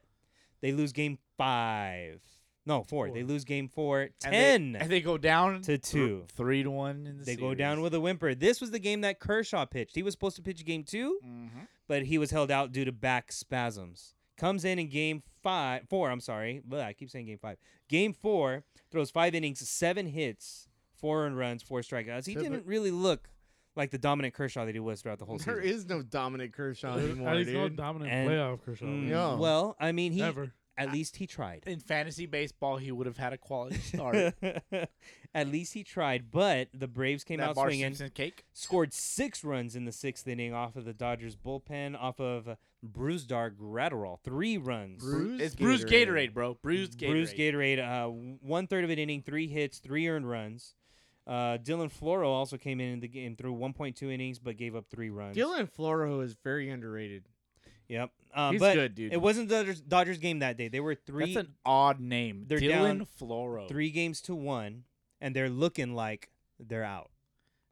they lose game five. No, four. They
Four.
lose game four,
And
10
They, and they go down
to two.
th- three to one in the
They go down with a whimper. This was the game that Kershaw pitched. He was supposed to pitch game two,
Mm-hmm.
but he was held out due to back spasms. Comes in in game five, four. I'm sorry, but I keep saying game five. Game four throws five innings, seven hits, four earned runs, four strikeouts. He
So the-
didn't really look like the dominant Kershaw that he was throughout the whole
There
season.
is no Dominic Kershaw
There-
anymore,
at least no
dude.
dominant
And-
playoff Kershaw.
Mm,
dude.
No.
Well, I mean, he
Never.
at least he tried.
In fantasy baseball, he would have had a quality start.
at least he tried, but the Braves came
that
out
Bart
swinging.
Simpson cake.
scored six runs in the sixth inning off of the Dodgers bullpen, off of Bruce Dar Gratterall, three runs.
Bruce
It's Bruce Gatorade, bro. Bruce Gatorade.
Bruce Gatorade, uh, one third of an inning, three hits, three earned runs. Uh, Dylan Floro also came in, in the game through 1.2 innings, but gave up three runs.
Dylan Floro is very underrated.
yep. Um,
He's
but
good, dude.
It wasn't the Dodgers, Dodgers game that day. They were three,
That's an odd name.
They're
Dylan
down
Floro.
three games to one, and they're looking like they're out.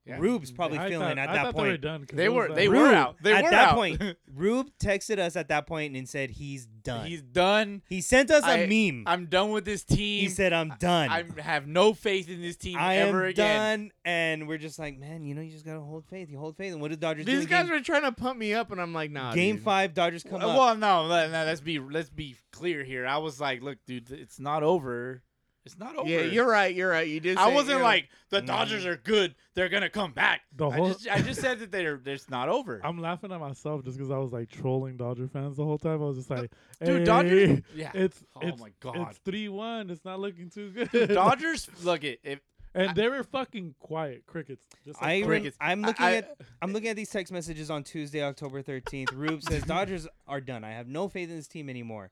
Yeah.
Rube's probably
I
feeling
thought,
at
I
that
thought They were
point.
done. 'cause
They
it was
were
that-
they
Rube,
were out. They
at
were
that
out.
point, Rube texted us at that point and said he's done.
He's done.
He sent us a
I-
meme.
I'm done with this team.
he said, "I'm done.
I
I'm
have no faith in this team ever again.
done." And we're just like, man, you know, you just gotta hold faith. You hold faith. And what did Dodgers do?
These
in
guys
game,
were trying to pump me up, and I'm like, nah.
game
dude.
five. Dodgers come
Uh,
up.
well, no, let, no, let's be let's be clear here. I was like, look, dude, it's not over It's not over.
Yeah, you're right. You're right. You did.
I
say-
wasn't
yeah.
like the Dodgers are good. They're gonna come back.
Mm. The
I
whole-
just, I just said that they're it's not over.
I'm laughing at myself just because I was like trolling Dodger fans the whole time. I was just like,
Dude,
hey,
Dodgers. Yeah.
It's,
Oh
it's
my God.
It's three one. It's not looking too good.
Dodgers. Look it. If
and they were fucking quiet crickets. Just
I
like
even-
crickets.
I'm
I-
looking
I-
at I'm looking at these text messages on Tuesday, October 13th. Rube says Dodgers are done. I have no faith in this team anymore.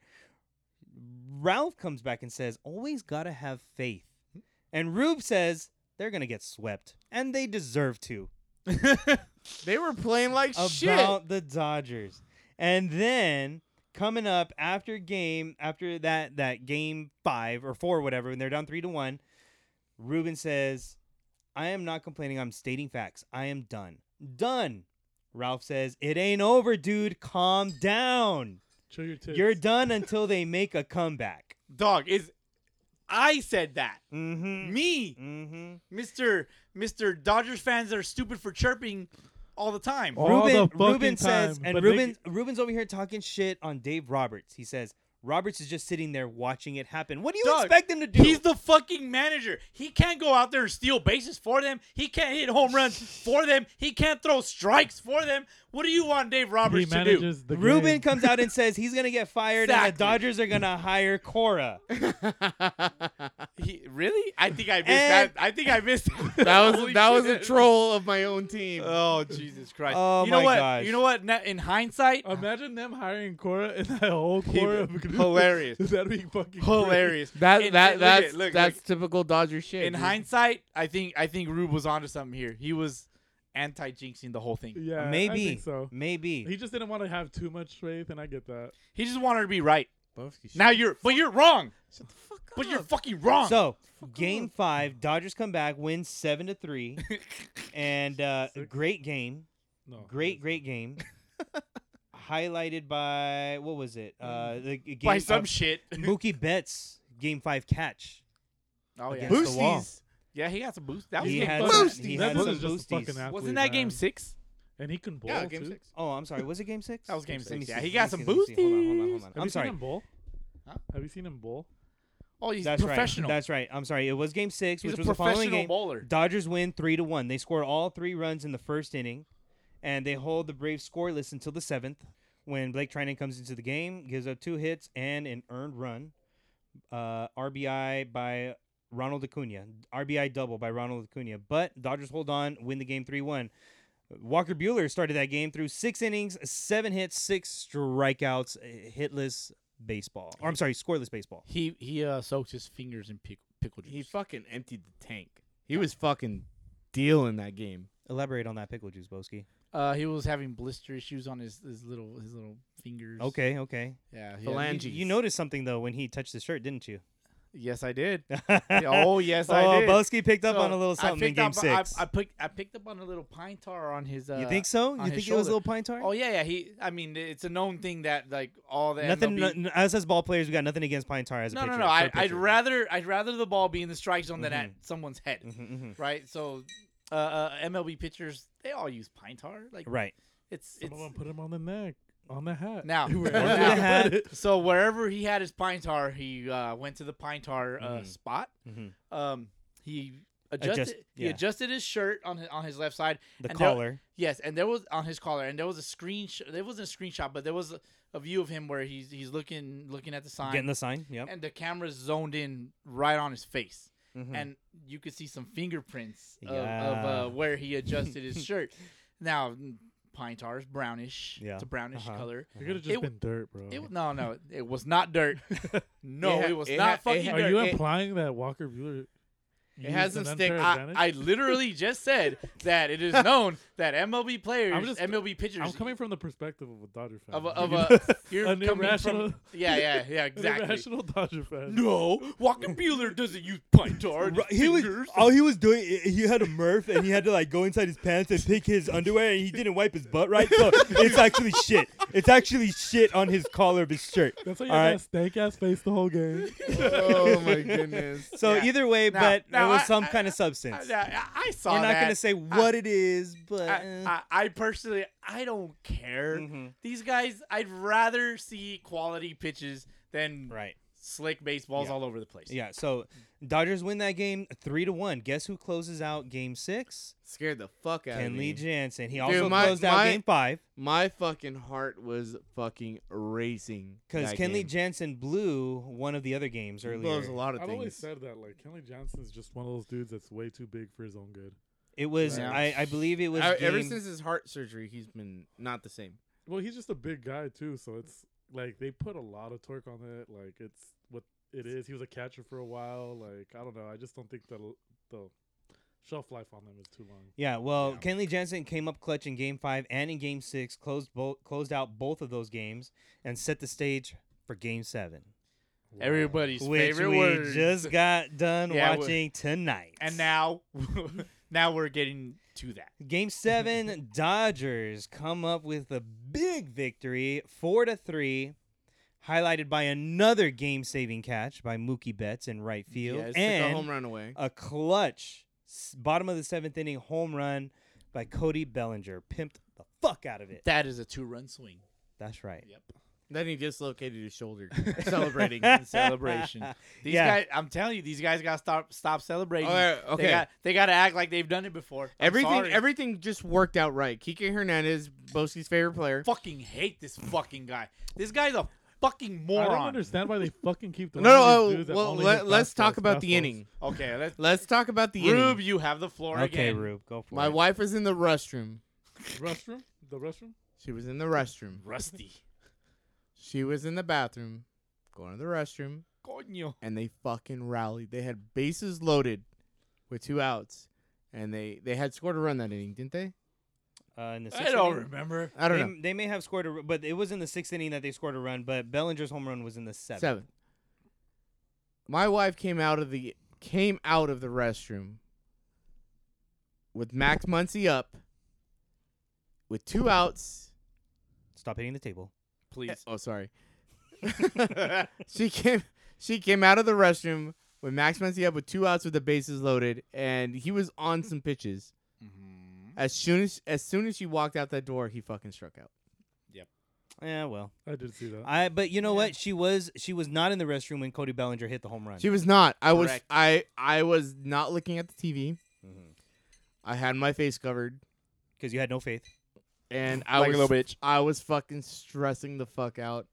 Ralph comes back and says, "Always gotta have faith." And Rube says they're gonna get swept, and they deserve to.
they were playing like
about
shit.
the Dodgers. And then coming up after game after that that game five or four whatever, when they're down three to one, Ruben says, "I am not complaining. I'm stating facts. I am done. Done." Ralph says, "It ain't over, dude. Calm down.
chill your tits.
You're done until they make a comeback."
dog is, I said that.
Mm.
Mm-hmm.
Me,
Mm-hmm.
Mister Mister Dodgers fans that are stupid for chirping all the time.
Oh. All the
Ruben,
fucking
Ruben says,
time,
and
but they
Ruben, Ruben's over here talking shit on Dave Roberts. He says Roberts is just sitting there watching it happen. What do you
Dog,
expect him to do?
He's the fucking manager. He can't go out there and steal bases for them. He can't hit home runs for them. He can't throw strikes for them. What do you want Dave Roberts
he
to do?
manages the
Ruben
game.
comes out and says he's gonna get fired, and the
Exactly.
Dodgers are gonna hire Cora.
He, really? I think I missed
And-
that. I think I missed that.
that was
Holy
that was a
shit.
troll of my own team.
Oh Jesus Christ!
Oh,
you know
my
what?
gosh.
You know what? Na- In hindsight,
Imagine them hiring Cora and that whole
He-
Cora.
hilarious.
That'd be fucking
hilarious.
that
In-
that
in- look at-
that's
look,
that's
look.
typical Dodger shit.
in
dude.
hindsight, I think I think Rube was onto something here. He was anti jinxing the whole
great.
thing.
Yeah, I
maybe,
think so.
maybe.
He just didn't want to have too much faith, and I get that.
He just wanted to be right. Now you're, but you're wrong.
shut the fuck up.
But you're fucking wrong.
So game five, Dodgers come back, win seven to three, and uh,
Six.
great game,
No,
great great game. Highlighted by what was it? Uh,
Mm.
the g- game
by some
of
shit.
Mookie Betts game five catch.
Oh yeah,
against the wall.
Boosties.
yeah. He got some boost. That was
He
game
had
five.
some-
Boosties.
he
That
had
brother's
some
just a
boosties.
fucking athlete,
Wasn't that game
man.
six?
And he can bowl
Yeah,
too.
game six.
Oh, I'm sorry. Was it game six?
That was game
Let me
six, yeah.
see,
He
let
got
me
some
see, let me see. Hold on, hold on, hold on.
Have
I'm
you
sorry.
Seen him bowl?
Huh?
Have you seen him bowl?
Oh, he's
That's
professional.
right. That's right. I'm sorry. It was game six,
he's
which
a
was the following
professional
game.
bowler.
Dodgers win three to one. They score all three runs in the first inning, and they hold the Braves scoreless until the seventh, when Blake Trinan comes into the game, gives up two hits and an earned run, uh, RBI by Ronald Acuna, RBI double by Ronald Acuna. But Dodgers hold on, win the game three one. Walker Bueller started that game through six innings, seven hits, six strikeouts, uh, hitless baseball. Or I'm sorry, scoreless baseball.
He he uh, soaks his fingers in pickle, pickle
He fucking emptied the tank. He was fucking dealing that game.
Elaborate on that pickle juice, Boski.
Uh, he was having blister issues on his, his little his little fingers.
Okay, okay.
Yeah. he-
Phalanges.
You, you noticed something though when he touched the shirt, didn't you?
yes, I did.
oh,
oh yes, I did.
Boski picked up
So,
on a little
I
something in
picked
game
up- I-
six.
I, picked I picked up on a little pine tar on his. Uh,
you think so?
on
You
his
think it was
shoulder.
a little pine tar?
Oh yeah, yeah. He. I mean, it's a known thing that like all the
nothing.
MLB
no- us as ball players, we got nothing against pine tar as a
no,
pitcher.
no, no.
for a
I, I'd
pitcher.
rather I'd rather the ball be in the strike zone than at someone's head,
Mhm, mhm.
right? So, uh, uh, MLB pitchers they all use pine tar. Like
Right.
it's
Some
it's
of them put him on the neck, on the hat.
now.
Or
now-
the hat.
So wherever he had his pine tar, he uh, went to the pine tar uh,
Mhm.
spot.
Mhm.
Um, he adjusted
Adjust-
he
yeah.
adjusted his shirt on his, on his left side.
The
and there-
collar.
yes, and there was on his collar, and there was a screenshot. There wasn't a screenshot, but there was a, a view of him where he's he's looking looking at the sign,
Getting the sign. Yep.
and the camera zoned in right on his face.
Mhm.
and you could see some fingerprints of,
Yeah.
of uh, where he adjusted his shirt. Now, n- pine tar is brownish.
Yeah.
It's a brownish
Uh-huh.
color.
It could have
It
just
w-
been dirt, bro.
It, no, no, it was not dirt. No,
It ha-
it was
it
not
ha- it
fucking
ha-
dirt.
Are you
it-
implying that Walker Bueller?
It has
used
some
an
stick.
unfair
I,
advantage?
I literally just said that it is known that MLB players,
just-
MLB pitchers,
I'm coming from the perspective of a Dodger fan.
of a, of
You
a you're
know? An
coming
irrational-
from yeah, yeah, yeah,
an
exactly.
irrational Dodger fan.
No, Walker Bueller doesn't use pine tar. on his fingers.
all he was Oh, doing. He had a Murph, and he had to like go inside his pants and pick his underwear, and he didn't wipe his butt right. So it's actually shit. It's actually shit on his collar of his shirt.
That's why you
All
had
right.
that stank ass face the whole game.
oh my goodness.
So
Yeah.
either way,
Now-
but
now
it was
I-
some
I-
kind of substance.
I, I- I saw
You're not
that.
gonna say what it is, but eh.
I, I, I personally, I don't care.
Mhm.
These guys, I'd rather see quality pitches than
right.
slick baseballs
Yeah.
all over the place.
Yeah, so Dodgers win that game three to one. Guess who closes out Game Six?
Scared the fuck out of
Kenley
me.
Jansen. He
Dude,
also
my-
closed out
my-
Game Five
My fucking heart was fucking racing.
because
that
Kenley
game.
Jansen blew one of the other games
He
earlier.
blows a lot of
I've always said
things.
that like Kenley Johnson's just one of those dudes that's way too big for his own good.
It was,
Yeah.
I, I believe it was.
I- ever
game-
since his heart surgery, he's been not the same.
Well, he's just a big guy too, so it's like they put a lot of torque on it. Like it's what it is. He was a catcher for a while. Like I don't know. I just don't think that the shelf life on them is too long.
Yeah, well,
Yeah.
Kenley Jensen came up clutch in Game Five and in Game Six, closed both closed out both of those games and set the stage for Game Seven,
Everybody's
which
favorite
we
word.
just got done
Yeah, we-
watching tonight.
and now, now we're getting to that.
Game Seven, Dodgers come up with a big victory, four to three, highlighted by another game-saving catch by Mookie Betts in right field
Yeah, it's like a
and
home run away.
a clutch s- bottom of the seventh inning home run by Cody Bellinger, pimped the fuck out of it.
That is a two-run swing.
That's right.
Yep.
Then he dislocated his shoulder celebrating.
in celebration. These
Yeah.
guys, I'm telling you, these guys got to stop stop celebrating.
Alright, okay.
They got they got to act like they've done it before. I'm
everything
sorry.
everything just worked out right. Kike Hernandez, Boski's favorite player.
fucking hate this fucking guy. This guy's a fucking moron.
I don't understand why they fucking keep the
No, no, oh, well, let, let's talk about the inning.
Okay, let's
Let's talk about the
Rube,
inning.
you have the floor
Okay,
again.
Rube, go for
My
it.
wife was in the restroom.
Restroom, the restroom.
She was in the restroom.
Rusty.
She was in the bathroom, going to the restroom,
Coño.
and they fucking rallied. They had bases loaded with two outs, and they they had scored a run that inning, didn't they?
Uh, in the
I
sixth
don't
inning?
remember.
I don't
they,
know.
they may have scored a, r- but it was in the sixth inning that they scored a run. But Bellinger's home run was in the seventh.
Seven. My wife came out of the came out of the restroom with Max Muncy up, with two outs.
Stop hitting the table.
Please.
Oh, sorry.
Mm-hmm.
she came she came out of the restroom with Max Muncy up with two outs with the bases loaded, and he was on some pitches.
Mhm.
As soon as as soon as she walked out that door, he fucking struck out.
Yeah, well,
I did see that.
I. But you know what? She was she was not in the restroom when Cody Bellinger hit the home run.
She was not. I was
Correct. Mm-hmm.
I I was not looking at the TV.
Because
I had my face covered,
you had no faith.
and I was
bitch.
I was fucking stressing the fuck out.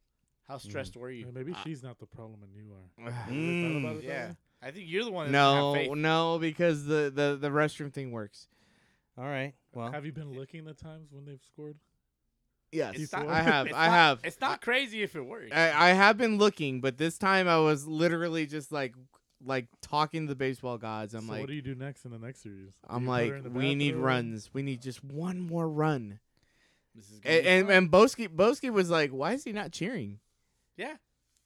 How stressed were you?
Yeah, maybe
Uh,
she's not the problem and you are. You
no,
ever thought
Mm.
about it that
Yeah.
way?
I think you're the one. that doesn't have faith.
no, because the, the the restroom thing works.
All right. Well,
Have you been looking the times when they've scored?
Yes,
It's not-
I have.
it's
I
not-
have. Uh,
It's not crazy if it works.
I, I have been looking, but this time I was literally just like like talking to the baseball gods. I'm
so
like
what do you do next in the next series? Do
I'm
you put her in
like
the
we need
bathroom?
runs. We need just one more run.
This is gonna
And
be
and,
fun.
and Boski Boski was like, why is he not cheering?
yeah,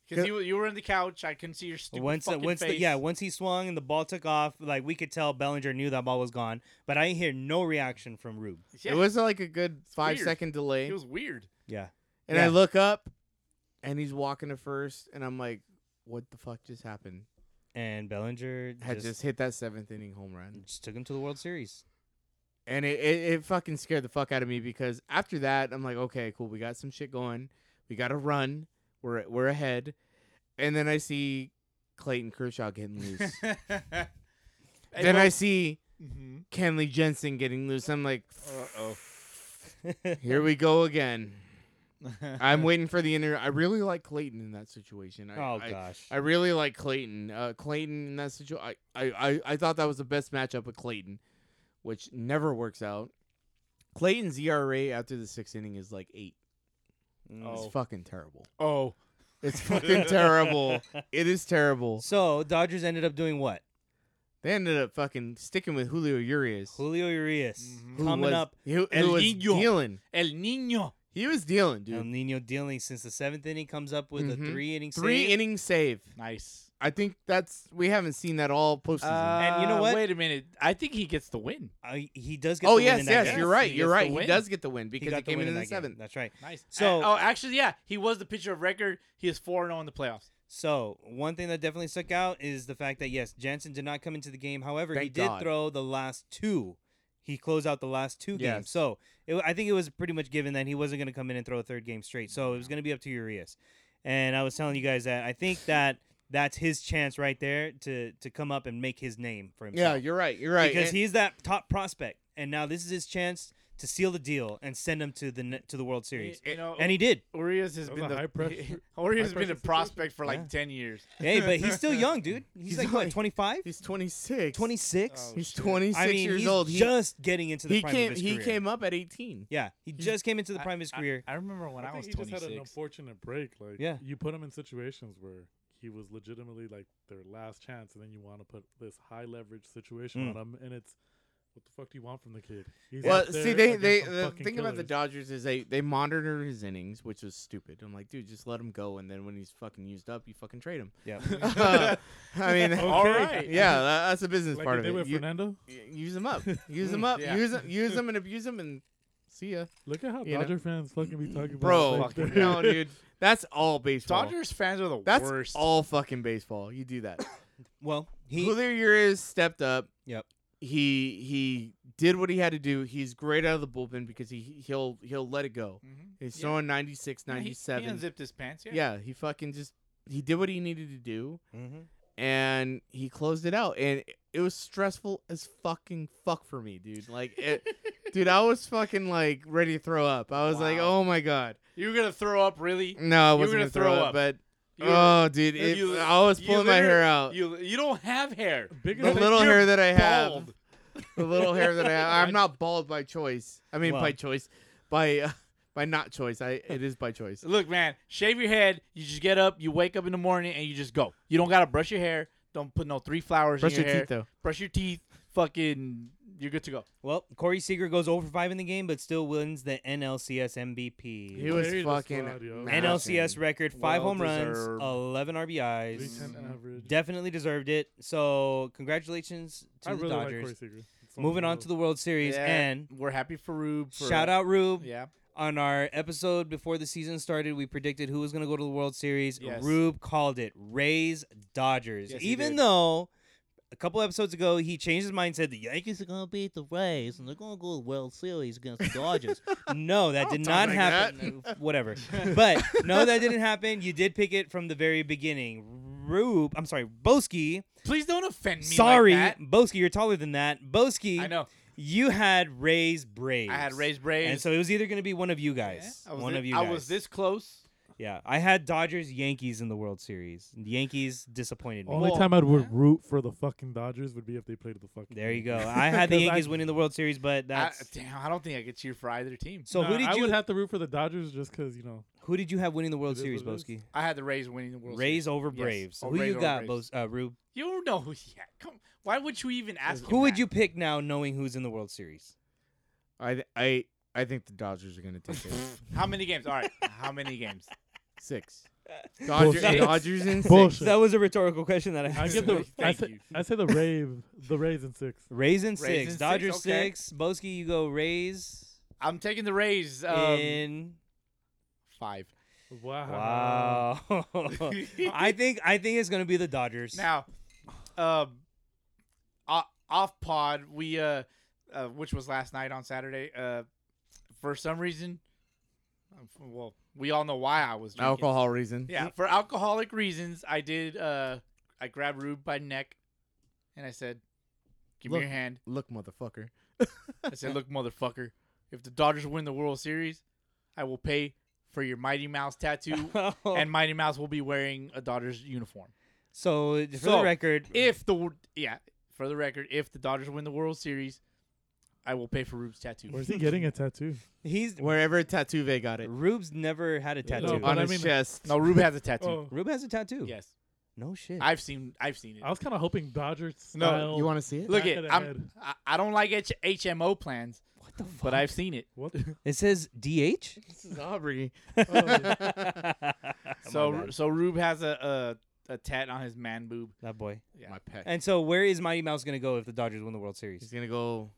because you, you were on the couch. I couldn't see your stupid
once the,
fucking
once
face.
the, yeah once he swung and the ball took off, like we could tell Bellinger knew that ball was gone. But I hear no reaction from Rube.
Yeah,
It was uh, like a good five
weird.
second delay.
It was weird.
Yeah.
and
yeah.
I look up, and he's walking to first, and I'm like, what the fuck just happened?
And Bellinger
Had
just,
just, hit that seventh inning home run,
just took him to the World Series.
and it, it it fucking scared the fuck out of me because after that I'm like, okay, cool, we got some shit going, we got to run, we're we're ahead, and then I see Clayton Kershaw getting loose, then I see
Mm-hmm.
Kenley Jensen getting loose. I'm like,
Uh
here we go again.
oh.
I'm waiting for the inter. I really like Clayton in that situation. I,
oh
I,
gosh.
I really like Clayton. Uh, Clayton in that situation, I, I, I, I thought that was the best matchup with Clayton, which never works out. Clayton's ERA after the sixth inning is like eight.
Oh.
Mm.
It's fucking terrible.
oh.
It's fucking terrible. It is terrible.
So Dodgers ended up doing what?
They ended up fucking sticking with Julio Urias.
Julio Urias
Mhm.
who
coming
was,
up.
Who,
El
who was
Niño.
dealing.
El Nino.
He was dealing,
El
dude.
Nino dealing since the seventh inning comes up with a
Mhm.
three inning
Three
save.
inning save.
Nice.
I think that's we haven't seen that all postseason.
And you know
Uh,
what?
Wait a minute. I think he gets the win.
I- he does get.
oh
the win
yes,
in that
yes,
game.
you're
Yes,
right.
he gets
You're
the
right. He
win.
does get the win because he,
got the
came
win
in in
that
the
game.
seventh.
That's right.
Nice. A-
So-
oh, actually, yeah, he was the pitcher of record. He is four four zero in the playoffs.
So one thing that definitely stuck out is the fact that yes, Jansen did not come into the game. However, he
Thank
did
God.
throw the last two. He closed out the last two games.
Yes.
So it, I think it was pretty much given that he wasn't going to come in and throw a third game straight. So it was going to be up to Urias. And I was telling you guys that I think that that's his chance right there to to come up and make his name for himself.
Yeah, you're right. You're right.
because
And-
he's that top prospect, and now this is his chance to seal the deal and send him to the ne- to the World Series,
You know,
oh,
and he did.
Urias has
That was
been
a
the
high pressure-
Urias has
high
been
pressure
a prospect for like
Yeah.
ten years.
Hey, but he's still young, dude. He's,
He's
like what,
only-
25,
he's 26.
26.
Oh,
He's
shit.
26
I mean,
years
he's
old. He-
just getting into the
he
prime of
came.
his
He
career.
came up at 18.
Yeah, he just came into the prime of his
I-
career.
I, remember when I,
I, think
was
he
twenty
just had an
six.
unfortunate break. Like,
Yeah.
you put him in situations where he was legitimately like their last chance, and then you want to put this high leverage situation
Mm.
on him, and it's what the fuck do you want from the kid? He's
Well,
out
see,
there
they
against
they
some
the
fucking
thing about the
killers.
Dodgers is they they monitor his innings, which was stupid. I'm like, dude, just let him go, and then when he's fucking used up, you fucking trade him.
Yeah.
I mean,
Okay.
All right.
yeah, that, that's a business
like
part
they did
of it.
with
You-
Fernando.
use them up, use them up,
Yeah.
use use them and abuse them, and see ya,
Look at how
You know.
Dodger fans fucking be talking
bro.
about.
Fucking
no, dude, that's all baseball.
Dodgers fans are the
That's
worst.
all fucking baseball. You do that.
Well, he
Julio Urias stepped up.
Yep.
He he did what he had to do. He's great out of the bullpen because he he'll he'll let it go.
Mm-hmm.
Mhm.
He's
Yeah.
throwing 96,
Yeah, he-
97.
He, unzipped his pants. Yeah.
yeah, he fucking just he did what he needed to do
Mm-hmm.
Mhm.
and he closed it out and it- it was stressful as fucking fuck for me, dude. Like it dude, I was fucking like ready to throw up. I was like,
Wow.
"Oh my god."
You were gonna throw up, really?
No, I
You were
wasn't
gonna
going to throw,
throw
up,
up.
but
You-
oh, dude, it,
you-
I was
you
pulling my hair
literally-
out.
You you don't have hair.
Bigger
the
than-
little
you're
hair that I have.
Bald.
the little hair that I have. I'm not bald by choice. I mean, by
Well.
choice, by uh, by not choice. I it is by choice.
Look, man, shave your head. You just get up. You wake up in the morning and you just go. You don't gotta brush your hair. Don't put no three flowers
Brush
in your,
your
hair.
teeth though.
Brush your teeth. Fucking, you're good to go.
well, Corey Seager goes over five in the game, but still wins the NLCS MVP.
He was
carried the
fucking
squad, yo.
mad.
NLCS
Awesome.
record, five
Well
home runs,
deserved.
eleven RBIs.
310 average.
Definitely deserved it. So congratulations to
I
the
really like
Dodgers.
Corey Seager. It's
Moving on
unbelievable.
to the World Series
Yeah,
and
we're happy for Rube. For,
shout out Rube
Yeah.
on our episode before the season started. We predicted who was going to go to the World Series.
Yes.
Rube called it Rays Dodgers,
Yes, he
even
did.
though. A couple episodes ago, he changed his mind. Said the Yankees are gonna beat the Rays and they're gonna go to the World Series against the Dodgers. no, that did not
talk like
happen. Whatever, but no, that didn't happen. You did pick it from the very beginning. Rube, I'm sorry, Boski.
Please don't offend me. like
Sorry,
that.
Boski, you're taller than that. Boski,
I know.
you had Rays Braves.
I had raised braids.
And so it was either going to be one of you
Yeah,
guys.
I was
one
thi-
of you
I
guys.
was this close.
Yeah, I had Dodgers Yankees in the World Series. The Yankees disappointed me.
Only
Well,
time I
yeah.
would root for the fucking Dodgers would be if they played the fucking.
there you go.
Yankees.
I had the
'Cause
Yankees
I-
winning the World Series, but
I,
that's
damn, I don't think I could cheer for either team.
so.
Nah,
who did
I
you
would have to root for the Dodgers just because you know
who did you have winning the World
It is
Series,
what it is.
Boski?
I had the Rays winning the World
Rays
Series.
over
Yes.
Braves.
Oh,
who
Rays
you
over
got, Bos-
Braves.
uh, Rube?
You know who? Yeah, come. Why would you even ask?
Who
him
would
that?
you pick now, knowing who's in the World Series?
I th- I I think the Dodgers are gonna take it.
How many games? All right. How many games?
Six. Dodger,
Bullshit.
Dodgers in six.
Bullshit.
That was a rhetorical question that I
I
asked.
get the I
Thank
say,
you.
I say the rave the Rays in six.
Rays in
Rays in
six,
six,
Dodgers
okay.
six. Boski, you go Rays
I'm taking the Rays. Um, uh,
in
five.
Wow.
Wow. I think I think it's gonna be the Dodgers.
Now, um, o- off pod, we uh, uh, which was last night on Saturday. Uh, for some reason, um, well, we all know why I was drinking.
Alcohol reason.
Yeah, for alcoholic reasons, I did. Uh, I grabbed Rube by the neck, and I said, "Give
Look.
me your hand."
Look, motherfucker.
I said, "Look, motherfucker, if the Dodgers win the World Series, I will pay for your Mighty Mouse tattoo, and Mighty Mouse will be wearing a Dodgers uniform."
so for the
So,
record,
If the wor- yeah, for the record, if the Dodgers win the World Series, I will pay for Rube's tattoo.
Where's he getting a tattoo?
he's
Wherever Tatuve got it
Rube's never had a tattoo.
but
on
I
his
mean-
chest.
no, Rube has a tattoo.
Rube has a tattoo.
Yes,
No shit.
I've seen. I've seen it.
I was kind of hoping Dodgers.
No,
Style.
You want to see it?
Look
back
it.
of the
I'm.
head.
I, I don't like H- HMO plans,
what the fuck?
but I've seen it.
what?
it says DH.
This is Aubrey.
Oh,
So
My bad.
so Rube has a, a a tat on his man boob.
that boy.
Yeah.
My pet.
And so where is Mighty Mouse gonna go if the Dodgers win the World
He's
Series?
gonna go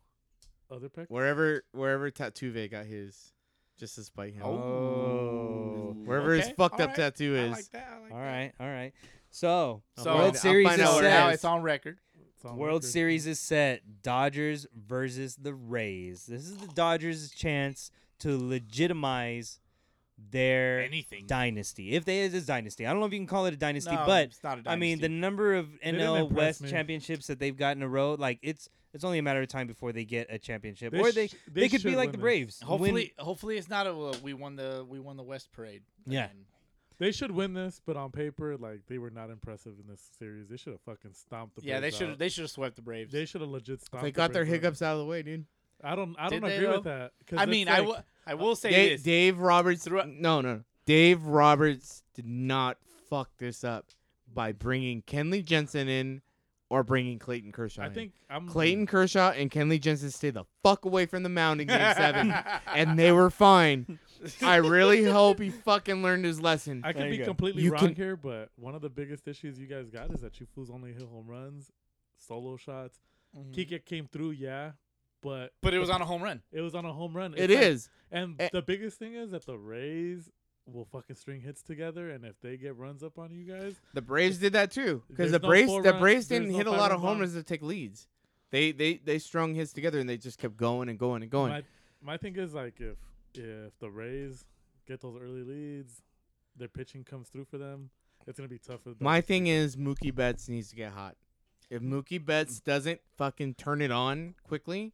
Other pick.
wherever wherever Tatuve got his, just to spite him.
Oh.
Oh. Wherever his
Okay,
fucked up
alright.
tattoo
I
is.
like that. I like
All
that.
right, all right. So
So-
I'll find-
World
I'll
Series
find
is
out
So
where it
now
set.
is.
it's on record.
It's on
World
record.
Series is set. Dodgers versus the Rays. This is the Dodgers' chance to legitimize their
Anything.
dynasty. If they it is dynasty, I don't know if you can call it a dynasty,
No,
but
it's not a
I mean the
dynasty.
number of
didn't
NL
impress
West
me.
championships that they've got in a row, like it's it's only a matter of time before they get a championship,
They
or they
sh-
they,
they
could be
should
like
win
the
this.
Braves. win-
Hopefully, hopefully it's not a uh, we won the we won the West Parade.
Yeah.
again.
They should win this, but on paper, like they were not impressive in this series. They should have fucking stomped the.
yeah, they
Braves
should
out.
have they should have swept the Braves.
They should have legit stomped.
They
the
got their
Braves out.
hiccups out of the way, dude.
I don't. I
Did
don't
they,
agree
though?
with that. 'cause
I
it's
mean, I
like,
will I will say
Da-
this.
Dave Roberts.
Throughout-
no, no, no. Dave Roberts did not fuck this up by bringing Kenley Jensen in or bringing Clayton Kershaw.
I
in.
think I'm
Clayton Kershaw and Kenley Jensen stayed the fuck away from the mound in Game Seven, and they were fine. I really hope he fucking learned his lesson.
I could
There you
be
go.
completely
You
wrong
can-
here, but one of the biggest issues you guys got is that you fools only hit home runs, solo shots.
Mhm.
Mm-hmm.
Kike came through, yeah, but
but it was on a home run.
it was on a home run.
It
It's like-
is.
And
Eh.
the biggest thing is that the Rays will fucking string hits together, and if they get runs up on you guys,
The Braves did that too, because
There's
the
no
Braves
four
the
run-
Braves
there's
didn't
no
hit a
five
lot
run
of homers
bombs.
to take leads. They they they strung hits together and they just kept going and going and going.
my my thing is like if if the Rays get those early leads, their pitching comes through for them. It's gonna be tough. For the
My thing is Mookie Betts needs to get hot. If Mookie Betts doesn't fucking turn it on quickly,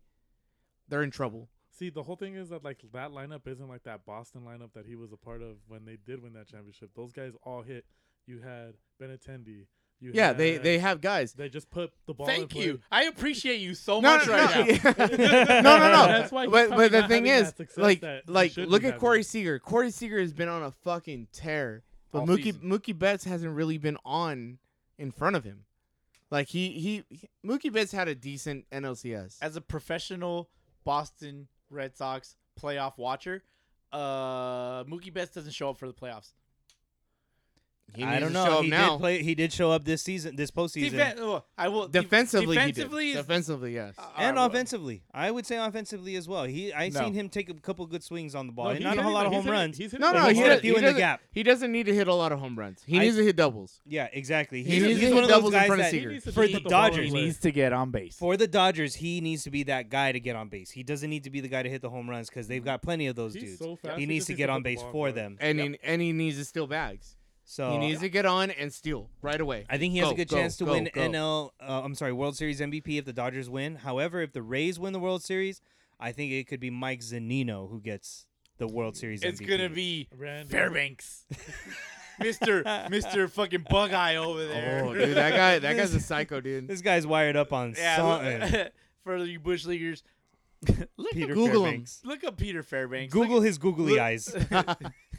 they're in trouble.
See, the whole thing is that like that lineup isn't like that Boston lineup that he was a part of when they did win that championship. Those guys all hit. You had Benatendi. You
Yeah, they
had-
they have guys.
they just put the ball. in
Thank
play.
you. I appreciate you so
No,
much
no,
right now.
no, yeah. no, no, no.
That's why he's
but
probably
but the
not
thing
having
is,
that success
like
that he
like
should
look
be
at
having.
Corey Seager. Corey Seager has been on a fucking tear, but
All
Mookie
season.
Mookie Betts hasn't really been on in front of him. Like he, he he- Mookie Betts had a decent NLCS.
as a professional Boston Red Sox playoff watcher, uh, Mookie Betts doesn't show up for the playoffs.
He
I don't
needs to show
know.
up
He
now.
did play. He did show up this season, this postseason,
Defen- oh, I will def-
defensively,
defensively
he did.
is-
defensively, yes.
Uh,
and
well,
offensively. I would say offensively as well. He I
No.
seen him take a couple good swings on the
No,
ball, and
he's
not a whole
hitting-
lot of
he's
home
hitting-
runs.
He's hitting
no,
the
no,
but
home
he,
hit a
runs.
does,
few
he,
in the
doesn't-
gap.
he doesn't need to hit a lot of home runs. He
I-
needs to hit doubles.
Yeah, exactly.
He
He's,
needs
he's
to
one
hit
of those
doubles in
guys
front of
that
Seager.
needs to
for
just
the
put ball in
Dodgers,
play.
to get on base.
for the Dodgers, he needs to be that guy to get on base. He doesn't need to be the guy to hit the home runs because they've got plenty of those
Mm-hmm. He's
dudes.
so fast,
he
he
needs
just
to
needs
get
to
on
put the
base
ball in
for
play.
them.
And he, and he needs to steal bags.
So
he needs to get on and steal right away.
I think he has
Go,
a good
go,
chance to
go,
win
go.
NL. Uh, I'm sorry, World Series MVP if the Dodgers win. However, if the Rays win the World Series, I think it could be Mike Zanino who gets the World Series
it's
MVP.
gonna be
Randy.
Fairbanks, Mister Mister fucking Bug Eye over there.
Oh, dude, that guy, that guy's a psycho, dude.
this guy's wired up on
yeah,
something.
look- for you bush leaguers, look
Peter
up,
Google him.
Fairbanks.
look up Peter Fairbanks.
Google his googly
look-
eyes.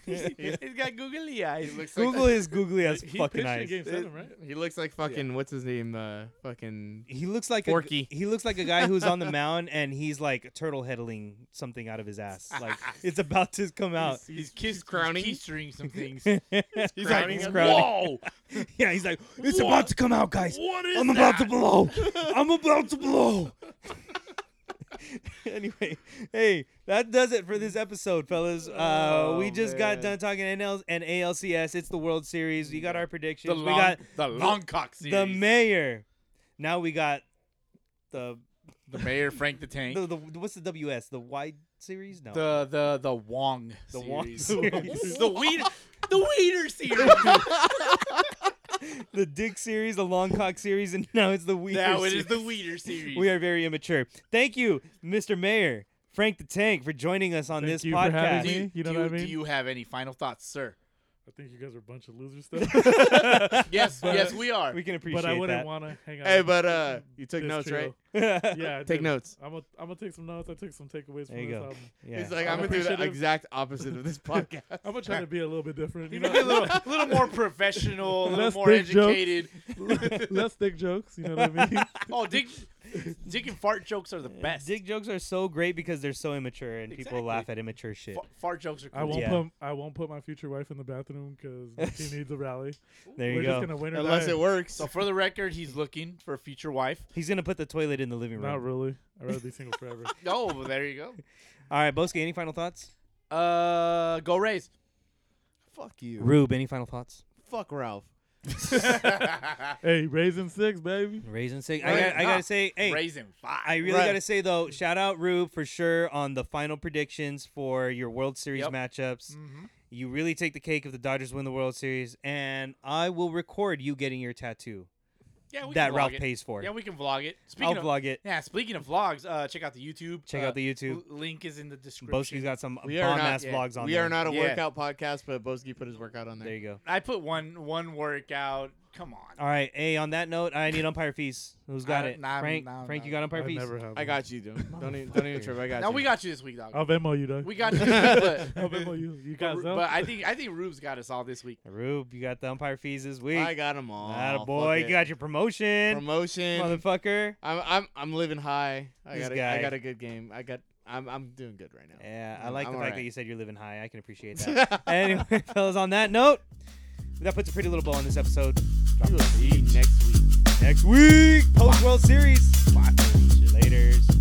He's he's got googly eyes.
Google his googly eyes
He
fucking
pitched in
eyes.
Game Seven, right?
He looks like fucking what's his name? Uh, fucking
He looks like
Forky.
a he looks like a guy who's on the mound and he's like turtle headling something out of his ass. Like it's about to come out.
He's, he's kissed, he's
crowning.
keystring some things.
he's
He's like, whoa,
Crowning.
yeah, he's like, it's
Wha-
about to come out, guys.
what is
I'm
that?
about to blow. I'm about to blow. anyway, hey, that does it for this episode, fellas. Uh, we
Oh,
just got
man.
done talking NL and ALCS. It's the World Series. We got our predictions.
The long,
we got
the long cock series.
the mayor. Now we got the
the mayor Frank the Tank.
the, the what's the WS? The wide series? No.
the the the Wong
The
series.
Wong series.
the weed the weeder series.
the Dick series, the Long Cock series, and now it's the Weeder.
now it is
series.
the weeder series.
We are very immature. Thank you, Mr. Mayor Frank the Tank, for joining us on
Thank
this
you for
podcast.
having me. You know
do,
what I mean?
Do you have any final thoughts, sir?
I think you guys are a bunch of losers stuff.
Yes, yes, we are.
we can appreciate
but I wouldn't
that.
want to hang out.
Hey,
with
but uh, you took
this
notes,
trio.
right?
Yeah, I
Take
did.
notes.
I'm gonna I'm gonna take some notes. I took some takeaways
There
from
you
this
go.
album.
yeah.
He's like,
I'm
I'm gonna do the
appreciative.
exact opposite of this podcast.
I'm gonna try to be a little bit different. You
You
know,
know, a little, a little more professional, a little
Less
more
dick jokes.
educated.
less dick jokes. You know what I mean?
Oh, dick, dick and fart jokes are the best.
Dick jokes are so great because they're so immature and
Exactly.
people laugh at immature shit.
Fa- fart jokes are cool.
I won't
Yeah.
put I won't put my future wife in the bathroom because she needs a rally.
There you
We're
go.
just gonna win or
Unless
die.
it works.
So for the record, he's looking for a future wife.
He's gonna put the toilet in the living room.
Not really. I'd rather be single forever.
Oh, well, there you
All right, Boski, any final thoughts?
go. Uh, go Rays.
Fuck you.
Rube, any final thoughts?
Fuck Ralph.
hey, raising six, baby.
Raisin six. I,
Right,
gotta, I
nah.
gotta say, hey,
Raising five.
I really
Right.
gotta say though, shout out Rube for sure on the final predictions for your World Series
Yep.
matchups.
Mhm.
You really take the cake if the Dodgers win the World Series, and I will record you getting your tattoo
Yeah, we
that
can vlog
Ralph
it.
pays for.
Yeah, we can vlog it.
I'll
Speaking of
vlog it.
yeah, speaking of vlogs, uh, check out the YouTube.
Check
uh,
out the YouTube.
l- link is in the description.
Boski's got some bomb
We are not.
ass vlogs on
we
there.
are not a
Yeah.
workout podcast, but Boski put his workout on there.
There you go.
I put one one workout. Come on.
All right. Hey, on that note, I need umpire fees. Who's got
I-
it?
nah,
Frank.
nah,
Frank,
nah.
you got umpire
I
fees?
never have.
I got you, dude. Don't even, don't even trip. I got
Now
you.
we got you this week, dog.
I'll Venmo you, dog.
We got you, but,
I'll Venmo you. Oh, You
but,
got some?
but I think I think Rube's got us all this week.
Rube, you got the umpire fees this week.
I got them all.
Atta
Fuck
boy.
it.
You got your promotion,
promotion.
motherfucker.
I'm I'm I'm living high. I
This
got a,
guy.
I got a good game. I got I'm I'm doing good right now.
Yeah, I
I'm-
like
I'm
the
all
fact
right.
that you said you're living high. I can appreciate that. anyway, fellas, on that note, that puts a pretty little bow on this episode. Drop
You
it
will see next week.
next week. Post World Series. Laters.